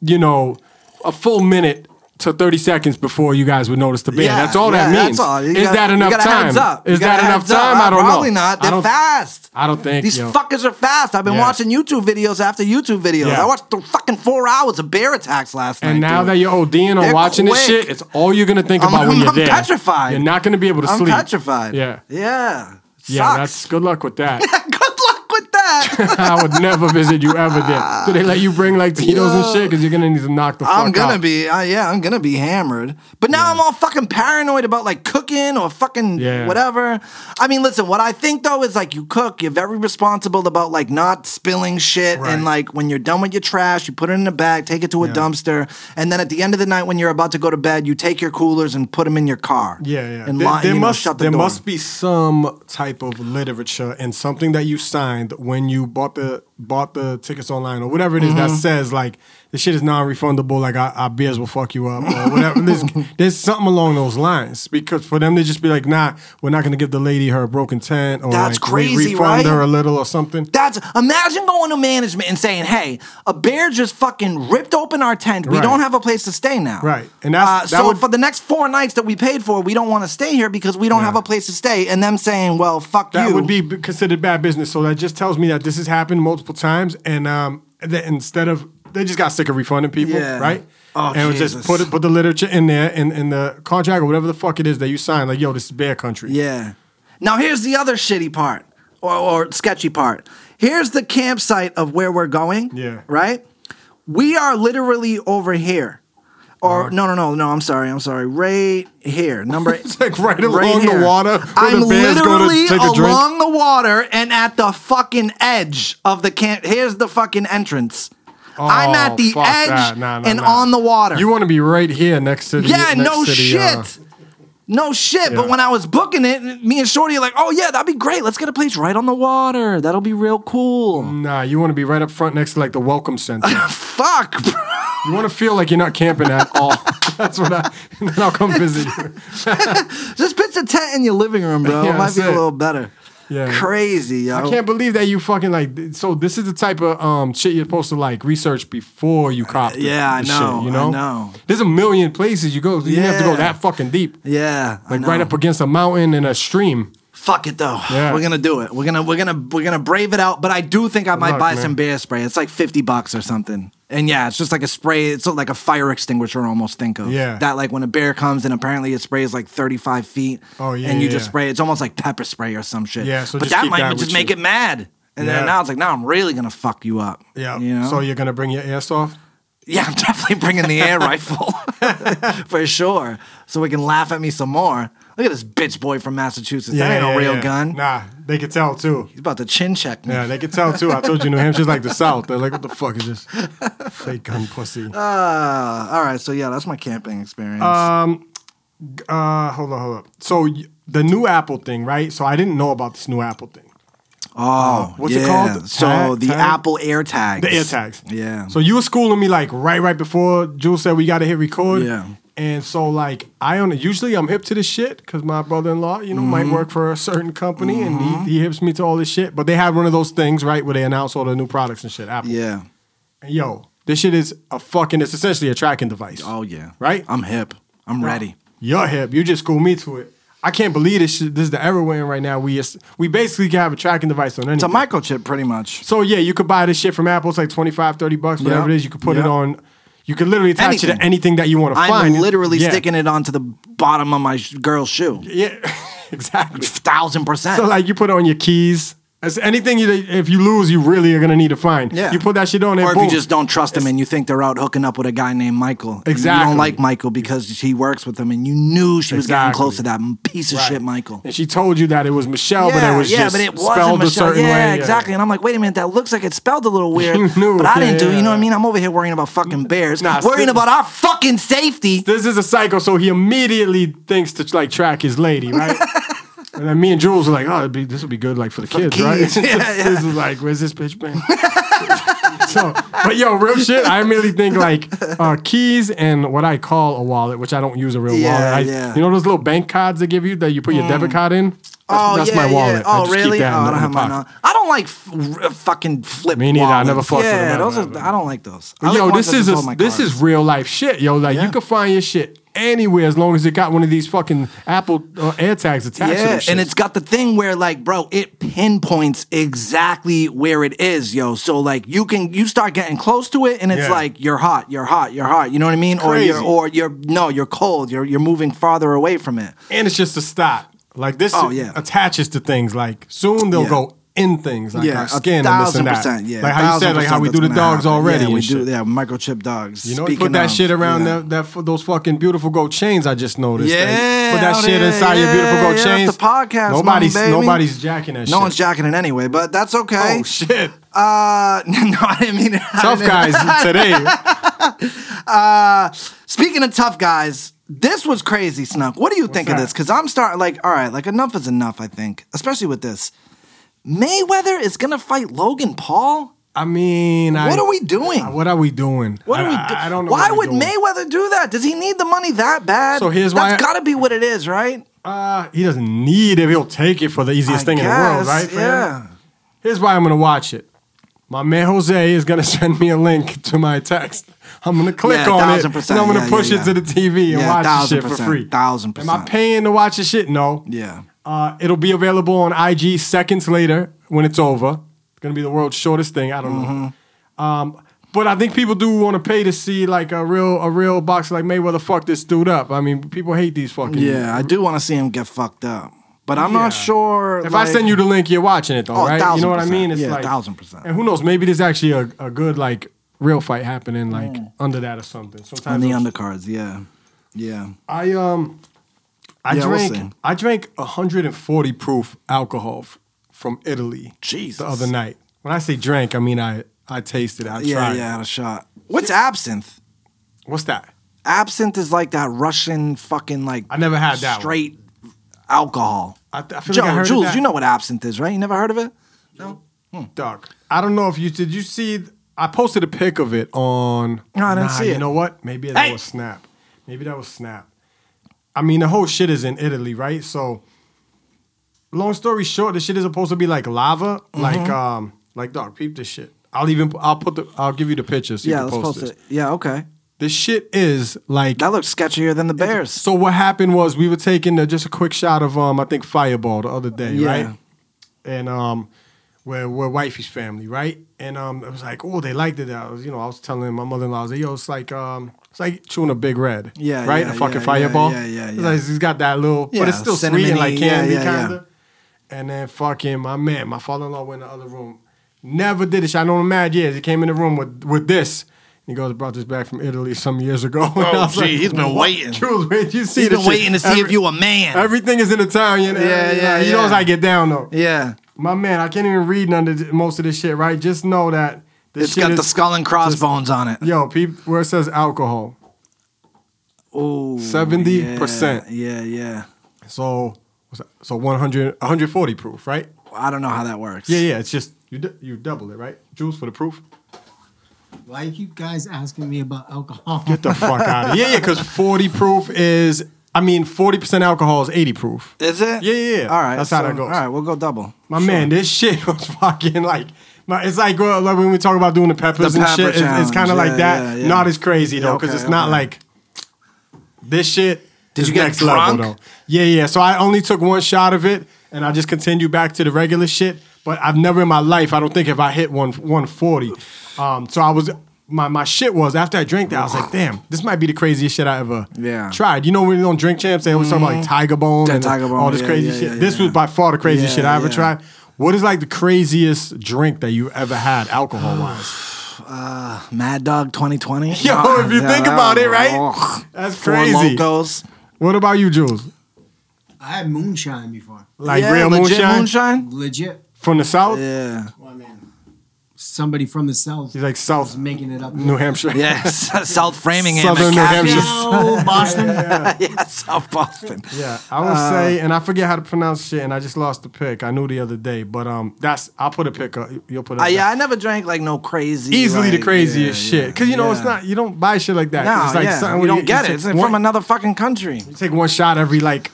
[SPEAKER 1] you know, a full minute to 30 seconds before you guys would notice the bear.
[SPEAKER 2] Yeah,
[SPEAKER 1] that's all that
[SPEAKER 2] yeah,
[SPEAKER 1] means.
[SPEAKER 2] that's all. You
[SPEAKER 1] Is
[SPEAKER 2] gotta-
[SPEAKER 1] that
[SPEAKER 2] you
[SPEAKER 1] enough
[SPEAKER 2] gotta
[SPEAKER 1] time?
[SPEAKER 2] heads up. You
[SPEAKER 1] Is that
[SPEAKER 2] gotta
[SPEAKER 1] enough
[SPEAKER 2] heads up.
[SPEAKER 1] time?
[SPEAKER 2] Uh,
[SPEAKER 1] I don't know.
[SPEAKER 2] Probably not.
[SPEAKER 1] I
[SPEAKER 2] They're
[SPEAKER 1] don't-
[SPEAKER 2] fast.
[SPEAKER 1] I don't think,
[SPEAKER 2] these
[SPEAKER 1] yo.
[SPEAKER 2] fuckers are fast. I've been
[SPEAKER 1] Yeah.
[SPEAKER 2] watching YouTube videos after YouTube videos.
[SPEAKER 1] Yeah.
[SPEAKER 2] I watched the fucking four hours of bear attacks last
[SPEAKER 1] And
[SPEAKER 2] night.
[SPEAKER 1] now
[SPEAKER 2] dude.
[SPEAKER 1] that you're ODing or
[SPEAKER 2] They're
[SPEAKER 1] watching this
[SPEAKER 2] quick.
[SPEAKER 1] shit, it's all you're gonna think
[SPEAKER 2] I'm-
[SPEAKER 1] about when you're
[SPEAKER 2] I'm
[SPEAKER 1] there.
[SPEAKER 2] petrified.
[SPEAKER 1] You're not gonna be able to
[SPEAKER 2] I'm
[SPEAKER 1] sleep.
[SPEAKER 2] petrified.
[SPEAKER 1] Yeah.
[SPEAKER 2] yeah,
[SPEAKER 1] Yeah, that's
[SPEAKER 2] sucks.
[SPEAKER 1] good luck with that.
[SPEAKER 2] Good luck with that.
[SPEAKER 1] I would never visit you ever there. Do they let you bring like Tito's and
[SPEAKER 2] Yo.
[SPEAKER 1] shit? Because you're gonna need to knock the fuck
[SPEAKER 2] I'm gonna
[SPEAKER 1] out.
[SPEAKER 2] be, uh, yeah, I'm gonna be hammered. But now I'm all fucking paranoid about like cooking or fucking
[SPEAKER 1] Yeah.
[SPEAKER 2] whatever. I mean, listen, what I think though is like you cook, you're very responsible about like not spilling shit,
[SPEAKER 1] Right.
[SPEAKER 2] and like when you're done with your trash, you put it in a bag, take it to a dumpster, and then at the end of the night when you're about to go to bed, you take your coolers and put them in your car.
[SPEAKER 1] Yeah, yeah.
[SPEAKER 2] And
[SPEAKER 1] there
[SPEAKER 2] lo-
[SPEAKER 1] there
[SPEAKER 2] you know,
[SPEAKER 1] must
[SPEAKER 2] shut the
[SPEAKER 1] there
[SPEAKER 2] door.
[SPEAKER 1] must be some type of literature and something that you signed when you bought the bought the tickets online or whatever it is that says like this shit is non-refundable. Like our, our beers will fuck you up or whatever. there's, there's something along those lines because for them to just be like, nah, we're not gonna give the lady her broken tent or
[SPEAKER 2] That's
[SPEAKER 1] like, we
[SPEAKER 2] crazy,
[SPEAKER 1] refund
[SPEAKER 2] right?
[SPEAKER 1] her a little or something.
[SPEAKER 2] That's imagine going to management and saying, "Hey, a bear just fucking ripped open our tent. We
[SPEAKER 1] Right.
[SPEAKER 2] don't have a place to stay now.
[SPEAKER 1] Right. And that's-
[SPEAKER 2] uh,
[SPEAKER 1] that
[SPEAKER 2] so
[SPEAKER 1] would-
[SPEAKER 2] for the next four nights that we paid for, we don't want to stay here because we don't
[SPEAKER 1] Yeah.
[SPEAKER 2] have a place to stay. And them saying, "Well, fuck
[SPEAKER 1] that
[SPEAKER 2] you."
[SPEAKER 1] would be b- considered bad business. So that just tells me that this has happened multiple times, and um, that instead of they just got sick of refunding people,
[SPEAKER 2] Yeah.
[SPEAKER 1] right?
[SPEAKER 2] Oh,
[SPEAKER 1] and it was
[SPEAKER 2] Jesus.
[SPEAKER 1] just put it- put the literature in there in, in the contract or whatever the fuck it is that you signed. Like, yo, this is bear country.
[SPEAKER 2] yeah. Now here's the other shitty part or, or sketchy part. Here's the campsite of where we're going.
[SPEAKER 1] Yeah.
[SPEAKER 2] Right. We are literally over here.
[SPEAKER 1] Uh-huh.
[SPEAKER 2] Or no, no, no, no. I'm sorry. I'm sorry. Right here, number.
[SPEAKER 1] It's like right along the
[SPEAKER 2] here.
[SPEAKER 1] water. Where
[SPEAKER 2] I'm
[SPEAKER 1] the bears go
[SPEAKER 2] literally
[SPEAKER 1] to take a drink.
[SPEAKER 2] along the water and at the fucking edge of the camp. Here's the fucking entrance. I'm
[SPEAKER 1] Oh,
[SPEAKER 2] at the edge
[SPEAKER 1] fuck that. Nah, nah,
[SPEAKER 2] and
[SPEAKER 1] nah.
[SPEAKER 2] on the water.
[SPEAKER 1] You want to be right here next to the
[SPEAKER 2] yeah,
[SPEAKER 1] next
[SPEAKER 2] no
[SPEAKER 1] to the,
[SPEAKER 2] shit.
[SPEAKER 1] uh,
[SPEAKER 2] no shit,
[SPEAKER 1] yeah.
[SPEAKER 2] but when I was booking it, me and Shorty are like, oh yeah, that'd be great. Let's get a place right on the water. That'll be real cool.
[SPEAKER 1] nah, you want to be right up front next to like the welcome center.
[SPEAKER 2] Fuck, bro.
[SPEAKER 1] you want to feel like you're not camping at all. That's what I. And then I'll come visit you.
[SPEAKER 2] Just pitch a tent in your living room, bro.
[SPEAKER 1] Yeah,
[SPEAKER 2] it might
[SPEAKER 1] that's
[SPEAKER 2] be a
[SPEAKER 1] it.
[SPEAKER 2] little better.
[SPEAKER 1] Yeah.
[SPEAKER 2] Crazy, yo.
[SPEAKER 1] I can't believe that you fucking like. th- So this is the type of um shit you're supposed to like research before you cop. the-
[SPEAKER 2] Uh, Yeah, I
[SPEAKER 1] the
[SPEAKER 2] know,
[SPEAKER 1] Shit,
[SPEAKER 2] I
[SPEAKER 1] you know.
[SPEAKER 2] know.
[SPEAKER 1] There's a million places you go. You didn't have to go
[SPEAKER 2] Yeah.
[SPEAKER 1] that fucking deep.
[SPEAKER 2] yeah, I
[SPEAKER 1] Like right
[SPEAKER 2] know.
[SPEAKER 1] up against a mountain and a stream.
[SPEAKER 2] Fuck it though.
[SPEAKER 1] Yeah.
[SPEAKER 2] We're gonna do it. We're gonna we're gonna we're gonna brave it out. But I do think I might
[SPEAKER 1] luck,
[SPEAKER 2] buy
[SPEAKER 1] man.
[SPEAKER 2] some bear spray. It's like fifty bucks or something. And yeah, it's just like a spray. It's like a fire extinguisher. I Almost think of
[SPEAKER 1] Yeah.
[SPEAKER 2] That like when a bear comes and apparently it sprays like thirty five feet.
[SPEAKER 1] Oh, yeah,
[SPEAKER 2] And you
[SPEAKER 1] yeah,
[SPEAKER 2] just
[SPEAKER 1] yeah.
[SPEAKER 2] spray. It's almost like pepper spray or some shit.
[SPEAKER 1] Yeah, so
[SPEAKER 2] but
[SPEAKER 1] just
[SPEAKER 2] that
[SPEAKER 1] keep
[SPEAKER 2] might
[SPEAKER 1] that
[SPEAKER 2] just
[SPEAKER 1] with
[SPEAKER 2] make
[SPEAKER 1] you.
[SPEAKER 2] it mad. And
[SPEAKER 1] Yeah.
[SPEAKER 2] then now it's like now I'm really gonna fuck you up.
[SPEAKER 1] Yeah.
[SPEAKER 2] You know?
[SPEAKER 1] So you're gonna bring your ass off.
[SPEAKER 2] yeah, I'm definitely bringing the air rifle for sure, so we can laugh at me some more. Look at this bitch boy from Massachusetts. that ain't a real gun.
[SPEAKER 1] Nah, they could tell too.
[SPEAKER 2] He's about to chin check me.
[SPEAKER 1] Yeah, they could tell too. I told you New Hampshire's like the South. They're like, what the fuck is this fake gun pussy?
[SPEAKER 2] Uh, all right, so yeah, that's my camping experience.
[SPEAKER 1] Uh, hold on, hold up. So y- the new Apple thing, right? So I didn't know about this new Apple thing.
[SPEAKER 2] Oh,
[SPEAKER 1] What's it
[SPEAKER 2] yeah.
[SPEAKER 1] called?
[SPEAKER 2] So
[SPEAKER 1] Tag-
[SPEAKER 2] the
[SPEAKER 1] tag?
[SPEAKER 2] Apple AirTags.
[SPEAKER 1] The air tags.
[SPEAKER 2] Yeah.
[SPEAKER 1] So you were schooling me like right right before Jules said we gotta hit record.
[SPEAKER 2] Yeah.
[SPEAKER 1] And so like I on usually I'm hip to this shit because my brother in law, you know,
[SPEAKER 2] Mm-hmm.
[SPEAKER 1] might work for a certain company and he, he hips me to all this shit. But they have one of those things, right, where they announce all the new products and shit. Apple.
[SPEAKER 2] Yeah.
[SPEAKER 1] And yo, this shit is a fucking it's essentially a tracking device.
[SPEAKER 2] Oh yeah.
[SPEAKER 1] Right?
[SPEAKER 2] I'm hip. I'm ready.
[SPEAKER 1] You're hip. You just school me to it. I can't believe this shit. This is the era we're in right now. We is- we basically can have a tracking device on anything.
[SPEAKER 2] It's a microchip, pretty much.
[SPEAKER 1] So yeah, you could buy this shit from Apple. It's like 25, 30 bucks, whatever
[SPEAKER 2] Yeah.
[SPEAKER 1] it is. You could put it
[SPEAKER 2] Yeah.
[SPEAKER 1] on. You could literally attach it
[SPEAKER 2] Anything.
[SPEAKER 1] to anything that you want to
[SPEAKER 2] I'm
[SPEAKER 1] find.
[SPEAKER 2] literally
[SPEAKER 1] Yeah.
[SPEAKER 2] sticking it onto the bottom of my sh- girl's shoe.
[SPEAKER 1] Yeah, exactly.
[SPEAKER 2] Thousand percent.
[SPEAKER 1] So like you put it on your keys. It's anything you, if you lose, you really are gonna need to find.
[SPEAKER 2] Yeah.
[SPEAKER 1] You put that shit on there.
[SPEAKER 2] or if
[SPEAKER 1] boom.
[SPEAKER 2] you just don't trust them and you think they're out hooking up with a guy named Michael. and You
[SPEAKER 1] Exactly.
[SPEAKER 2] don't like Michael because he works with them and you knew she was getting
[SPEAKER 1] Exactly.
[SPEAKER 2] close to that piece of
[SPEAKER 1] Right.
[SPEAKER 2] shit, Michael.
[SPEAKER 1] And she told you that it was Michelle, Oh, but it was just
[SPEAKER 2] wasn't
[SPEAKER 1] spelled a
[SPEAKER 2] Michelle.
[SPEAKER 1] certain
[SPEAKER 2] yeah,
[SPEAKER 1] way.
[SPEAKER 2] exactly. And I'm like, wait a minute, that looks like it's spelled a little weird.
[SPEAKER 1] knew,
[SPEAKER 2] but I
[SPEAKER 1] yeah,
[SPEAKER 2] didn't do. it. You know what I
[SPEAKER 1] yeah.
[SPEAKER 2] mean? I'm over here worrying about fucking bears,
[SPEAKER 1] Nah,
[SPEAKER 2] worrying
[SPEAKER 1] still-
[SPEAKER 2] about our fucking safety.
[SPEAKER 1] This is a psycho, so he immediately thinks to like track his lady, right? and then me and Jules are like, oh, it'd be, this would be good like for the kids, right?
[SPEAKER 2] kids, yeah,
[SPEAKER 1] This is like, where's this bitch been? so, but yo, real shit. I immediately think like uh, keys and what I call a wallet, which I don't use a real
[SPEAKER 2] Yeah,
[SPEAKER 1] wallet. I,
[SPEAKER 2] yeah. Mm.
[SPEAKER 1] You know those little bank cards they give you that you put your debit card in. That's,
[SPEAKER 2] Oh
[SPEAKER 1] that's
[SPEAKER 2] yeah,
[SPEAKER 1] my wallet.
[SPEAKER 2] yeah.
[SPEAKER 1] I
[SPEAKER 2] Oh
[SPEAKER 1] just keep
[SPEAKER 2] really?
[SPEAKER 1] that
[SPEAKER 2] oh,
[SPEAKER 1] in
[SPEAKER 2] I
[SPEAKER 1] the-
[SPEAKER 2] don't
[SPEAKER 1] in
[SPEAKER 2] have
[SPEAKER 1] my
[SPEAKER 2] mine.
[SPEAKER 1] pocket.
[SPEAKER 2] on. I don't like f- r- fucking flip.
[SPEAKER 1] Me neither. I
[SPEAKER 2] wallets.
[SPEAKER 1] never fucked with
[SPEAKER 2] Yeah,
[SPEAKER 1] them.
[SPEAKER 2] those are. I don't like those. I like
[SPEAKER 1] yo,
[SPEAKER 2] ones
[SPEAKER 1] this
[SPEAKER 2] that
[SPEAKER 1] is
[SPEAKER 2] just hold my
[SPEAKER 1] a, this
[SPEAKER 2] cards.
[SPEAKER 1] is real life shit, yo. Like you can find your shit anywhere as long as it got one of these fucking Apple uh, AirTags attached. to
[SPEAKER 2] Yeah,
[SPEAKER 1] them
[SPEAKER 2] and
[SPEAKER 1] shits.
[SPEAKER 2] it's got the thing where like, bro, it pinpoints exactly where it is, yo. So like, you can you start getting close to it, and it's
[SPEAKER 1] Yeah.
[SPEAKER 2] like you're hot, you're hot, you're hot. You know what I mean? Or
[SPEAKER 1] Crazy.
[SPEAKER 2] you're or you're no, you're cold. You're you're moving farther away from it.
[SPEAKER 1] and it's just a stop. Like this
[SPEAKER 2] Oh, yeah.
[SPEAKER 1] attaches to things. Like soon they'll
[SPEAKER 2] Yeah.
[SPEAKER 1] go in things like
[SPEAKER 2] yeah,
[SPEAKER 1] our skin
[SPEAKER 2] a
[SPEAKER 1] and this
[SPEAKER 2] thousand
[SPEAKER 1] and that.
[SPEAKER 2] percent. Yeah,
[SPEAKER 1] like how you said, like how we do the dogs already.
[SPEAKER 2] Yeah,
[SPEAKER 1] and
[SPEAKER 2] we
[SPEAKER 1] shit.
[SPEAKER 2] do. Yeah, microchip dogs.
[SPEAKER 1] You know,
[SPEAKER 2] Speaking
[SPEAKER 1] put that
[SPEAKER 2] of,
[SPEAKER 1] shit around
[SPEAKER 2] yeah.
[SPEAKER 1] that, that f- those fucking beautiful gold chains I just noticed. Like,
[SPEAKER 2] Yeah,
[SPEAKER 1] put that
[SPEAKER 2] out
[SPEAKER 1] shit
[SPEAKER 2] there.
[SPEAKER 1] inside your beautiful
[SPEAKER 2] Yeah,
[SPEAKER 1] gold
[SPEAKER 2] yeah,
[SPEAKER 1] chains.
[SPEAKER 2] that's the podcast, mama,
[SPEAKER 1] Nobody's
[SPEAKER 2] baby.
[SPEAKER 1] nobody's jacking that shit.
[SPEAKER 2] No one's jacking it anyway, but that's okay.
[SPEAKER 1] Oh shit!
[SPEAKER 2] Uh, no, I didn't mean it. I
[SPEAKER 1] Tough
[SPEAKER 2] didn't-
[SPEAKER 1] guys today.
[SPEAKER 2] Uh, Speaking of tough guys, this was crazy, Snuck. What do you think of
[SPEAKER 1] that?
[SPEAKER 2] this? Because I'm starting like, all right, like enough is enough. I think, especially with this, Mayweather is gonna fight Logan Paul.
[SPEAKER 1] I mean, I,
[SPEAKER 2] What are we doing?
[SPEAKER 1] What are we doing?
[SPEAKER 2] What are
[SPEAKER 1] I,
[SPEAKER 2] we?
[SPEAKER 1] I-
[SPEAKER 2] Do-
[SPEAKER 1] I don't know.
[SPEAKER 2] Why
[SPEAKER 1] what we're
[SPEAKER 2] would
[SPEAKER 1] doing.
[SPEAKER 2] Mayweather do that? Does he need the money that bad?
[SPEAKER 1] So here's why
[SPEAKER 2] that's
[SPEAKER 1] I-
[SPEAKER 2] got to be what it is, right?
[SPEAKER 1] Uh, he doesn't need it. He'll take it for the easiest
[SPEAKER 2] I
[SPEAKER 1] thing in the world,
[SPEAKER 2] guess,
[SPEAKER 1] right? for him?
[SPEAKER 2] Yeah.
[SPEAKER 1] Here's why I'm gonna watch it. My man Jose is gonna send me a link to my text. I'm gonna click
[SPEAKER 2] Yeah,
[SPEAKER 1] on it,
[SPEAKER 2] thousand
[SPEAKER 1] and
[SPEAKER 2] percent.
[SPEAKER 1] I'm gonna
[SPEAKER 2] Yeah,
[SPEAKER 1] push
[SPEAKER 2] yeah,
[SPEAKER 1] it to
[SPEAKER 2] yeah.
[SPEAKER 1] the TV and
[SPEAKER 2] Yeah,
[SPEAKER 1] watch the
[SPEAKER 2] thousand
[SPEAKER 1] shit for
[SPEAKER 2] percent.
[SPEAKER 1] free.
[SPEAKER 2] Thousand
[SPEAKER 1] Am I
[SPEAKER 2] percent.
[SPEAKER 1] paying to watch the shit? No.
[SPEAKER 2] Yeah.
[SPEAKER 1] Uh, it'll be available on IG seconds later when it's over. It's gonna be the world's shortest thing. I don't know.
[SPEAKER 2] Mm-hmm.
[SPEAKER 1] Um, but I think people do want to pay to see like a real a real boxer like Mayweather fuck this dude up. I mean, people hate these fucking
[SPEAKER 2] Yeah, I do want to see him get fucked up, but I'm
[SPEAKER 1] Yeah.
[SPEAKER 2] not sure.
[SPEAKER 1] If
[SPEAKER 2] like-
[SPEAKER 1] I send you the link, you're watching it though,
[SPEAKER 2] Oh,
[SPEAKER 1] right? you know what I
[SPEAKER 2] 1000%.
[SPEAKER 1] mean?
[SPEAKER 2] Yeah,
[SPEAKER 1] like
[SPEAKER 2] 1000%.
[SPEAKER 1] And who knows? Maybe there's actually a, a good like real fight happening like under that or something.
[SPEAKER 2] on
[SPEAKER 1] Sometimes
[SPEAKER 2] the
[SPEAKER 1] I'll-
[SPEAKER 2] undercards, yeah, yeah.
[SPEAKER 1] I um I
[SPEAKER 2] Yeah, we'll
[SPEAKER 1] drank
[SPEAKER 2] see.
[SPEAKER 1] I drank 140 proof alcohol f- from Italy
[SPEAKER 2] Jesus.
[SPEAKER 1] the other night. When I say drank, I mean I I tasted. it, I
[SPEAKER 2] Yeah,
[SPEAKER 1] tried. it.
[SPEAKER 2] yeah, I had a shot. What's absinthe?
[SPEAKER 1] What's that?
[SPEAKER 2] Absinthe is like that Russian fucking like
[SPEAKER 1] I never had that one.
[SPEAKER 2] straight alcohol.
[SPEAKER 1] I, th- I feel
[SPEAKER 2] Joe,
[SPEAKER 1] like I heard of
[SPEAKER 2] Jules,
[SPEAKER 1] that.
[SPEAKER 2] you know what absinthe is, right? You never heard of it?
[SPEAKER 1] Doug. I don't know if you did. You see, I posted a pic of it on.
[SPEAKER 2] No, I didn't
[SPEAKER 1] Nah,
[SPEAKER 2] see
[SPEAKER 1] You
[SPEAKER 2] it.
[SPEAKER 1] know what? Maybe that
[SPEAKER 2] Hey!
[SPEAKER 1] was Snap. Maybe that was Snap. I mean, the whole shit is in Italy, right? So, long story short, the shit is supposed to be like lava,
[SPEAKER 2] Mm-hmm.
[SPEAKER 1] like um, like dog. Peep this shit. I'll even I'll put the I'll give you the pictures. So
[SPEAKER 2] yeah,
[SPEAKER 1] you
[SPEAKER 2] let's
[SPEAKER 1] can
[SPEAKER 2] post
[SPEAKER 1] this.
[SPEAKER 2] it. Yeah, okay.
[SPEAKER 1] This shit is like
[SPEAKER 2] That looks sketchier than the bears.
[SPEAKER 1] so what happened was we were taking the, just a quick shot of um I think Fireball the other day,
[SPEAKER 2] Yeah.
[SPEAKER 1] right? And um where where wifey's family, right? And um it was like, oh, they liked it. I was, you know, I was telling my mother in law, I was like, yo, it's like um it's like chewing a big red.
[SPEAKER 2] Yeah,
[SPEAKER 1] Right?
[SPEAKER 2] yeah,
[SPEAKER 1] a fucking
[SPEAKER 2] yeah,
[SPEAKER 1] fireball.
[SPEAKER 2] yeah, yeah,
[SPEAKER 1] It's
[SPEAKER 2] yeah.
[SPEAKER 1] like, it's got that little but
[SPEAKER 2] Yeah,
[SPEAKER 1] it's still sweet and like
[SPEAKER 2] cinnamony,
[SPEAKER 1] candy
[SPEAKER 2] yeah, yeah, yeah.
[SPEAKER 1] kinda. And then fucking my man, my father in law went in the other room. Never did this. I know him mad years. He came in the room with with this. He goes, brought this back from Italy some years ago. And I
[SPEAKER 2] Oh,
[SPEAKER 1] was
[SPEAKER 2] gee, he's been
[SPEAKER 1] "What?
[SPEAKER 2] waiting."
[SPEAKER 1] Jules, wait, you see
[SPEAKER 2] He's
[SPEAKER 1] the
[SPEAKER 2] been
[SPEAKER 1] shit.
[SPEAKER 2] waiting to see if you a man.
[SPEAKER 1] Everything is in Italian.
[SPEAKER 2] Yeah,
[SPEAKER 1] Yeah,
[SPEAKER 2] yeah,
[SPEAKER 1] yeah. You
[SPEAKER 2] yeah.
[SPEAKER 1] know as I get down though.
[SPEAKER 2] yeah.
[SPEAKER 1] My man, I can't even read none of th- most of this shit, right? Just know that this
[SPEAKER 2] It's
[SPEAKER 1] shit
[SPEAKER 2] got
[SPEAKER 1] is,
[SPEAKER 2] the skull and crossbones on it.
[SPEAKER 1] Yo, peep where it says alcohol.
[SPEAKER 2] Ooh.
[SPEAKER 1] 70%.
[SPEAKER 2] Yeah, yeah.
[SPEAKER 1] So what's that? So 100, 140 proof, right?
[SPEAKER 2] I don't know how that works.
[SPEAKER 1] Yeah, yeah. It's just you d- you double it, right? Jules for the proof.
[SPEAKER 6] Why you keep guys asking me about alcohol?
[SPEAKER 1] Get the fuck out of here. Yeah, yeah. Because 40 proof is, I mean, 40 percent alcohol is 80 proof.
[SPEAKER 2] Is it?
[SPEAKER 1] Yeah, yeah, yeah.
[SPEAKER 2] All right.
[SPEAKER 1] That's how
[SPEAKER 2] so-
[SPEAKER 1] that goes.
[SPEAKER 2] All right, we'll go double.
[SPEAKER 1] My man, this shit was fucking like. My, it's like, well, like when we talk about doing the peppers
[SPEAKER 2] The
[SPEAKER 1] and
[SPEAKER 2] pepper
[SPEAKER 1] shit, it's, it's kind
[SPEAKER 2] challenge.
[SPEAKER 1] of like
[SPEAKER 2] Yeah,
[SPEAKER 1] that.
[SPEAKER 2] yeah, yeah.
[SPEAKER 1] Not as crazy though,
[SPEAKER 2] Yeah,
[SPEAKER 1] because
[SPEAKER 2] okay,
[SPEAKER 1] it's not
[SPEAKER 2] okay.
[SPEAKER 1] like this shit.
[SPEAKER 2] Did
[SPEAKER 1] is
[SPEAKER 2] you get
[SPEAKER 1] next
[SPEAKER 2] drunk?
[SPEAKER 1] level though? Yeah, yeah. So I only took one shot of it, and I just continued back to the regular shit. But I've never in my life, I don't think, if I hit one one forty. Um, so I was my my shit was after I drank that, I was like, damn, this might be the craziest shit I ever
[SPEAKER 2] Yeah.
[SPEAKER 1] tried. You know when you don't drink champs, they always talk about like Tiger Bone
[SPEAKER 2] That
[SPEAKER 1] and
[SPEAKER 2] Tiger Bone,
[SPEAKER 1] all this
[SPEAKER 2] yeah,
[SPEAKER 1] crazy
[SPEAKER 2] yeah,
[SPEAKER 1] shit.
[SPEAKER 2] yeah,
[SPEAKER 1] this
[SPEAKER 2] yeah.
[SPEAKER 1] was by far the craziest
[SPEAKER 2] Yeah,
[SPEAKER 1] shit I ever
[SPEAKER 2] yeah.
[SPEAKER 1] tried. What is like the craziest drink that you ever had alcohol wise?
[SPEAKER 2] Mad Dog 2020.
[SPEAKER 1] Yo, if you think about it, right?
[SPEAKER 2] Ugh.
[SPEAKER 1] That's
[SPEAKER 2] Four
[SPEAKER 1] crazy.
[SPEAKER 2] Locos.
[SPEAKER 1] What about you, Jules?
[SPEAKER 6] I had moonshine before.
[SPEAKER 1] Like
[SPEAKER 2] Yeah,
[SPEAKER 1] real
[SPEAKER 2] legit
[SPEAKER 1] moonshine?
[SPEAKER 6] Legit.
[SPEAKER 1] from the south?
[SPEAKER 2] Yeah.
[SPEAKER 6] My man. Somebody from the South
[SPEAKER 1] He's like South
[SPEAKER 6] is making it up.
[SPEAKER 1] New Hampshire.
[SPEAKER 2] Yes. South Framingham.
[SPEAKER 1] Southern
[SPEAKER 2] and
[SPEAKER 1] New
[SPEAKER 2] Cappies.
[SPEAKER 1] Hampshire.
[SPEAKER 6] No, Boston.
[SPEAKER 2] yeah, South Boston.
[SPEAKER 1] Yeah, I would
[SPEAKER 2] Uh,
[SPEAKER 1] say, and I forget how to pronounce shit, and I just lost the pick. I knew the other day, but um, that's I'll put a pick up. You'll put it.
[SPEAKER 2] Uh,
[SPEAKER 1] up.
[SPEAKER 2] yeah, I never drank like no crazy.
[SPEAKER 1] easily
[SPEAKER 2] like,
[SPEAKER 1] the craziest
[SPEAKER 2] yeah,
[SPEAKER 1] shit. Cause you know
[SPEAKER 2] yeah.
[SPEAKER 1] it's not you don't buy shit like that. 'Cause
[SPEAKER 2] No,
[SPEAKER 1] it's like
[SPEAKER 2] yeah,
[SPEAKER 1] something
[SPEAKER 2] we
[SPEAKER 1] where you-
[SPEAKER 2] don't get
[SPEAKER 1] you
[SPEAKER 2] it. It's
[SPEAKER 1] take
[SPEAKER 2] from
[SPEAKER 1] one-
[SPEAKER 2] another fucking country.
[SPEAKER 1] you take one shot every like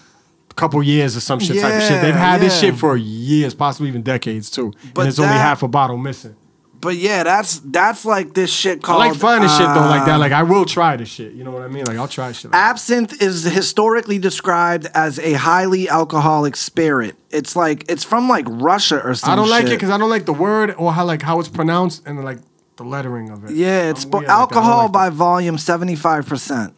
[SPEAKER 1] couple years or some shit type of shit.
[SPEAKER 2] Yeah,
[SPEAKER 1] They've had this
[SPEAKER 2] yeah.
[SPEAKER 1] shit for years, possibly even decades too.
[SPEAKER 2] But
[SPEAKER 1] and it's only
[SPEAKER 2] that-
[SPEAKER 1] half a bottle missing.
[SPEAKER 2] But yeah, that's that's like this shit called.
[SPEAKER 1] I like finding shit though like that.
[SPEAKER 2] uh,
[SPEAKER 1] Like I will try this shit. You know what I mean? Like I'll try shit. Like
[SPEAKER 2] Absinthe is historically described as a highly alcoholic spirit. It's like it's from like Russia or
[SPEAKER 1] that.
[SPEAKER 2] something.
[SPEAKER 1] I don't like it because I don't like the word or how like how it's pronounced and like the lettering of it.
[SPEAKER 2] yeah, it's but
[SPEAKER 1] weird Oh, like that. I don't
[SPEAKER 2] alcohol
[SPEAKER 1] like
[SPEAKER 2] by volume seventy five percent,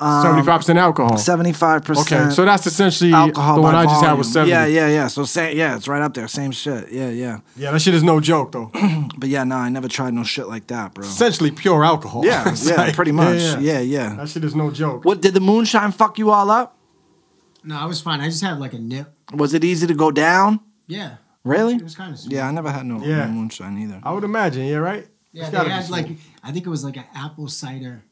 [SPEAKER 1] seventy five percent alcohol.
[SPEAKER 2] seventy five percent.
[SPEAKER 1] Oh. Okay, so that's essentially
[SPEAKER 2] alcohol.
[SPEAKER 1] the one
[SPEAKER 2] by
[SPEAKER 1] I just
[SPEAKER 2] volume.
[SPEAKER 1] had was seventy.
[SPEAKER 2] Yeah, yeah, yeah. So same, yeah, it's right up there. Same shit. Yeah, yeah.
[SPEAKER 1] yeah, that shit is no joke though.
[SPEAKER 2] But yeah, no, I never tried no shit like that, bro.
[SPEAKER 1] essentially pure alcohol.
[SPEAKER 2] Yeah,
[SPEAKER 1] It's
[SPEAKER 2] yeah,
[SPEAKER 1] like-
[SPEAKER 2] pretty much. Yeah, yeah.
[SPEAKER 1] That shit is no joke.
[SPEAKER 2] What did the moonshine fuck you all up?
[SPEAKER 6] No, I was fine. I just had like a nip.
[SPEAKER 2] Was it easy to go down?
[SPEAKER 6] Yeah.
[SPEAKER 2] Really?
[SPEAKER 6] It was kind of
[SPEAKER 2] Yeah, I never had no,
[SPEAKER 1] Yeah.
[SPEAKER 2] no moonshine either.
[SPEAKER 1] I would imagine, yeah, right?
[SPEAKER 6] Yeah,
[SPEAKER 1] It's
[SPEAKER 6] they
[SPEAKER 1] gotta be
[SPEAKER 6] had
[SPEAKER 1] smooth.
[SPEAKER 6] like I think it was like an apple cider,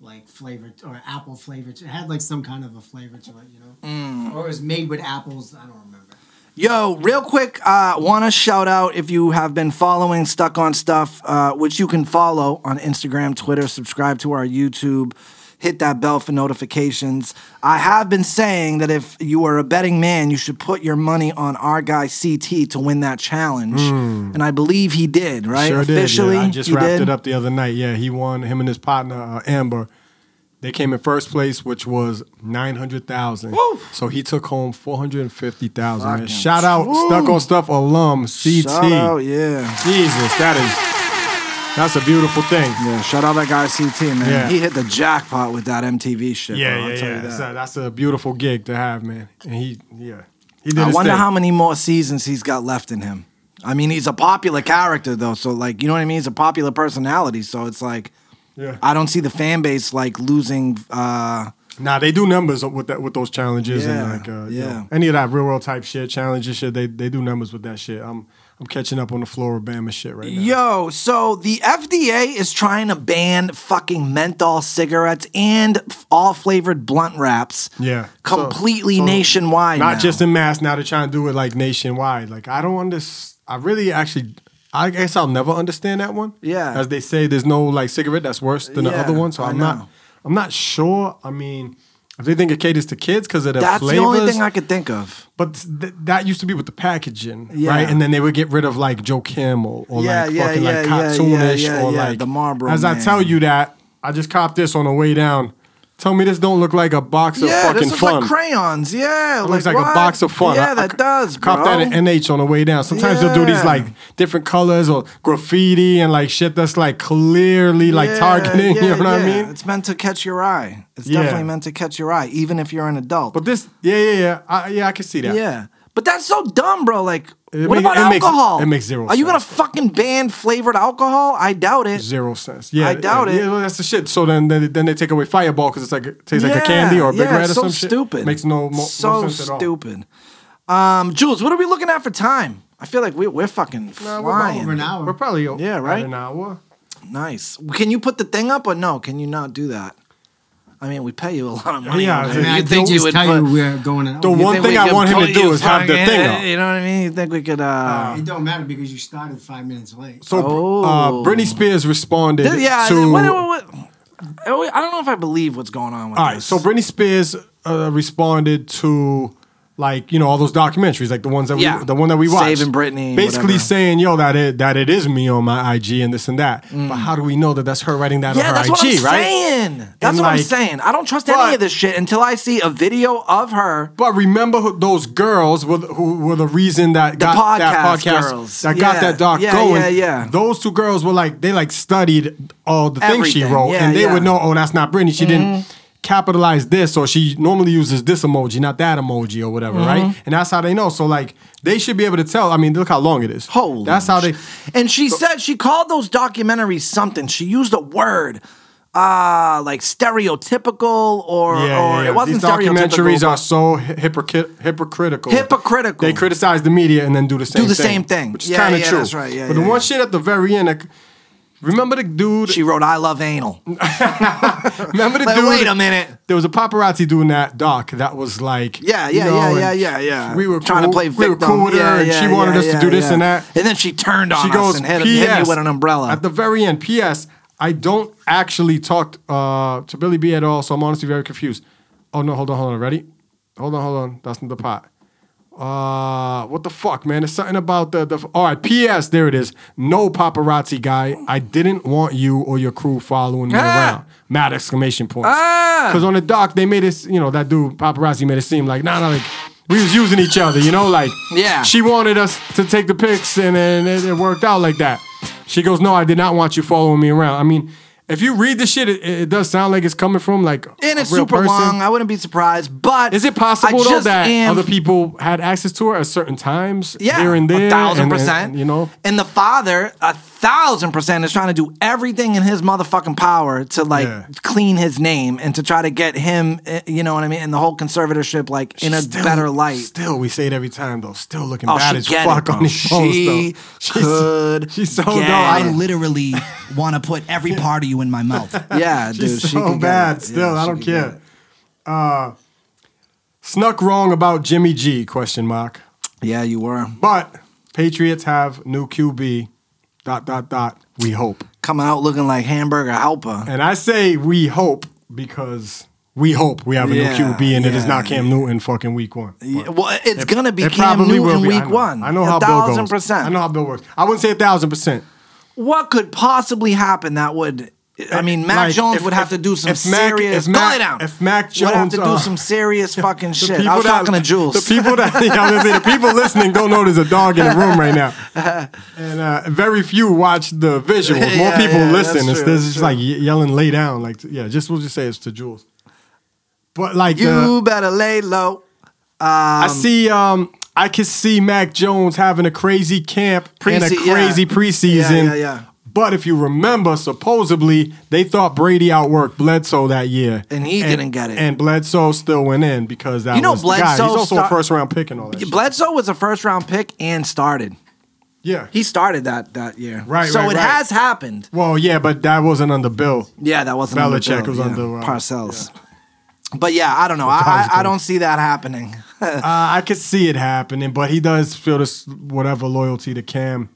[SPEAKER 6] like flavor or apple flavor. to- It had like some kind of a flavor to it, you know. Or it was made with apples. I don't remember.
[SPEAKER 2] Yo, real quick, uh, want to shout out if you have been following Stuck on Stuff, uh, which you can follow on Instagram, Twitter, subscribe to our YouTube, hit that bell for notifications. I have been saying that if you are a betting man, you should put your money on our guy CT to win that challenge, and I believe he did, right?
[SPEAKER 1] Hmm. Sure did, yeah.
[SPEAKER 2] Officially,
[SPEAKER 1] I just
[SPEAKER 2] you
[SPEAKER 1] wrapped
[SPEAKER 2] did?
[SPEAKER 1] it up the other night. Yeah, he won. Him and his partner uh, Amber, they came in first place, which was nine hundred thousand. So he took home four hundred and fifty thousand.
[SPEAKER 2] Fucking
[SPEAKER 1] Shout out Stuck on Stuff alum CT.
[SPEAKER 2] Shout out, yeah.
[SPEAKER 1] Jesus, that is that's a beautiful thing.
[SPEAKER 2] Yeah, shout out that guy CT, man.
[SPEAKER 1] Yeah.
[SPEAKER 2] He hit the jackpot with that MTV shit.
[SPEAKER 1] Yeah,
[SPEAKER 2] bro, I'll
[SPEAKER 1] yeah,
[SPEAKER 2] tell you
[SPEAKER 1] yeah.
[SPEAKER 2] that.
[SPEAKER 1] That's a, that's a beautiful gig to have, man. And he, yeah, he did.
[SPEAKER 2] I
[SPEAKER 1] his
[SPEAKER 2] wonder
[SPEAKER 1] thing.
[SPEAKER 2] how many more seasons he's got left in him. I mean, he's a popular character though, so like you know what I mean. He's a popular personality, so it's like
[SPEAKER 1] Yeah.
[SPEAKER 2] I don't see the fan base like losing. uh
[SPEAKER 1] Nah, they do numbers with that with those challenges and
[SPEAKER 2] Yeah,
[SPEAKER 1] like uh, you
[SPEAKER 2] yeah.
[SPEAKER 1] know, any of that real world type shit, challenges shit. They they do numbers with that shit. I'm I'm catching up on the Floribama shit right now.
[SPEAKER 2] Yo, so the FDA is trying to ban fucking menthol cigarettes and f- all flavored blunt wraps.
[SPEAKER 1] Yeah. So-
[SPEAKER 2] completely
[SPEAKER 1] so
[SPEAKER 2] nationwide.
[SPEAKER 1] Not
[SPEAKER 2] now.
[SPEAKER 1] just in mass. Now they're trying to do it like nationwide. Like I don't understand. I really actually. I guess I'll never understand that one.
[SPEAKER 2] Yeah.
[SPEAKER 1] As they say, there's no like cigarette that's worse than the
[SPEAKER 2] Yeah,
[SPEAKER 1] other one. So
[SPEAKER 2] I
[SPEAKER 1] I'm
[SPEAKER 2] know.
[SPEAKER 1] not. I'm not sure. I mean, if they think it caters to kids because of the
[SPEAKER 2] That's
[SPEAKER 1] flavors,
[SPEAKER 2] the only thing I could think of.
[SPEAKER 1] But th- that used to be with the packaging,
[SPEAKER 2] Yeah.
[SPEAKER 1] right? And then they would get rid of like Joe Camel or
[SPEAKER 2] Yeah,
[SPEAKER 1] like
[SPEAKER 2] yeah,
[SPEAKER 1] fucking like
[SPEAKER 2] yeah, yeah,
[SPEAKER 1] cartoonish
[SPEAKER 2] yeah,
[SPEAKER 1] or
[SPEAKER 2] yeah,
[SPEAKER 1] like
[SPEAKER 2] the Marlboro
[SPEAKER 1] As I
[SPEAKER 2] Man.
[SPEAKER 1] tell you that, I just copped this on the way down. Tell me this don't look like a box of
[SPEAKER 2] yeah,
[SPEAKER 1] fucking
[SPEAKER 2] this looks
[SPEAKER 1] fun.
[SPEAKER 2] like crayons. Yeah,
[SPEAKER 1] It looks like
[SPEAKER 2] what?
[SPEAKER 1] a box of fun.
[SPEAKER 2] Yeah,
[SPEAKER 1] I- I
[SPEAKER 2] that
[SPEAKER 1] c-
[SPEAKER 2] does.
[SPEAKER 1] Cop
[SPEAKER 2] bro.
[SPEAKER 1] that at NH on the way down. Sometimes they'll do these
[SPEAKER 2] Yeah.
[SPEAKER 1] like different colors or graffiti and like shit that's like clearly like
[SPEAKER 2] Yeah,
[SPEAKER 1] targeting. you
[SPEAKER 2] yeah,
[SPEAKER 1] know what I
[SPEAKER 2] yeah.
[SPEAKER 1] mean?
[SPEAKER 2] It's meant to catch your eye. It's
[SPEAKER 1] Yeah.
[SPEAKER 2] definitely meant to catch your eye, even if you're an adult.
[SPEAKER 1] But this, yeah, yeah, yeah, I, yeah, I can see that.
[SPEAKER 2] yeah. But that's so dumb, bro. Like,
[SPEAKER 1] It
[SPEAKER 2] what
[SPEAKER 1] make-
[SPEAKER 2] about
[SPEAKER 1] it makes-
[SPEAKER 2] alcohol?
[SPEAKER 1] it makes zero
[SPEAKER 2] Are you gonna
[SPEAKER 1] sense.
[SPEAKER 2] fucking ban flavored alcohol? I doubt it.
[SPEAKER 1] Zero sense. Yeah,
[SPEAKER 2] I doubt
[SPEAKER 1] yeah,
[SPEAKER 2] it.
[SPEAKER 1] Yeah, well, that's the shit. So then, then, then they take away Fireball because it's like it tastes like
[SPEAKER 2] Yeah,
[SPEAKER 1] a candy or a big
[SPEAKER 2] yeah,
[SPEAKER 1] red or
[SPEAKER 2] so
[SPEAKER 1] some shit.
[SPEAKER 2] stupid.
[SPEAKER 1] Makes no, mo-
[SPEAKER 2] so
[SPEAKER 1] no sense at all.
[SPEAKER 2] stupid. Um, Jules, what are we looking at for time? I feel like we, we're fucking
[SPEAKER 1] Nah, we're about
[SPEAKER 2] flying.
[SPEAKER 6] Over an hour.
[SPEAKER 1] We're probably o-
[SPEAKER 2] Yeah,
[SPEAKER 1] about
[SPEAKER 2] right?
[SPEAKER 1] an hour.
[SPEAKER 2] Nice. Can you put the thing up or no? Can you not do that? I I mean, we pay you a lot of money.
[SPEAKER 1] Yeah,
[SPEAKER 2] on
[SPEAKER 1] I
[SPEAKER 2] it.
[SPEAKER 1] mean,
[SPEAKER 6] I
[SPEAKER 2] You'd
[SPEAKER 1] they
[SPEAKER 6] think
[SPEAKER 2] we
[SPEAKER 6] just
[SPEAKER 2] would
[SPEAKER 6] tell
[SPEAKER 2] put-
[SPEAKER 6] you we're going to.
[SPEAKER 1] The
[SPEAKER 6] You
[SPEAKER 1] one
[SPEAKER 6] think
[SPEAKER 2] think
[SPEAKER 1] thing
[SPEAKER 2] we
[SPEAKER 1] I
[SPEAKER 2] could
[SPEAKER 1] want him to
[SPEAKER 2] put
[SPEAKER 1] do
[SPEAKER 2] you
[SPEAKER 1] is have the
[SPEAKER 2] fucking-
[SPEAKER 1] thing up.
[SPEAKER 2] You know what I mean? You think we could? uh
[SPEAKER 6] we- It don't matter because you started five minutes late.
[SPEAKER 1] So uh,
[SPEAKER 2] Oh.
[SPEAKER 1] Britney Spears responded
[SPEAKER 2] Yeah.
[SPEAKER 1] to.
[SPEAKER 2] I, what, what, what- I don't know if I believe what's going on with
[SPEAKER 1] all right,
[SPEAKER 2] this.
[SPEAKER 1] so Britney Spears uh, responded to like you know all those documentaries, like the ones that we,
[SPEAKER 2] Yeah.
[SPEAKER 1] the one that we watched,
[SPEAKER 2] Saving Britney,
[SPEAKER 1] basically
[SPEAKER 2] whatever.
[SPEAKER 1] saying yo that it that it is me on my IG and this and that. But how do we know that that's her writing that
[SPEAKER 2] Mm. Yeah,
[SPEAKER 1] on her
[SPEAKER 2] that's
[SPEAKER 1] IG,
[SPEAKER 2] what I'm
[SPEAKER 1] right?
[SPEAKER 2] saying. That's
[SPEAKER 1] And,
[SPEAKER 2] what I'm
[SPEAKER 1] like-
[SPEAKER 2] saying. I don't trust
[SPEAKER 1] But-
[SPEAKER 2] any of this shit until I see a video of her.
[SPEAKER 1] But remember who, those girls were the, who were the reason that got that
[SPEAKER 2] podcast
[SPEAKER 1] podcast
[SPEAKER 2] girls.
[SPEAKER 1] that
[SPEAKER 2] Yeah.
[SPEAKER 1] got that doc
[SPEAKER 2] Yeah,
[SPEAKER 1] going.
[SPEAKER 2] yeah, yeah.
[SPEAKER 1] Those two girls were like they like studied all the things she
[SPEAKER 2] Everything.
[SPEAKER 1] wrote,
[SPEAKER 2] Yeah,
[SPEAKER 1] and they
[SPEAKER 2] yeah. Mm-hmm.
[SPEAKER 1] would know. Oh, that's not Britney. She didn't capitalize this, or she normally uses this emoji, not that emoji, or whatever,
[SPEAKER 2] Mm-hmm.
[SPEAKER 1] right? And that's how they know. So like they should be able to tell. I mean, look how long it is.
[SPEAKER 2] Holy
[SPEAKER 1] That's how they.
[SPEAKER 2] sh- And she said she called those documentaries something. She used a word, uh, like stereotypical, or
[SPEAKER 1] Yeah,
[SPEAKER 2] or
[SPEAKER 1] yeah, yeah.
[SPEAKER 2] Oh, it wasn't
[SPEAKER 1] These documentaries
[SPEAKER 2] stereotypical,
[SPEAKER 1] are so hy- hypocriti- hypocritical.
[SPEAKER 2] Hypocritical.
[SPEAKER 1] They criticize the media and then do the same.
[SPEAKER 2] the
[SPEAKER 1] thing,
[SPEAKER 2] same thing.
[SPEAKER 1] which is
[SPEAKER 2] Yeah,
[SPEAKER 1] kind of
[SPEAKER 2] yeah,
[SPEAKER 1] true.
[SPEAKER 2] that's right. Yeah,
[SPEAKER 1] but
[SPEAKER 2] yeah,
[SPEAKER 1] the one
[SPEAKER 2] yeah.
[SPEAKER 1] shit at the very end. Like, remember the dude?
[SPEAKER 2] but She wrote "I love anal."
[SPEAKER 1] remember the
[SPEAKER 2] Like,
[SPEAKER 1] dude?
[SPEAKER 2] wait a minute.
[SPEAKER 1] There was a paparazzi doing that doc that was like,
[SPEAKER 2] Yeah,
[SPEAKER 1] you
[SPEAKER 2] yeah,
[SPEAKER 1] know,
[SPEAKER 2] yeah, yeah,
[SPEAKER 1] and
[SPEAKER 2] yeah, yeah.
[SPEAKER 1] We were
[SPEAKER 2] trying
[SPEAKER 1] cool-
[SPEAKER 2] to play
[SPEAKER 1] We
[SPEAKER 2] victim.
[SPEAKER 1] were cool with her,
[SPEAKER 2] yeah,
[SPEAKER 1] and
[SPEAKER 2] yeah,
[SPEAKER 1] she wanted
[SPEAKER 2] yeah,
[SPEAKER 1] us to
[SPEAKER 2] yeah,
[SPEAKER 1] do this
[SPEAKER 2] yeah.
[SPEAKER 1] and that.
[SPEAKER 2] And then she turned on
[SPEAKER 1] she
[SPEAKER 2] us
[SPEAKER 1] goes,
[SPEAKER 2] and hit, hit me
[SPEAKER 1] P.S.
[SPEAKER 2] with an umbrella.
[SPEAKER 1] At the very end, P.S. I don't actually talk uh, to Billy B at all, so I'm honestly very confused. Oh no, hold on, hold on, ready? Hold on, hold on. That's not the pot. Uh, what the fuck, man? It's something about the the. All right, P.S. There it is. No paparazzi guy. I didn't want you or your crew following me
[SPEAKER 2] Ah.
[SPEAKER 1] around. Mad exclamation points.
[SPEAKER 2] Ah.
[SPEAKER 1] Because on the doc, they made it. You know that dude paparazzi made it seem like nah, nah, like we was using each other. You know, like
[SPEAKER 2] Yeah.
[SPEAKER 1] she wanted us to take the pics, and then it, it worked out like that. She goes, "No, I did not want you following me around." I mean, if you read the shit, it, it does sound like it's coming from like
[SPEAKER 2] and
[SPEAKER 1] a
[SPEAKER 2] it's
[SPEAKER 1] real
[SPEAKER 2] super
[SPEAKER 1] person.
[SPEAKER 2] long. I wouldn't be surprised. But
[SPEAKER 1] Is it
[SPEAKER 2] I
[SPEAKER 1] possible though
[SPEAKER 2] just
[SPEAKER 1] that
[SPEAKER 2] am-
[SPEAKER 1] other people had access to her at certain times,
[SPEAKER 2] Yeah,
[SPEAKER 1] here and there,
[SPEAKER 2] a thousand
[SPEAKER 1] and- and-
[SPEAKER 2] percent.
[SPEAKER 1] you know,
[SPEAKER 2] and the father, a thousand percent, is trying to do everything in his motherfucking power to like
[SPEAKER 1] Yeah.
[SPEAKER 2] clean his name and to try to get him, eh, you know what I mean, and the whole conservatorship like in a
[SPEAKER 1] Still-
[SPEAKER 2] better light.
[SPEAKER 1] Still, we say it every time though. Still looking
[SPEAKER 2] Oh,
[SPEAKER 1] bad
[SPEAKER 2] she
[SPEAKER 1] as
[SPEAKER 2] get
[SPEAKER 1] fuck
[SPEAKER 2] it,
[SPEAKER 1] on
[SPEAKER 2] bro.
[SPEAKER 1] these phones
[SPEAKER 2] She
[SPEAKER 1] though.
[SPEAKER 2] could
[SPEAKER 1] she's so
[SPEAKER 2] get
[SPEAKER 1] dumb.
[SPEAKER 7] I
[SPEAKER 2] Yeah.
[SPEAKER 7] literally want to put every part of you in my mouth.
[SPEAKER 2] Yeah, dude,
[SPEAKER 1] She's
[SPEAKER 2] she
[SPEAKER 1] so
[SPEAKER 2] could get
[SPEAKER 1] bad.
[SPEAKER 2] it. Yeah,
[SPEAKER 1] Still, I
[SPEAKER 2] she
[SPEAKER 1] don't
[SPEAKER 2] could get
[SPEAKER 1] care.
[SPEAKER 2] it.
[SPEAKER 1] Uh, snuck wrong about Jimmy G? Question mark.
[SPEAKER 2] Yeah, you were
[SPEAKER 1] But Patriots have new QB. Dot dot dot. We hope,
[SPEAKER 2] coming out looking like hamburger helper.
[SPEAKER 1] and I say we hope because we hope we have a
[SPEAKER 2] Yeah,
[SPEAKER 1] new QB, and it is
[SPEAKER 2] yeah.
[SPEAKER 1] not Cam Newton fucking week one.
[SPEAKER 2] Yeah, well, it's gonna be
[SPEAKER 1] It
[SPEAKER 2] Cam
[SPEAKER 1] probably will
[SPEAKER 2] Newton
[SPEAKER 1] be. I
[SPEAKER 2] week
[SPEAKER 1] know.
[SPEAKER 2] one.
[SPEAKER 1] I know
[SPEAKER 2] a
[SPEAKER 1] how Bill
[SPEAKER 2] thousand
[SPEAKER 1] goes.
[SPEAKER 2] percent.
[SPEAKER 1] I know how Bill works. I wouldn't say a thousand percent.
[SPEAKER 2] what could possibly happen that would? I mean, Mac
[SPEAKER 1] Like,
[SPEAKER 2] Jones
[SPEAKER 1] if-
[SPEAKER 2] would have to do some
[SPEAKER 1] if Mac-
[SPEAKER 2] serious.
[SPEAKER 1] if
[SPEAKER 2] Go
[SPEAKER 1] Mac-
[SPEAKER 2] lay down.
[SPEAKER 1] if Mac
[SPEAKER 2] would have to do
[SPEAKER 1] Jones, uh,
[SPEAKER 2] some serious fucking
[SPEAKER 1] The
[SPEAKER 2] shit. I was
[SPEAKER 1] that-
[SPEAKER 2] talking to Jules.
[SPEAKER 1] The people that yeah, I was gonna say, the people listening don't know there's a dog in the room right now, and uh, very few watch the visuals. More
[SPEAKER 2] Yeah,
[SPEAKER 1] people
[SPEAKER 2] yeah, that's
[SPEAKER 1] listen.
[SPEAKER 2] true,
[SPEAKER 1] It's
[SPEAKER 2] that's
[SPEAKER 1] just like ye- yelling, "Lay down!" Like yeah, just we'll just say it's to Jules. But like
[SPEAKER 2] you
[SPEAKER 1] the-
[SPEAKER 2] better lay low.
[SPEAKER 1] I see. Um, I can see Mac Jones having a crazy camp and a
[SPEAKER 2] Prese- yeah.
[SPEAKER 1] crazy preseason.
[SPEAKER 2] Yeah, yeah, yeah.
[SPEAKER 1] But if you remember, supposedly they thought Brady outworked Bledsoe that year,
[SPEAKER 2] And he didn't get it.
[SPEAKER 1] And Bledsoe still went in because that
[SPEAKER 2] You know
[SPEAKER 1] was the guy. He's
[SPEAKER 2] Bledsoe
[SPEAKER 1] also a
[SPEAKER 2] start-
[SPEAKER 1] first round pick and all that. shit.
[SPEAKER 2] Bledsoe was a first round pick and started.
[SPEAKER 1] yeah,
[SPEAKER 2] He started that that year.
[SPEAKER 1] Right,
[SPEAKER 2] So
[SPEAKER 1] right,
[SPEAKER 2] it
[SPEAKER 1] right.
[SPEAKER 2] has happened.
[SPEAKER 1] Well, yeah, but that wasn't under Bill.
[SPEAKER 2] Yeah, that wasn't under
[SPEAKER 1] Belichick
[SPEAKER 2] Bill,
[SPEAKER 1] was
[SPEAKER 2] yeah.
[SPEAKER 1] under, uh,
[SPEAKER 2] Parcells. But yeah, I don't know. I, I I don't see that happening.
[SPEAKER 1] Uh, I could see it happening, but he does feel this whatever loyalty to Cam.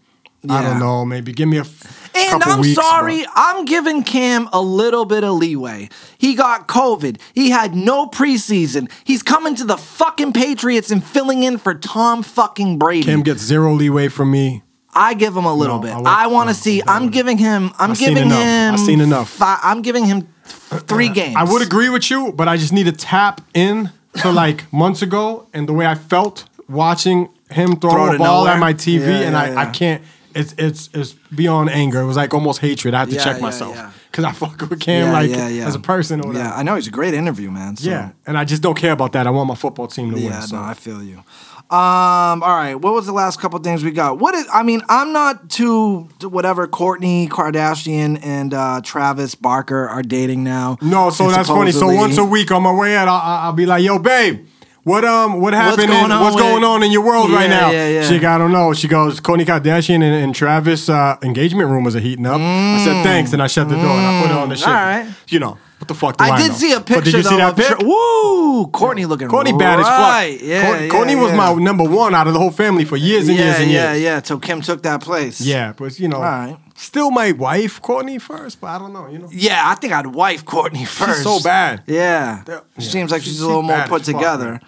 [SPEAKER 1] I
[SPEAKER 2] Yeah.
[SPEAKER 1] don't know. Maybe give me a f-
[SPEAKER 2] And
[SPEAKER 1] couple
[SPEAKER 2] I'm
[SPEAKER 1] weeks,
[SPEAKER 2] sorry,
[SPEAKER 1] but-
[SPEAKER 2] I'm giving Cam a little bit of leeway. He got COVID. He had no preseason. He's coming to the fucking Patriots and filling in for Tom fucking Brady.
[SPEAKER 1] Cam gets zero leeway from me.
[SPEAKER 2] I give him a little
[SPEAKER 1] No,
[SPEAKER 2] bit.
[SPEAKER 1] I
[SPEAKER 2] I,
[SPEAKER 1] won't-
[SPEAKER 2] want
[SPEAKER 1] no,
[SPEAKER 2] to see.
[SPEAKER 1] I'm
[SPEAKER 2] I'm giving him. I'm
[SPEAKER 1] I've seen
[SPEAKER 2] giving
[SPEAKER 1] enough.
[SPEAKER 2] him.
[SPEAKER 1] I've seen enough.
[SPEAKER 2] Fi- I'm giving him th- three games.
[SPEAKER 1] I would agree with you, but I just need to tap in to like months ago and the way I felt watching him throw,
[SPEAKER 2] Throw
[SPEAKER 1] a
[SPEAKER 2] to
[SPEAKER 1] ball
[SPEAKER 2] nowhere?
[SPEAKER 1] at my TV,
[SPEAKER 2] Yeah,
[SPEAKER 1] and
[SPEAKER 2] yeah,
[SPEAKER 1] I, I
[SPEAKER 2] yeah.
[SPEAKER 1] can't. It's it's it's beyond anger. It was like almost hatred. I had to
[SPEAKER 2] Yeah,
[SPEAKER 1] check
[SPEAKER 2] yeah,
[SPEAKER 1] myself
[SPEAKER 2] yeah.
[SPEAKER 1] because I fuck with Cam like as a person or whatever.
[SPEAKER 2] Yeah, I know he's a great interview, man. So.
[SPEAKER 1] Yeah, and I just don't care about that. I want my football team to
[SPEAKER 2] Yeah,
[SPEAKER 1] win. So.
[SPEAKER 2] no, I feel you. Um, all right, what was the last couple things we got? What is? I mean, I'm not too whatever. Courtney Kardashian and uh, Travis Barker are dating now.
[SPEAKER 1] No, so
[SPEAKER 2] And
[SPEAKER 1] that's funny. So
[SPEAKER 2] supposedly-
[SPEAKER 1] once a week on my way out, I'll, I'll be like, "Yo, babe, what um, what happened? in- What's
[SPEAKER 2] going
[SPEAKER 1] going
[SPEAKER 2] on
[SPEAKER 1] on,
[SPEAKER 2] with-
[SPEAKER 1] in your world right
[SPEAKER 2] Yeah,
[SPEAKER 1] now?"
[SPEAKER 2] yeah, yeah.
[SPEAKER 1] She, I don't know. She goes, "Kourtney Kardashian and, and Mm. Travis uh, engagement rumors are heating up." I said, "Thanks," and I shut the door and I put on the shit.
[SPEAKER 2] all right.
[SPEAKER 1] You know, What the fuck? Do I,
[SPEAKER 2] I did
[SPEAKER 1] know?
[SPEAKER 2] see a picture
[SPEAKER 1] But did you
[SPEAKER 2] though.
[SPEAKER 1] see that
[SPEAKER 2] of Tr-
[SPEAKER 1] pic?
[SPEAKER 2] Woo, Courtney looking
[SPEAKER 1] Courtney
[SPEAKER 2] right.
[SPEAKER 1] bad as fuck.
[SPEAKER 2] Yeah,
[SPEAKER 1] Courtney,
[SPEAKER 2] yeah,
[SPEAKER 1] Courtney was
[SPEAKER 2] yeah.
[SPEAKER 1] my number one out of the whole family for years and
[SPEAKER 2] yeah,
[SPEAKER 1] years and
[SPEAKER 2] yeah,
[SPEAKER 1] years.
[SPEAKER 2] yeah. So Kim took that place.
[SPEAKER 1] Yeah, but you know,
[SPEAKER 2] Alright.
[SPEAKER 1] still my wife Courtney first, but I don't know. You know,
[SPEAKER 2] Yeah, I think I'd wife Courtney
[SPEAKER 1] she's
[SPEAKER 2] first.
[SPEAKER 1] so bad.
[SPEAKER 2] Yeah.
[SPEAKER 1] Yeah.
[SPEAKER 2] Seems like she's,
[SPEAKER 1] She's
[SPEAKER 2] a little more
[SPEAKER 1] bad
[SPEAKER 2] put
[SPEAKER 1] as fuck,
[SPEAKER 2] together.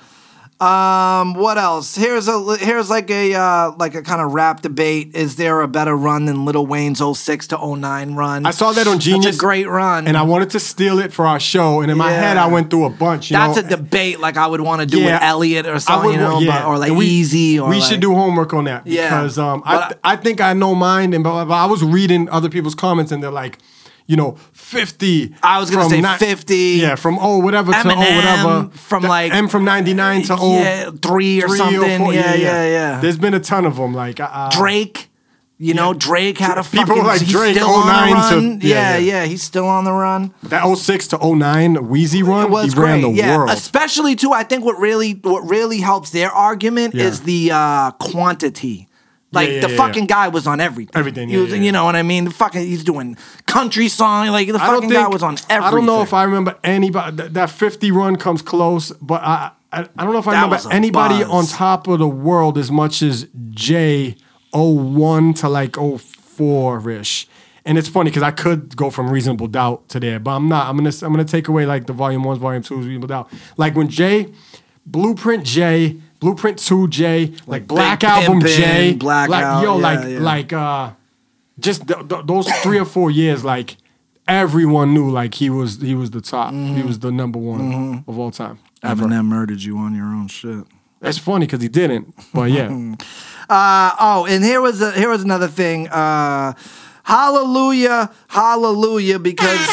[SPEAKER 2] um, what else? Here's a li- here's like a uh, like a kind of rap debate. Is there a better run than Lil Wayne's 06 to 09 run?
[SPEAKER 1] I saw that on Genius.
[SPEAKER 2] That's a great run.
[SPEAKER 1] and I wanted to steal it for our show. And in my
[SPEAKER 2] Yeah.
[SPEAKER 1] head, I went through a bunch. You
[SPEAKER 2] that's
[SPEAKER 1] know?
[SPEAKER 2] a debate like I would want to do
[SPEAKER 1] Yeah.
[SPEAKER 2] with Elliot or
[SPEAKER 1] I
[SPEAKER 2] something,
[SPEAKER 1] would-
[SPEAKER 2] you know,
[SPEAKER 1] yeah.
[SPEAKER 2] but, or like
[SPEAKER 1] And we-
[SPEAKER 2] Easy or
[SPEAKER 1] we
[SPEAKER 2] like-
[SPEAKER 1] should do homework on that
[SPEAKER 2] Yeah.
[SPEAKER 1] because um,
[SPEAKER 2] But
[SPEAKER 1] I, th- I think I know mine and blah, blah, blah. I was reading other people's comments and they're like, you know, fifty.
[SPEAKER 2] I was gonna
[SPEAKER 1] from
[SPEAKER 2] say
[SPEAKER 1] ni-
[SPEAKER 2] 50.
[SPEAKER 1] Yeah, from oh whatever to oh whatever
[SPEAKER 2] Eminem from,
[SPEAKER 1] The-
[SPEAKER 2] like-
[SPEAKER 1] M from ninety nine to oh
[SPEAKER 2] Yeah, three or something. Yeah, yeah, yeah.
[SPEAKER 1] There's been a ton of them. Like I- I-
[SPEAKER 2] Drake. You know, Drake had a
[SPEAKER 1] People
[SPEAKER 2] fucking.
[SPEAKER 1] like
[SPEAKER 2] he's
[SPEAKER 1] Drake,
[SPEAKER 2] still on the
[SPEAKER 1] 09 to-
[SPEAKER 2] run.
[SPEAKER 1] yeah, yeah.
[SPEAKER 2] yeah, yeah, he's still on the run.
[SPEAKER 1] that 06 to 09 Wheezy run.
[SPEAKER 2] It was
[SPEAKER 1] he ran
[SPEAKER 2] great.
[SPEAKER 1] the
[SPEAKER 2] yeah,
[SPEAKER 1] world.
[SPEAKER 2] especially too. I think what really what really helps their argument
[SPEAKER 1] Yeah.
[SPEAKER 2] is the uh, quantity. Like
[SPEAKER 1] yeah,
[SPEAKER 2] the
[SPEAKER 1] yeah,
[SPEAKER 2] fucking guy was on everything.
[SPEAKER 1] Everything,
[SPEAKER 2] He
[SPEAKER 1] yeah,
[SPEAKER 2] was-
[SPEAKER 1] yeah,
[SPEAKER 2] you
[SPEAKER 1] yeah.
[SPEAKER 2] know what I mean? The fucking he's doing country song. Like the fucking guy was on everything.
[SPEAKER 1] I don't know if I remember anybody. That, that 50 run comes close, but I I, I don't know if I
[SPEAKER 2] That was
[SPEAKER 1] remember
[SPEAKER 2] a
[SPEAKER 1] anybody
[SPEAKER 2] buzz.
[SPEAKER 1] on top of the world as much as J oh one to like 04 ish. And it's funny because I could go from Reasonable Doubt to there, but I'm not. I'm gonna I'm gonna take away like the volume ones, volume twos, Reasonable Doubt. Like when J, Blueprint J, Blueprint Two J, like, Black
[SPEAKER 2] Big
[SPEAKER 1] Album
[SPEAKER 2] Pimpin',
[SPEAKER 1] J,
[SPEAKER 2] Black
[SPEAKER 1] like
[SPEAKER 2] Al-
[SPEAKER 1] yo,
[SPEAKER 2] yeah,
[SPEAKER 1] like
[SPEAKER 2] yeah.
[SPEAKER 1] like uh, just th- th- those three or four years, like everyone knew, like he was he was the top, he was the number one
[SPEAKER 2] Mm-hmm.
[SPEAKER 1] of all time.
[SPEAKER 2] Eminem murdered you on your own shit.
[SPEAKER 1] That's funny because he didn't, but yeah,
[SPEAKER 2] Uh, oh, and here was a, here was another thing. Uh, hallelujah, hallelujah, because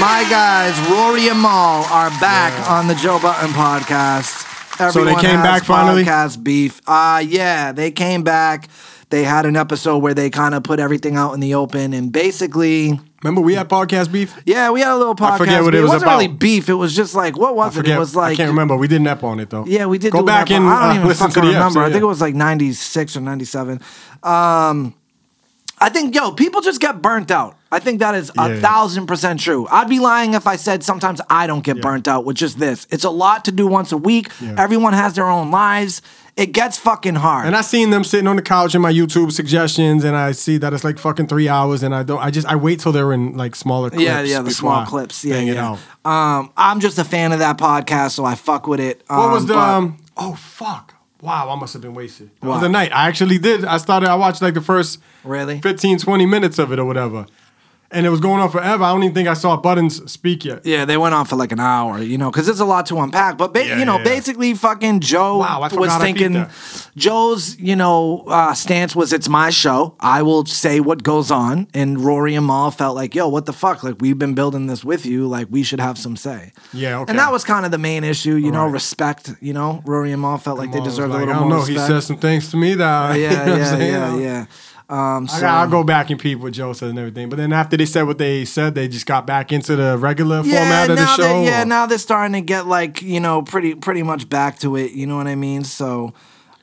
[SPEAKER 2] my guys Rory and Maul are back on the Joe Button podcast.
[SPEAKER 1] So they came
[SPEAKER 2] has
[SPEAKER 1] back finally?
[SPEAKER 2] Podcast beef. Uh, yeah, they came back. They had an episode where they kind of put everything out in the open, and basically,
[SPEAKER 1] remember we had podcast beef.
[SPEAKER 2] yeah, we had a little podcast.
[SPEAKER 1] I forget what
[SPEAKER 2] beef.
[SPEAKER 1] it was
[SPEAKER 2] wasn't really
[SPEAKER 1] about.
[SPEAKER 2] beef. It was just like, what was it? It was like
[SPEAKER 1] I can't remember. We did nap on it though.
[SPEAKER 2] yeah, we did.
[SPEAKER 1] Go
[SPEAKER 2] do an
[SPEAKER 1] back
[SPEAKER 2] epi-
[SPEAKER 1] and
[SPEAKER 2] I don't
[SPEAKER 1] uh,
[SPEAKER 2] even
[SPEAKER 1] listen to
[SPEAKER 2] fucking
[SPEAKER 1] the
[SPEAKER 2] remember.
[SPEAKER 1] episode,
[SPEAKER 2] I think
[SPEAKER 1] yeah.
[SPEAKER 2] it was like '96 or '97. Um, I think yo, people just get burnt out. I think that is
[SPEAKER 1] Yeah.
[SPEAKER 2] a thousand percent true. I'd be lying if I said sometimes I don't get burnt out with just this. It's a lot to do once a week.
[SPEAKER 1] Yeah.
[SPEAKER 2] Everyone has their own lives. It gets fucking hard.
[SPEAKER 1] And I seen them sitting on the couch in my YouTube suggestions, and I see that it's like fucking three hours, and I don't. I just I wait till they're in like smaller clips.
[SPEAKER 2] yeah, yeah, the
[SPEAKER 1] before
[SPEAKER 2] small
[SPEAKER 1] I
[SPEAKER 2] clips. Yeah,
[SPEAKER 1] bang it
[SPEAKER 2] yeah.
[SPEAKER 1] out.
[SPEAKER 2] Um, I'm just a fan of that podcast, so I fuck with it. Um,
[SPEAKER 1] What was the?
[SPEAKER 2] but-
[SPEAKER 1] Um, oh fuck! Wow, I must have been wasted. The
[SPEAKER 2] What?
[SPEAKER 1] other night, I actually did. I started. I watched like the first
[SPEAKER 2] Really?
[SPEAKER 1] 15, 20 minutes of it or whatever, and it was going on forever. I don't even think I saw Buttons speak yet.
[SPEAKER 2] Yeah, they went on for like an hour, you know, because there's a lot to unpack. But ba-
[SPEAKER 1] Yeah,
[SPEAKER 2] you know,
[SPEAKER 1] yeah, yeah.
[SPEAKER 2] basically, fucking Joe
[SPEAKER 1] Wow, I
[SPEAKER 2] was
[SPEAKER 1] forgot I peeped
[SPEAKER 2] thinking.
[SPEAKER 1] that.
[SPEAKER 2] Joe's, you know, uh, stance was it's my show. I will say what goes on. And Rory and Maul felt like, yo, what the fuck? Like we've been building this with you. Like we should have some say.
[SPEAKER 1] Yeah, okay.
[SPEAKER 2] And that was kind of the main issue, you know, respect. You know, Rory and Maul felt like they
[SPEAKER 1] I was
[SPEAKER 2] deserved
[SPEAKER 1] like,
[SPEAKER 2] a little
[SPEAKER 1] I don't
[SPEAKER 2] more
[SPEAKER 1] know.
[SPEAKER 2] respect.
[SPEAKER 1] He said some things to me that. you
[SPEAKER 2] yeah,
[SPEAKER 1] know what I'm
[SPEAKER 2] yeah,
[SPEAKER 1] saying?
[SPEAKER 2] yeah, yeah, Um,
[SPEAKER 1] I
[SPEAKER 2] so,
[SPEAKER 1] got, I'll go back and peep what Joe said and everything. But then after they said what they said, they just got back into the regular format of the
[SPEAKER 2] now
[SPEAKER 1] show.
[SPEAKER 2] they're- yeah,
[SPEAKER 1] or-
[SPEAKER 2] now they're starting to get like you know pretty pretty much back to it. You know what I mean? So,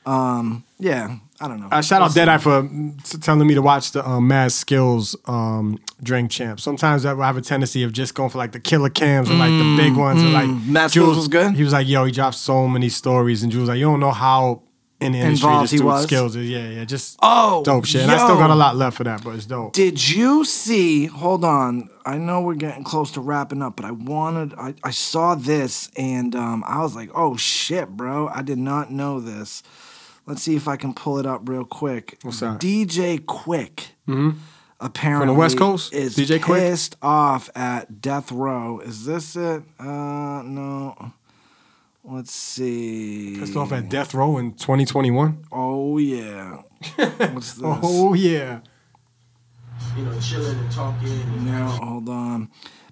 [SPEAKER 2] um, yeah, I don't know.
[SPEAKER 1] Uh, shout out Deadeye for mm, t- telling me to watch the um, Mad Skills um, Drink Champ. Sometimes I have a tendency of just going for like the killer cams and like the big ones. and like
[SPEAKER 2] Mm, Mad
[SPEAKER 1] Jules-
[SPEAKER 2] Skills was good?
[SPEAKER 1] He was like, "Yo, he dropped so many stories," and Jules was like, "You don't know how in the industry
[SPEAKER 2] Involved
[SPEAKER 1] this
[SPEAKER 2] he
[SPEAKER 1] dude's
[SPEAKER 2] was?
[SPEAKER 1] skills is." Yeah, yeah, just
[SPEAKER 2] Oh,
[SPEAKER 1] dope shit. And I
[SPEAKER 2] yo.
[SPEAKER 1] still got a lot left for that, but it's dope.
[SPEAKER 2] Did you see? Hold on. I know we're getting close to wrapping up, but I wanted. I, I saw this and um, I was like, oh shit, bro! I did not know this. Let's see if I can pull it up real quick. What's
[SPEAKER 1] that? Mm-hmm.
[SPEAKER 2] DJ Quick. Apparently,
[SPEAKER 1] West Coast?
[SPEAKER 2] is
[SPEAKER 1] DJ Quick?
[SPEAKER 2] pissed off at Death Row. Is this it? Uh, no. Let's see.
[SPEAKER 1] Pissed off at Death Row in 2021.
[SPEAKER 2] Oh yeah. What's this?
[SPEAKER 1] Oh yeah,
[SPEAKER 8] you know, chilling and talking. And
[SPEAKER 2] No, hold on.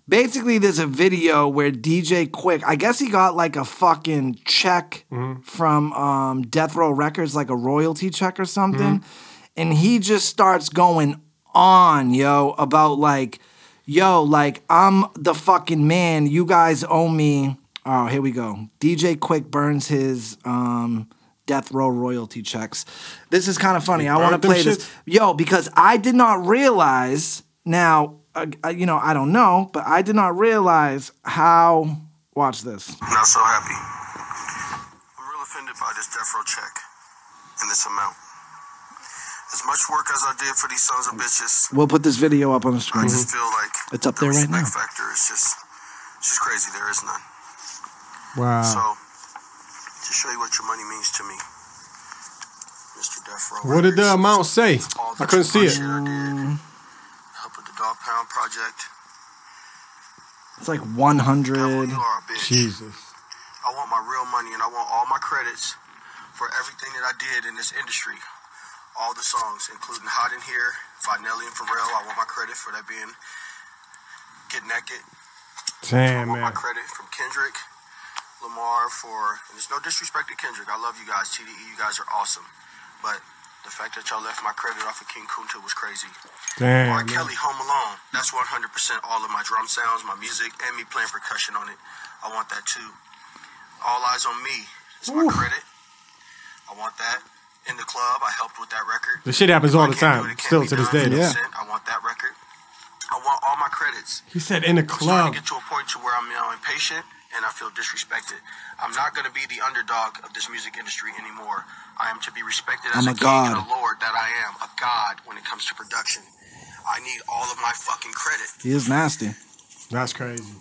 [SPEAKER 2] Basically, there's a video where DJ Quick, I guess he got like a fucking check from um, Death Row Records, like a royalty check or something. And he just starts going on, yo, about like, yo, like, I'm the fucking man. You guys owe me. Oh, here we go. DJ Quick burns his um, Death Row royalty checks. This is kind of funny. I want
[SPEAKER 1] burned
[SPEAKER 2] to
[SPEAKER 1] them
[SPEAKER 2] play this.
[SPEAKER 1] shits?
[SPEAKER 2] Yo, because I did not realize. Now, uh, uh, you know, I don't know, but I did not realize how. Watch this.
[SPEAKER 9] Not so happy. I'm real offended by this death row check and this amount. As much work as I did for these sons of bitches,
[SPEAKER 2] We'll put this video up on the
[SPEAKER 9] I
[SPEAKER 2] screen.
[SPEAKER 1] Mm-hmm.
[SPEAKER 9] just feel like
[SPEAKER 2] It's up
[SPEAKER 9] the
[SPEAKER 2] there right
[SPEAKER 9] respect
[SPEAKER 2] now.
[SPEAKER 9] factor is just, it's just crazy. There is none.
[SPEAKER 1] Wow.
[SPEAKER 9] So, to show you what your money means to me, Mr. Death Row.
[SPEAKER 1] what did the
[SPEAKER 9] Records,
[SPEAKER 1] amount say?
[SPEAKER 9] all
[SPEAKER 1] I
[SPEAKER 9] that
[SPEAKER 1] couldn't see it.
[SPEAKER 9] bullshit I did. Help with the Dog Pound Project.
[SPEAKER 2] It's like
[SPEAKER 9] Devil,
[SPEAKER 2] 100.
[SPEAKER 9] you are a bitch.
[SPEAKER 1] Jesus.
[SPEAKER 9] I want my real money and I want all my credits for everything that I did in this industry. All the songs, including Hot in Here, Finelli and Pharrell. I want my credit for that being Get Naked.
[SPEAKER 1] Damn,
[SPEAKER 9] I want
[SPEAKER 1] man.
[SPEAKER 9] my credit from Kendrick Lamar for, and it's no disrespect to Kendrick. I love you guys. TDE, you guys are awesome. But the fact that y'all left my credit off of King Kunta was crazy. R.
[SPEAKER 1] Damn. man.
[SPEAKER 9] Kelly, Home Alone. That's 100% all of my drum sounds, my music, and me playing percussion on it. I want that too. All Eyes on Me. It's my credit. I want that. In the club, I helped with that record.
[SPEAKER 1] This shit happens all the
[SPEAKER 9] I can't do
[SPEAKER 1] time,
[SPEAKER 9] it, it can't
[SPEAKER 1] still
[SPEAKER 9] be
[SPEAKER 1] to this
[SPEAKER 9] done.
[SPEAKER 1] day. Yeah.
[SPEAKER 9] 100%, I want that record. I want all my credits.
[SPEAKER 1] He said in the
[SPEAKER 9] I'm
[SPEAKER 1] club.
[SPEAKER 9] starting to get to a point to where I'm now impatient and I feel disrespected. I'm not going to be the underdog of this music industry anymore. I am to be respected as
[SPEAKER 2] I'm a
[SPEAKER 9] a, king and
[SPEAKER 2] god.
[SPEAKER 9] a lord that I am, a god when it comes to production. I need all of my fucking credit.
[SPEAKER 2] He is nasty.
[SPEAKER 1] That's crazy.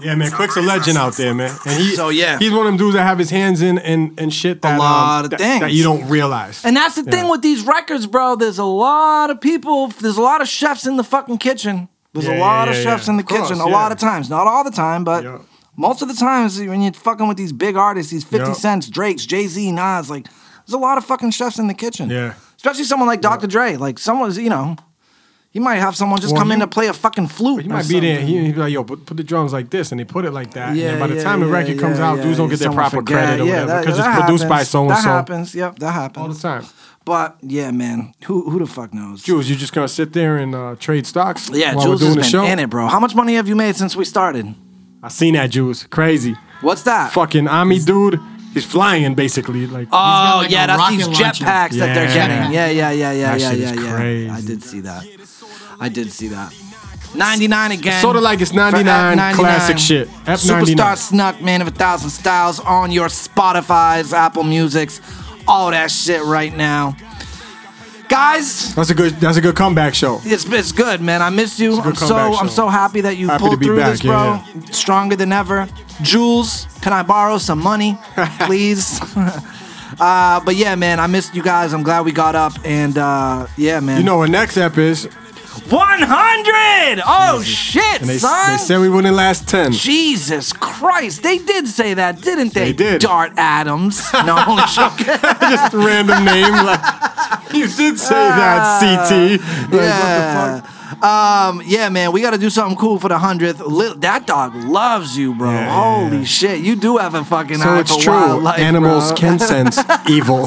[SPEAKER 1] Yeah, man. Quick's a legend out there, man. And he,
[SPEAKER 2] So, yeah.
[SPEAKER 1] he's one of them dudes that have his hands in and and shit that um,
[SPEAKER 2] lot of
[SPEAKER 1] that,
[SPEAKER 2] things.
[SPEAKER 1] that you don't realize.
[SPEAKER 2] And that's the thing
[SPEAKER 1] Yeah.
[SPEAKER 2] with these records, bro. There's a lot of people, there's a lot of chefs in the fucking kitchen. There's
[SPEAKER 1] Yeah,
[SPEAKER 2] a lot
[SPEAKER 1] yeah,
[SPEAKER 2] of
[SPEAKER 1] yeah,
[SPEAKER 2] chefs
[SPEAKER 1] yeah.
[SPEAKER 2] in the
[SPEAKER 1] Of course,
[SPEAKER 2] kitchen, a
[SPEAKER 1] yeah.
[SPEAKER 2] lot of times. Not all the time, but
[SPEAKER 1] Yup.
[SPEAKER 2] most of the times when you're fucking with these big artists, these 50
[SPEAKER 1] Yup.
[SPEAKER 2] Cents, Drake's, Jay Z, Nas, like, there's a lot of fucking chefs in the kitchen.
[SPEAKER 1] Yeah.
[SPEAKER 2] Especially someone like Dr. Dre. Like, someone's, you know, he might have someone just
[SPEAKER 1] Well,
[SPEAKER 2] come in
[SPEAKER 1] you-
[SPEAKER 2] to play a fucking flute.
[SPEAKER 1] He
[SPEAKER 2] or
[SPEAKER 1] might be there.
[SPEAKER 2] something.
[SPEAKER 1] He, he'd be like, "Yo, put, put the drums like this," and they put it like that.
[SPEAKER 2] Yeah,
[SPEAKER 1] and by the
[SPEAKER 2] yeah,
[SPEAKER 1] time the
[SPEAKER 2] yeah,
[SPEAKER 1] record comes
[SPEAKER 2] yeah,
[SPEAKER 1] out, dudes don't
[SPEAKER 2] yeah,
[SPEAKER 1] get their
[SPEAKER 2] someone
[SPEAKER 1] proper
[SPEAKER 2] forget.
[SPEAKER 1] credit or
[SPEAKER 2] Yeah,
[SPEAKER 1] whatever
[SPEAKER 2] that-
[SPEAKER 1] because
[SPEAKER 2] that
[SPEAKER 1] it's produced by
[SPEAKER 2] happens.
[SPEAKER 1] so and
[SPEAKER 2] That
[SPEAKER 1] so
[SPEAKER 2] happens. Yep, that happens
[SPEAKER 1] all the time.
[SPEAKER 2] But yeah, man, who who the fuck knows?
[SPEAKER 1] Jules, you just gonna sit there and uh, trade stocks
[SPEAKER 2] Yeah,
[SPEAKER 1] while
[SPEAKER 2] Jules
[SPEAKER 1] we're
[SPEAKER 2] has
[SPEAKER 1] doing the
[SPEAKER 2] been
[SPEAKER 1] show?
[SPEAKER 2] in it, bro. How much money have you made since we started?
[SPEAKER 1] I seen that Jules, crazy
[SPEAKER 2] What's that?
[SPEAKER 1] fucking army dude. He's flying basically, like
[SPEAKER 2] Oh
[SPEAKER 6] like,
[SPEAKER 2] yeah,
[SPEAKER 6] a
[SPEAKER 2] that's these
[SPEAKER 6] rocket launcher.
[SPEAKER 2] jetpacks that they're
[SPEAKER 1] Yeah.
[SPEAKER 2] getting. Yeah, yeah, yeah, yeah,
[SPEAKER 1] That
[SPEAKER 2] yeah,
[SPEAKER 1] shit
[SPEAKER 2] yeah,
[SPEAKER 1] is
[SPEAKER 2] yeah.
[SPEAKER 1] crazy.
[SPEAKER 2] I did see that. I did see that. 99 again.
[SPEAKER 1] sort of like it's ninety nine
[SPEAKER 2] For F99.
[SPEAKER 1] classic shit. F ninety
[SPEAKER 2] Superstar
[SPEAKER 1] nine.
[SPEAKER 2] Snuck, man of a thousand styles, on your Spotify's, Apple Music's, all that shit right now, guys.
[SPEAKER 1] That's a good. That's a good comeback show.
[SPEAKER 2] It's, it's good, man. I miss you.
[SPEAKER 1] a
[SPEAKER 2] I'm
[SPEAKER 1] good
[SPEAKER 2] so
[SPEAKER 1] comeback
[SPEAKER 2] I'm
[SPEAKER 1] show.
[SPEAKER 2] so happy that you
[SPEAKER 1] Happy to
[SPEAKER 2] pulled
[SPEAKER 1] be
[SPEAKER 2] through
[SPEAKER 1] back,
[SPEAKER 2] this, bro.
[SPEAKER 1] yeah,
[SPEAKER 2] Stronger than ever. Jules, can I borrow some money, please? uh, but yeah, man, I missed you guys. I'm glad we got up, and uh, yeah, man.
[SPEAKER 1] You know what next ep is,
[SPEAKER 2] 100. Oh shit,
[SPEAKER 1] and they,
[SPEAKER 2] son.
[SPEAKER 1] they said we wouldn't last ten.
[SPEAKER 2] Jesus Christ! They did say that, didn't they?
[SPEAKER 1] They did.
[SPEAKER 2] Dart Adams. No, I'm joking.
[SPEAKER 1] Just a random name. Like you did say that, CT. Like, What the fuck?
[SPEAKER 2] Ah. Yeah. Um, yeah, man, we got to do something cool for the hundredth. Li- that dog loves you, bro.
[SPEAKER 1] Yeah, yeah,
[SPEAKER 2] Holy
[SPEAKER 1] yeah.
[SPEAKER 2] shit, you do have a fucking
[SPEAKER 1] So
[SPEAKER 2] eye
[SPEAKER 1] it's
[SPEAKER 2] for
[SPEAKER 1] true.
[SPEAKER 2] wildlife,
[SPEAKER 1] Animals
[SPEAKER 2] bro.
[SPEAKER 1] can sense evil.
[SPEAKER 2] All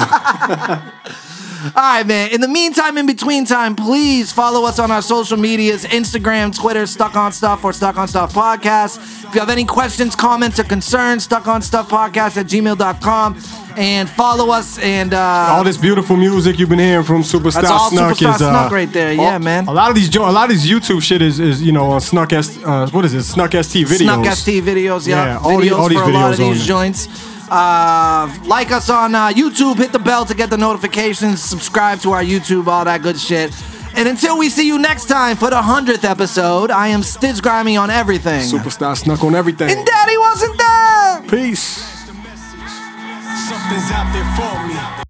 [SPEAKER 2] right, man. In the meantime, in between time, please follow us on our social medias: Instagram, Twitter, Stuck on Stuff or Stuck on Stuff Podcast. If you have any questions, comments, or concerns, Stuck on Stuff Podcast at gmail.com. and follow us and uh,
[SPEAKER 1] all this beautiful music you've been hearing from Superstar
[SPEAKER 2] That's all
[SPEAKER 1] Snuck
[SPEAKER 2] Superstar
[SPEAKER 1] is uh,
[SPEAKER 2] Snuck right there.
[SPEAKER 1] all-
[SPEAKER 2] Yeah, man.
[SPEAKER 1] A lot of these jo- a lot of these YouTube shit is, is you know on Snuck S uh, what is it Snuck ST videos.
[SPEAKER 2] Snuck ST videos, yeah.
[SPEAKER 1] Yeah, all
[SPEAKER 2] videos
[SPEAKER 1] the- all these
[SPEAKER 2] for a lot of
[SPEAKER 1] videos on
[SPEAKER 2] these
[SPEAKER 1] it.
[SPEAKER 2] joints. Uh, like us on uh, YouTube, hit the bell to get the notifications, subscribe to our YouTube, all that good shit. And until we see you next time for the 100th episode, I am Stitch Grimy on everything.
[SPEAKER 1] Superstar Snuck on everything.
[SPEAKER 2] And Daddy wasn't there!
[SPEAKER 1] Peace.
[SPEAKER 3] Something's out there for me.